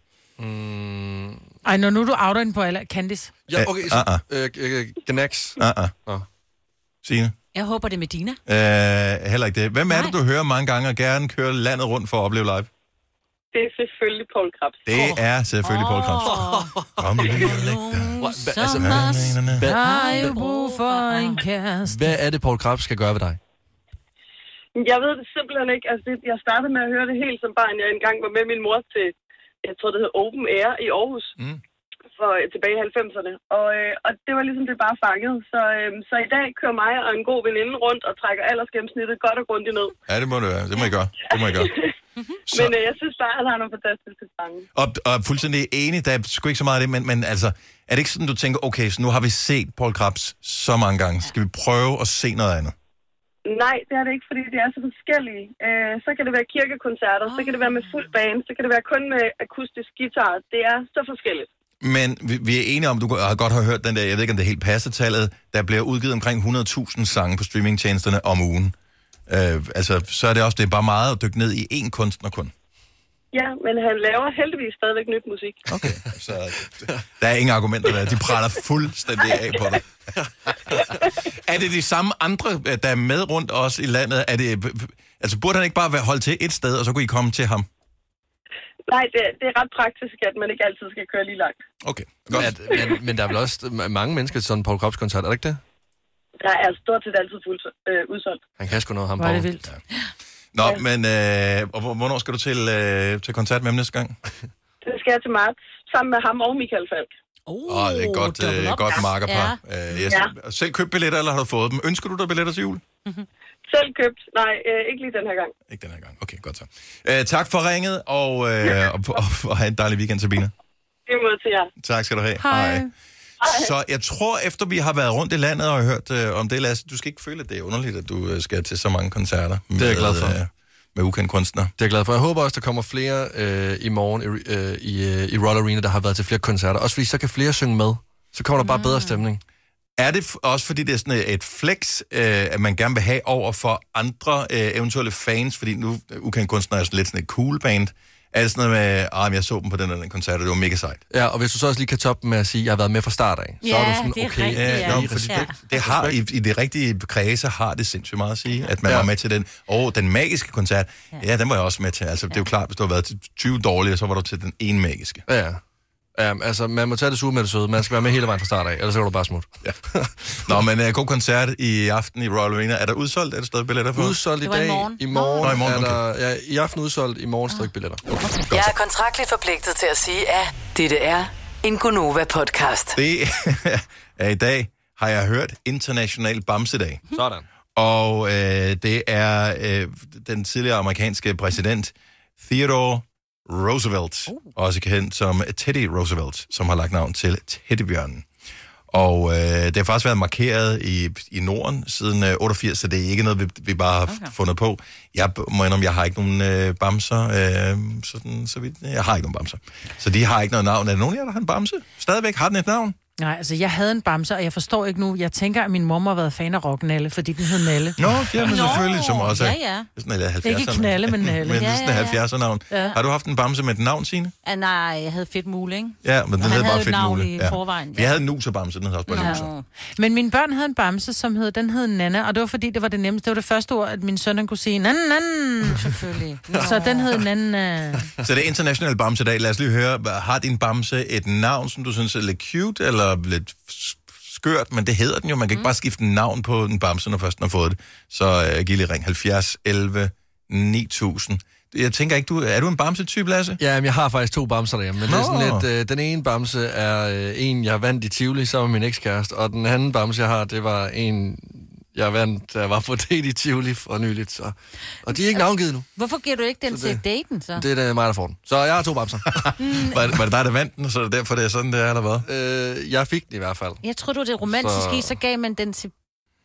[SPEAKER 4] Ej, når nu du outer hende på alle, Candice.
[SPEAKER 2] Mm, Ja, okay, så...
[SPEAKER 1] Ah, ah.
[SPEAKER 2] Øh, øh, Gnax.
[SPEAKER 1] Uh-uh.
[SPEAKER 2] Nå.
[SPEAKER 1] Signe?
[SPEAKER 3] Jeg håber, det er Medina.
[SPEAKER 1] Øh, heller ikke det. Hvem er det, du hører mange gange og gerne kører landet rundt for at opleve live?
[SPEAKER 11] Det er selvfølgelig Paul Krabs.
[SPEAKER 1] Det er selvfølgelig Paul Krebs. Kom, lille læg dig.
[SPEAKER 2] altså,
[SPEAKER 1] Hvad-
[SPEAKER 4] Har jo brug for en kæreste.
[SPEAKER 2] Hvad er det, Paul Krabs skal gøre ved dig?
[SPEAKER 11] Jeg ved det simpelthen ikke. Altså, det, jeg startede med at høre det helt som barn. Jeg engang var med min mor til, jeg tror det hed Open Air i Aarhus,
[SPEAKER 1] mm.
[SPEAKER 11] for, øh, tilbage i 90'erne. Og, øh, og det var ligesom det bare fanget. Så, øh, så i dag kører mig og en god veninde rundt og trækker aldersgennemsnittet godt og grundigt ned.
[SPEAKER 1] Ja, det må du gøre. Det må jeg gøre. Det må jeg gøre. Så-
[SPEAKER 11] Men øh, jeg synes bare, at han har nogle fantastiske sange.
[SPEAKER 1] Og, og fuldstændig enig, der er sgu ikke så meget af det, men, men altså, er det ikke sådan, du tænker, okay, så nu har vi set Paul Krabs så mange gange, skal vi prøve at se noget andet?
[SPEAKER 11] Nej, det er det ikke, fordi det er så forskellige. Øh, så kan det være kirkekoncerter, så kan det være med fuld band, så kan det være kun med akustisk guitar. Det er så forskelligt.
[SPEAKER 1] Men vi, vi er enige om, du har godt har hørt den der, jeg ved ikke, om det helt passer tallet, der bliver udgivet omkring 100.000 sange på streamingtjenesterne om ugen. Øh, altså, så er det også, det er bare meget at dykke ned i én kunstner kun.
[SPEAKER 11] Ja, men han laver heldigvis stadigvæk nyt musik.
[SPEAKER 1] Okay. Så der er ingen argumenter der, de praller fuldstændig af på dig. er det de samme andre, øh, der er med rundt os i landet? Er det, altså, burde han ikke bare være holdt til et sted, og så kunne I komme til ham?
[SPEAKER 11] Nej, det, det er ret praktisk, at man ikke altid skal køre lige langt.
[SPEAKER 1] Okay,
[SPEAKER 2] godt. At, men, men der er vel også ma- mange mennesker til sådan en Paul Krabs koncert, er det ikke det?
[SPEAKER 11] Der er stort set altid fuldt øh, udsolgt.
[SPEAKER 2] Han kan sgu noget, ham
[SPEAKER 11] Hvor er det
[SPEAKER 2] Paul.
[SPEAKER 11] vildt.
[SPEAKER 1] Nå, ja. men øh, og hvor- hvornår skal du til, øh, til koncert med ham næste gang?
[SPEAKER 11] Uh, Det skal jeg til marts, sammen med ham og Michael Falk.
[SPEAKER 1] Åh, oh, det er et godt,
[SPEAKER 11] double
[SPEAKER 1] øh,
[SPEAKER 11] up.
[SPEAKER 1] godt markerpar.
[SPEAKER 11] Ja.
[SPEAKER 1] Ja. Øh, jeg,
[SPEAKER 11] Ja.
[SPEAKER 1] Selv købt billetter, eller har du fået dem? Ønsker du dig billetter til jul?
[SPEAKER 11] Selv købt. Nej, øh, ikke lige den her gang.
[SPEAKER 1] Okay, godt så. Øh, tak for ringet, og, øh, og, og, og have en dejlig weekend, Sabine.
[SPEAKER 11] Det er mod til jer.
[SPEAKER 1] Tak skal du have.
[SPEAKER 11] Hej.
[SPEAKER 1] Så jeg tror, efter vi har været rundt i landet og hørt øh, om det, Lasse, du skal ikke føle, at det er underligt, at du øh, skal til så mange koncerter. øh,
[SPEAKER 2] Det er jeg glad for.
[SPEAKER 1] med ukendte kunstnere.
[SPEAKER 2] Det er jeg glad for. Jeg håber også, der kommer flere øh, i morgen i, øh, i, øh, i Royal Arena, der har været til flere koncerter. Også fordi så kan flere synge med. Så kommer der bare bedre stemning.
[SPEAKER 1] Er det f- også fordi, det er sådan et flex, øh, at man gerne vil have over for andre øh, eventuelle fans? Fordi nu øh, ukendte kunstnere er sådan lidt sådan et cool band. Er det sådan noget med, ah, men jeg så dem på den og den koncert, og det var mega sejt?
[SPEAKER 2] Ja, og hvis du så også lige kan toppe med at sige, at jeg har været med fra start af, så er du sådan, okay.
[SPEAKER 1] ja, nå, fordi det, det har, i, I det rigtige kredse har det sindssygt meget at sige, at man ja. var med til den. Og den magiske koncert, ja. ja, den var jeg også med til. Altså, det er jo klart, hvis du har været til 20 dårlige, så var du til den ene magiske.
[SPEAKER 2] Ja, ja. Um, altså, man må tage det sure med det søde. Man skal være med hele vejen fra start af, ellers så kan du bare smutte.
[SPEAKER 1] Ja. Nå, men uh, god koncert i aften i Royal Arena. Er der udsolgt? Er der stadig billetter på?
[SPEAKER 2] Udsolgt i dag. I morgen, Ah.
[SPEAKER 1] Nå, i morgen,
[SPEAKER 2] er
[SPEAKER 1] okay.
[SPEAKER 2] der, ja, I aften udsolgt, i morgen stadig billetter.
[SPEAKER 5] Jeg er kontraktligt forpligtet til at sige, at dette er en Gunova-podcast.
[SPEAKER 1] Det er i dag, har jeg hørt, International Bamsedag.
[SPEAKER 2] Sådan.
[SPEAKER 1] Og øh, det er øh, den tidligere amerikanske præsident Theodore Roosevelt, uh. også kendt som Teddy Roosevelt, som har lagt navn til Teddybjørnen. Og øh, det har faktisk været markeret i, i Norden siden øh, 88, så det er ikke noget, vi, vi bare har okay. fundet på. Jeg b- må indrømme, jeg har ikke nogen øh, bamser. Øh, sådan, så vidt, jeg har ikke nogen bamser. Så de har ikke noget navn. Er der nogen af jer, der har en bamse? Stadigvæk har den et navn?
[SPEAKER 4] Nej, altså jeg havde en bamse, og jeg forstår ikke nu. Jeg tænker, at min mor har været fan af rocknalle, fordi den hed Nalle.
[SPEAKER 1] Nå, jamen
[SPEAKER 4] Nå,
[SPEAKER 1] selvfølgelig, som også er.
[SPEAKER 4] ja, ja.
[SPEAKER 1] Sådan, eller 70'erne.
[SPEAKER 4] Ikke knalle, men nalle.
[SPEAKER 1] men
[SPEAKER 4] Ja,
[SPEAKER 1] ja,
[SPEAKER 4] ja,
[SPEAKER 1] sådan
[SPEAKER 4] ja.
[SPEAKER 1] 70'er navn.
[SPEAKER 3] Ja.
[SPEAKER 1] Ja. Har du haft en bamse med et navn, Signe?
[SPEAKER 3] Ah, nej, jeg havde fedt mule, ikke?
[SPEAKER 1] Ja, men den
[SPEAKER 3] Han
[SPEAKER 1] hed
[SPEAKER 3] havde
[SPEAKER 1] bare
[SPEAKER 3] et
[SPEAKER 1] fedt
[SPEAKER 3] navn
[SPEAKER 1] muligt.
[SPEAKER 3] i
[SPEAKER 1] ja.
[SPEAKER 3] forvejen,
[SPEAKER 1] Jeg havde en nuserbamse, den hed også bare ja. nuser.
[SPEAKER 4] Men mine børn havde en bamse, som hed, den hed Nana, og det var fordi, det var det nemmeste. Det var det første ord, at min søn han kunne sige, Nan, nan, selvfølgelig. Så den hed Nana.
[SPEAKER 1] Så det er international bamsedag. Lad os lige høre, hvad- har din bamse et navn, som du synes er lidt cute eller lidt s- skørt, men det hedder den jo. Man kan ikke bare skifte navn på en bamse, når først den har fået det. Så uh, giv lige ring 70 11 9000. Jeg tænker ikke, du er du en bamse-type, Lasse?
[SPEAKER 2] Ja, men jeg har faktisk to bamser derhjemme, men Nå. det er sådan
[SPEAKER 1] Nå.
[SPEAKER 2] lidt, øh, den ene bamse er øh, en, jeg vandt i Tivoli sammen med min ekskæreste, og den anden bamse, jeg har, det var en, jeg vandt, der var på date i Tivoli for nyligt, så. og de er ikke navngivet nu.
[SPEAKER 3] Hvorfor giver du ikke den
[SPEAKER 2] Så
[SPEAKER 3] til
[SPEAKER 2] det-
[SPEAKER 3] daten, så?
[SPEAKER 2] Det er da mig, der får den. Så jeg har to bamser.
[SPEAKER 1] var, det, var det dig, der vandt den, så er det derfor, det er sådan, det er, eller
[SPEAKER 2] hvad? Mm. Øh, jeg fik den i hvert fald.
[SPEAKER 3] Jeg tror du det er romantisk
[SPEAKER 2] Så-
[SPEAKER 3] i, så gav man den til...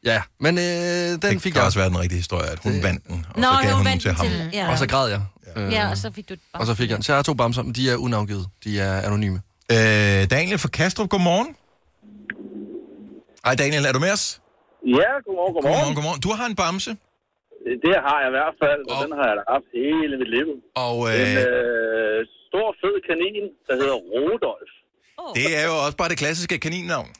[SPEAKER 2] Ja, men øh, den det fik
[SPEAKER 1] kan
[SPEAKER 2] jeg.
[SPEAKER 1] også være den rigtige historie, at hun det... vandt den, og
[SPEAKER 3] Nå,
[SPEAKER 1] så gav
[SPEAKER 3] hun
[SPEAKER 1] hun den
[SPEAKER 3] vandt
[SPEAKER 1] til
[SPEAKER 3] den
[SPEAKER 1] ham.
[SPEAKER 3] til- ja.
[SPEAKER 2] Og så græd jeg. Øh,
[SPEAKER 3] Ja, og så fik du et barn.
[SPEAKER 2] og så fik jeg den. Så jeg har to bamser, men de er unavngivet. De er anonyme.
[SPEAKER 1] Øh, Daniel fra Kastrup, godmorgen. Hej Daniel, er du med os?
[SPEAKER 9] Ja, godmorgen, godmorgen.
[SPEAKER 1] Godmorgen, godmorgen. Du har en bamse.
[SPEAKER 9] Det har jeg i hvert fald, og den har jeg da haft hele mit liv.
[SPEAKER 1] Og,
[SPEAKER 9] En øh, stor, fed kanin, der hedder Rodolf.
[SPEAKER 1] Det er jo også bare det klassiske kaninnavn,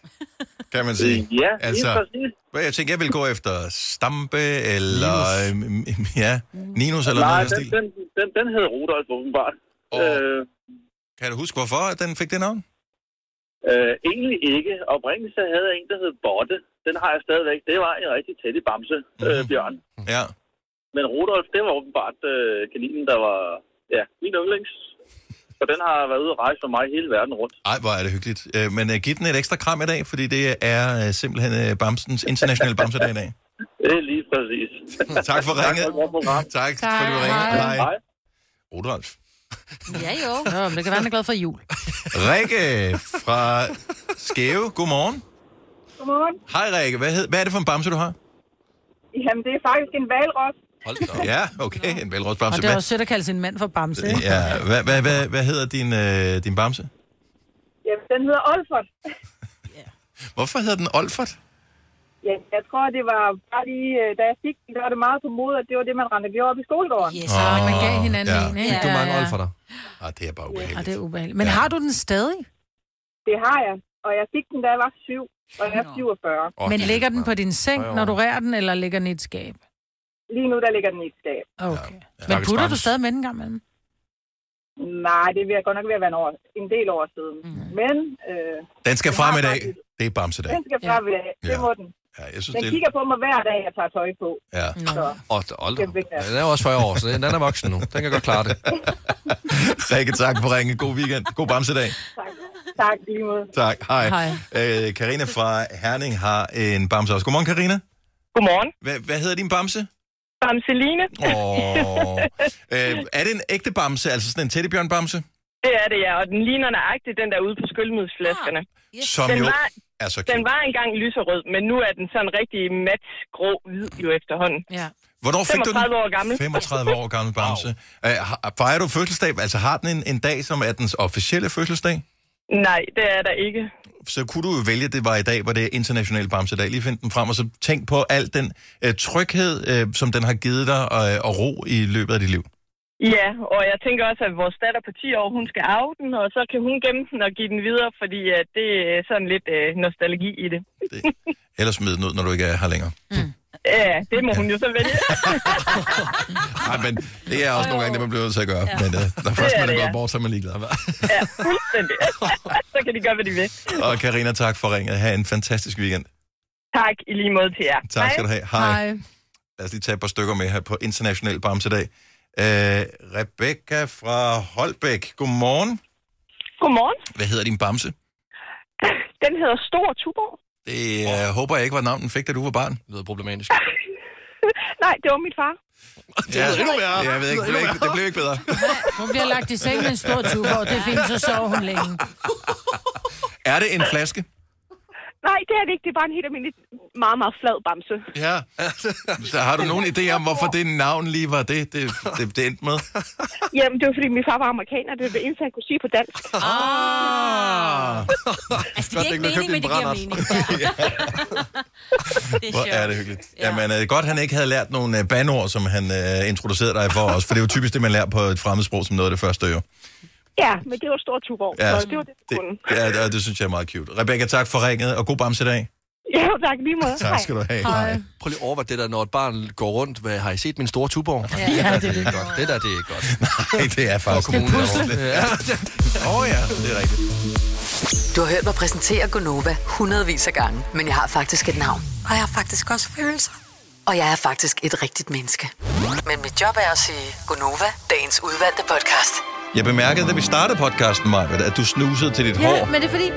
[SPEAKER 1] kan man sige.
[SPEAKER 9] Ja, lige
[SPEAKER 1] Altså,
[SPEAKER 9] præcis.
[SPEAKER 1] hvad jeg tænker, jeg vil gå efter Stampe, eller... Ninus. Ja, Ninus eller
[SPEAKER 9] Nej,
[SPEAKER 1] noget i den
[SPEAKER 9] den,
[SPEAKER 1] stil.
[SPEAKER 9] den, den, den hedder Rodolf, åbenbart.
[SPEAKER 1] Og øh, kan du huske, hvorfor at den fik det navn?
[SPEAKER 14] Øh, egentlig ikke. Oprindeligt så havde jeg en, der hed Botte. Den har jeg stadigvæk. Det var en rigtig tæt i bamse, mm-hmm. øh, Bjørn.
[SPEAKER 1] Mhm. Ja.
[SPEAKER 14] Men Rudolf, det var åbenbart øh, kaninen, der var ja, min yndlings. Så den har været ude at rejse for mig hele verden rundt.
[SPEAKER 1] Ej, hvor er det hyggeligt. Øh, men uh, giv den et ekstra kram i dag, fordi det er uh, simpelthen uh, Bamsens internationale Bamsedag i dag.
[SPEAKER 14] Det er lige præcis.
[SPEAKER 1] tak for
[SPEAKER 14] Tak
[SPEAKER 1] ringet.
[SPEAKER 14] for et godt program.
[SPEAKER 1] Tak, tak fordi du ringede. Hej. Hej. Rudolf.
[SPEAKER 3] Ja, jo. Nå, men det kan være, han er glad for jul.
[SPEAKER 1] Rikke fra Skæve. Godmorgen.
[SPEAKER 12] Godmorgen.
[SPEAKER 1] Hej Rikke. Hvad, hed, hvad er det for en bamse, du har?
[SPEAKER 12] Jamen, det er faktisk en valros.
[SPEAKER 1] Hold da. Ja, okay. En
[SPEAKER 4] Og
[SPEAKER 1] velrådsbamse.
[SPEAKER 4] det er også sødt at kalde sin mand for bamse. ikke?
[SPEAKER 1] Ja, hvad, hvad, hvad, hvad hedder din, øh, din bamse?
[SPEAKER 12] Jamen, den hedder Olfert.
[SPEAKER 1] Hvorfor hedder den Olfert?
[SPEAKER 12] Ja, jeg tror, det var bare lige, øh, da jeg fik den, der var det meget på mode, at det var det, man rendte vi op i skolegården.
[SPEAKER 4] Yes, og man gav hinanden
[SPEAKER 1] Ah, ja.
[SPEAKER 4] en, ikke?
[SPEAKER 1] Fik du mange
[SPEAKER 4] Ja, ja.
[SPEAKER 1] Olfert der? Ah, det er bare ubehageligt.
[SPEAKER 4] Og det er ubehageligt. Men har du den stadig?
[SPEAKER 12] Det har jeg, og jeg fik den, da jeg var syv, og jeg er 47.
[SPEAKER 4] Men ligger den på din seng, når du rærer den, eller ligger den i et skab?
[SPEAKER 12] Lige nu, der ligger den i et skab.
[SPEAKER 4] Okay. Men putter du stadig med den gang imellem?
[SPEAKER 12] Nej, det vil jeg godt nok ved at være en, år, en del år siden. Mm. Men øh,
[SPEAKER 1] Den skal frem i dag. Det er bamsedag.
[SPEAKER 12] den skal bare ja. være. Det
[SPEAKER 1] Ja.
[SPEAKER 12] må den.
[SPEAKER 1] Ja, jeg synes,
[SPEAKER 12] Den
[SPEAKER 1] det er...
[SPEAKER 12] kigger på mig hver dag, jeg tager tøj på.
[SPEAKER 1] Ja.
[SPEAKER 12] Så
[SPEAKER 2] Og, og,
[SPEAKER 12] det er vigtigt.
[SPEAKER 2] den er jo også 40 år, så den er voksen nu. Den kan godt klare det.
[SPEAKER 1] Rikke, tak for ringen. God weekend. God bamsedag.
[SPEAKER 12] Tak. Tak, lige måde.
[SPEAKER 1] Tak. Hej.
[SPEAKER 12] Hej.
[SPEAKER 1] Øh, Karina fra Herning har en bamse også. Godmorgen, Karina.
[SPEAKER 15] Godmorgen.
[SPEAKER 1] Hvad, hvad hedder din bamse?
[SPEAKER 15] Bamseline.
[SPEAKER 1] Åh. øh, er det en ægte bamse, altså sådan en teddybjørn-bamse?
[SPEAKER 15] Det er det, ja. Og den ligner nøjagtigt den der ude på skyldmiddelsflaskerne. Ah,
[SPEAKER 1] yes. Som
[SPEAKER 15] den,
[SPEAKER 1] jo
[SPEAKER 15] var,
[SPEAKER 1] er så
[SPEAKER 15] den var engang lyserød, men nu er den sådan rigtig mat, grå, hvid jo efterhånden.
[SPEAKER 4] Ja.
[SPEAKER 1] Hvornår fik du den?
[SPEAKER 15] 35 år gammel.
[SPEAKER 1] 35 år gammel bamse. Øh, har- fejrer du fødselsdag? Altså har den en, en dag, som er dens officielle fødselsdag?
[SPEAKER 15] Nej, det er der ikke.
[SPEAKER 1] Så kunne du jo vælge, at det var i dag, hvor det er international bamsedag. Lige find den frem, og så tænk på al den øh, tryghed, øh, som den har givet dig, og, øh, og ro i løbet af dit liv.
[SPEAKER 15] Ja, og jeg tænker også, at vores datter på 10 år, hun skal arve den, og så kan hun gemme den og give den videre, fordi at det er sådan lidt øh, nostalgi i det.
[SPEAKER 1] Eller smid den ud, når du ikke er her længere.
[SPEAKER 15] Ja, det må hun jo så vælge.
[SPEAKER 1] Nej, men det er også nogle gange det, man bliver nødt til at gøre. Ja.
[SPEAKER 15] Ja.
[SPEAKER 1] Men uh, når
[SPEAKER 15] Det
[SPEAKER 1] først
[SPEAKER 15] er
[SPEAKER 1] man er
[SPEAKER 15] det,
[SPEAKER 1] gået
[SPEAKER 15] ja.
[SPEAKER 1] bort, så er man ligeglad. hva'?
[SPEAKER 15] ja, fuldstændig. så kan de gøre, hvad de vil.
[SPEAKER 1] Og Karina, tak for ringet. Ha' en fantastisk weekend.
[SPEAKER 15] Tak i lige måde til jer.
[SPEAKER 1] Tak skal du have. Hej. Lad os lige tage et par stykker med her på International Bamsedag. Uh, Rebecca fra Holbæk. Godmorgen.
[SPEAKER 15] Godmorgen.
[SPEAKER 1] Hvad hedder din bamse?
[SPEAKER 15] Den hedder Stor Tuborg.
[SPEAKER 1] Det uh, håber jeg ikke var navnet, den fik, da du var barn. Det lyder problematisk.
[SPEAKER 15] Nej, det var min far.
[SPEAKER 1] Ja, det endnu værre. Jeg ved ikke, det blev ikke, det blev ikke bedre.
[SPEAKER 4] Hun bliver lagt i seng med en stor tube, og det er fint, så sover hun længe.
[SPEAKER 1] Er det en flaske?
[SPEAKER 16] Nej, det er det ikke. Det er bare en helt almindelig, meget, meget flad bamse.
[SPEAKER 1] Ja. Så har du nogen idé om, hvorfor det navn lige var det, det, det, det endte med?
[SPEAKER 3] Ah.
[SPEAKER 16] Jamen, det var fordi, min far var amerikaner. Det var det eneste, han kunne sige på dansk.
[SPEAKER 1] Ah.
[SPEAKER 3] Altså, det giver ikke mening, men det giver mening. Det er
[SPEAKER 1] Hvor
[SPEAKER 3] sjovt.
[SPEAKER 1] er det hyggeligt. Ja. Jamen, øh, godt han ikke havde lært nogle øh, banord, som han øh, introducerede dig for os, for det er jo typisk det, man lærer på et fremmedsprog som noget af det første jo.
[SPEAKER 16] Ja, men det var stor tuborg. Ja.
[SPEAKER 1] Ja.
[SPEAKER 16] Så det var det, det kunne.
[SPEAKER 1] Ja, det, det synes jeg er meget cute. Rebecca, tak for ringet, og god bamse i dag.
[SPEAKER 16] Ja, tak lige måde.
[SPEAKER 1] Tak skal du have.
[SPEAKER 16] Hej.
[SPEAKER 2] Prøv lige at overveje det der, når et barn går rundt. Hvad, har I set min store tuborg?
[SPEAKER 1] Ja,
[SPEAKER 2] det er ikke godt. Det der, det er ikke godt.
[SPEAKER 1] Nej, det er faktisk
[SPEAKER 2] kommunen er ordentlig.
[SPEAKER 1] Ja. Åh oh, ja, det er rigtigt.
[SPEAKER 5] Du har hørt mig præsentere Gonova hundredvis af gange, men jeg har faktisk et navn. Og jeg har faktisk også følelser. Og jeg er faktisk et rigtigt menneske. Men mit job er at sige Gonova, dagens udvalgte podcast.
[SPEAKER 1] Jeg bemærkede, da vi startede podcasten, Marvind, at du snusede til dit ja, hår.
[SPEAKER 4] Ja, men det er fordi,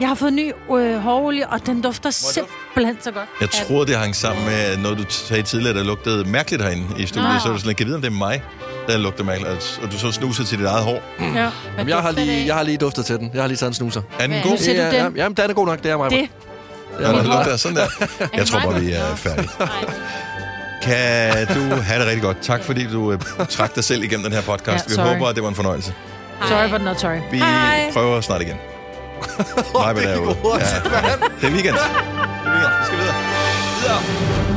[SPEAKER 4] jeg har fået ny øh, hårolie, og den dufter simpelthen så godt.
[SPEAKER 1] Jeg tror, det hang sammen med noget, du sagde tidligere, der lugtede mærkeligt herinde i studiet.
[SPEAKER 4] Nå.
[SPEAKER 1] Så er du sådan, kan jeg vide, om det er mig, der lugter mærkeligt, og- og du så snusede til dit eget hår.
[SPEAKER 4] Ja.
[SPEAKER 2] Mm. Jamen, jeg, har lige, jeg har lige duftet til den. Jeg har lige taget en snuser.
[SPEAKER 1] Er den Hvad er god? det? Ser du
[SPEAKER 2] Ja,
[SPEAKER 1] den?
[SPEAKER 2] ja, Jamen, den er god nok. Det er mig.
[SPEAKER 4] Det.
[SPEAKER 1] Nå, der lugter sådan der. Jeg tror bare, vi er færdige. Kan du have det rigtig godt. Tak, fordi du øh, trak dig selv igennem den her podcast.
[SPEAKER 4] Ja,
[SPEAKER 1] Vi
[SPEAKER 4] sorry.
[SPEAKER 1] håber, at det var en fornøjelse.
[SPEAKER 4] Sorry for den, not sorry.
[SPEAKER 1] Vi prøver snart igen. Nej, men det er jo. Ja. Det er weekend. Det er weekend. Vi skal videre. Videre.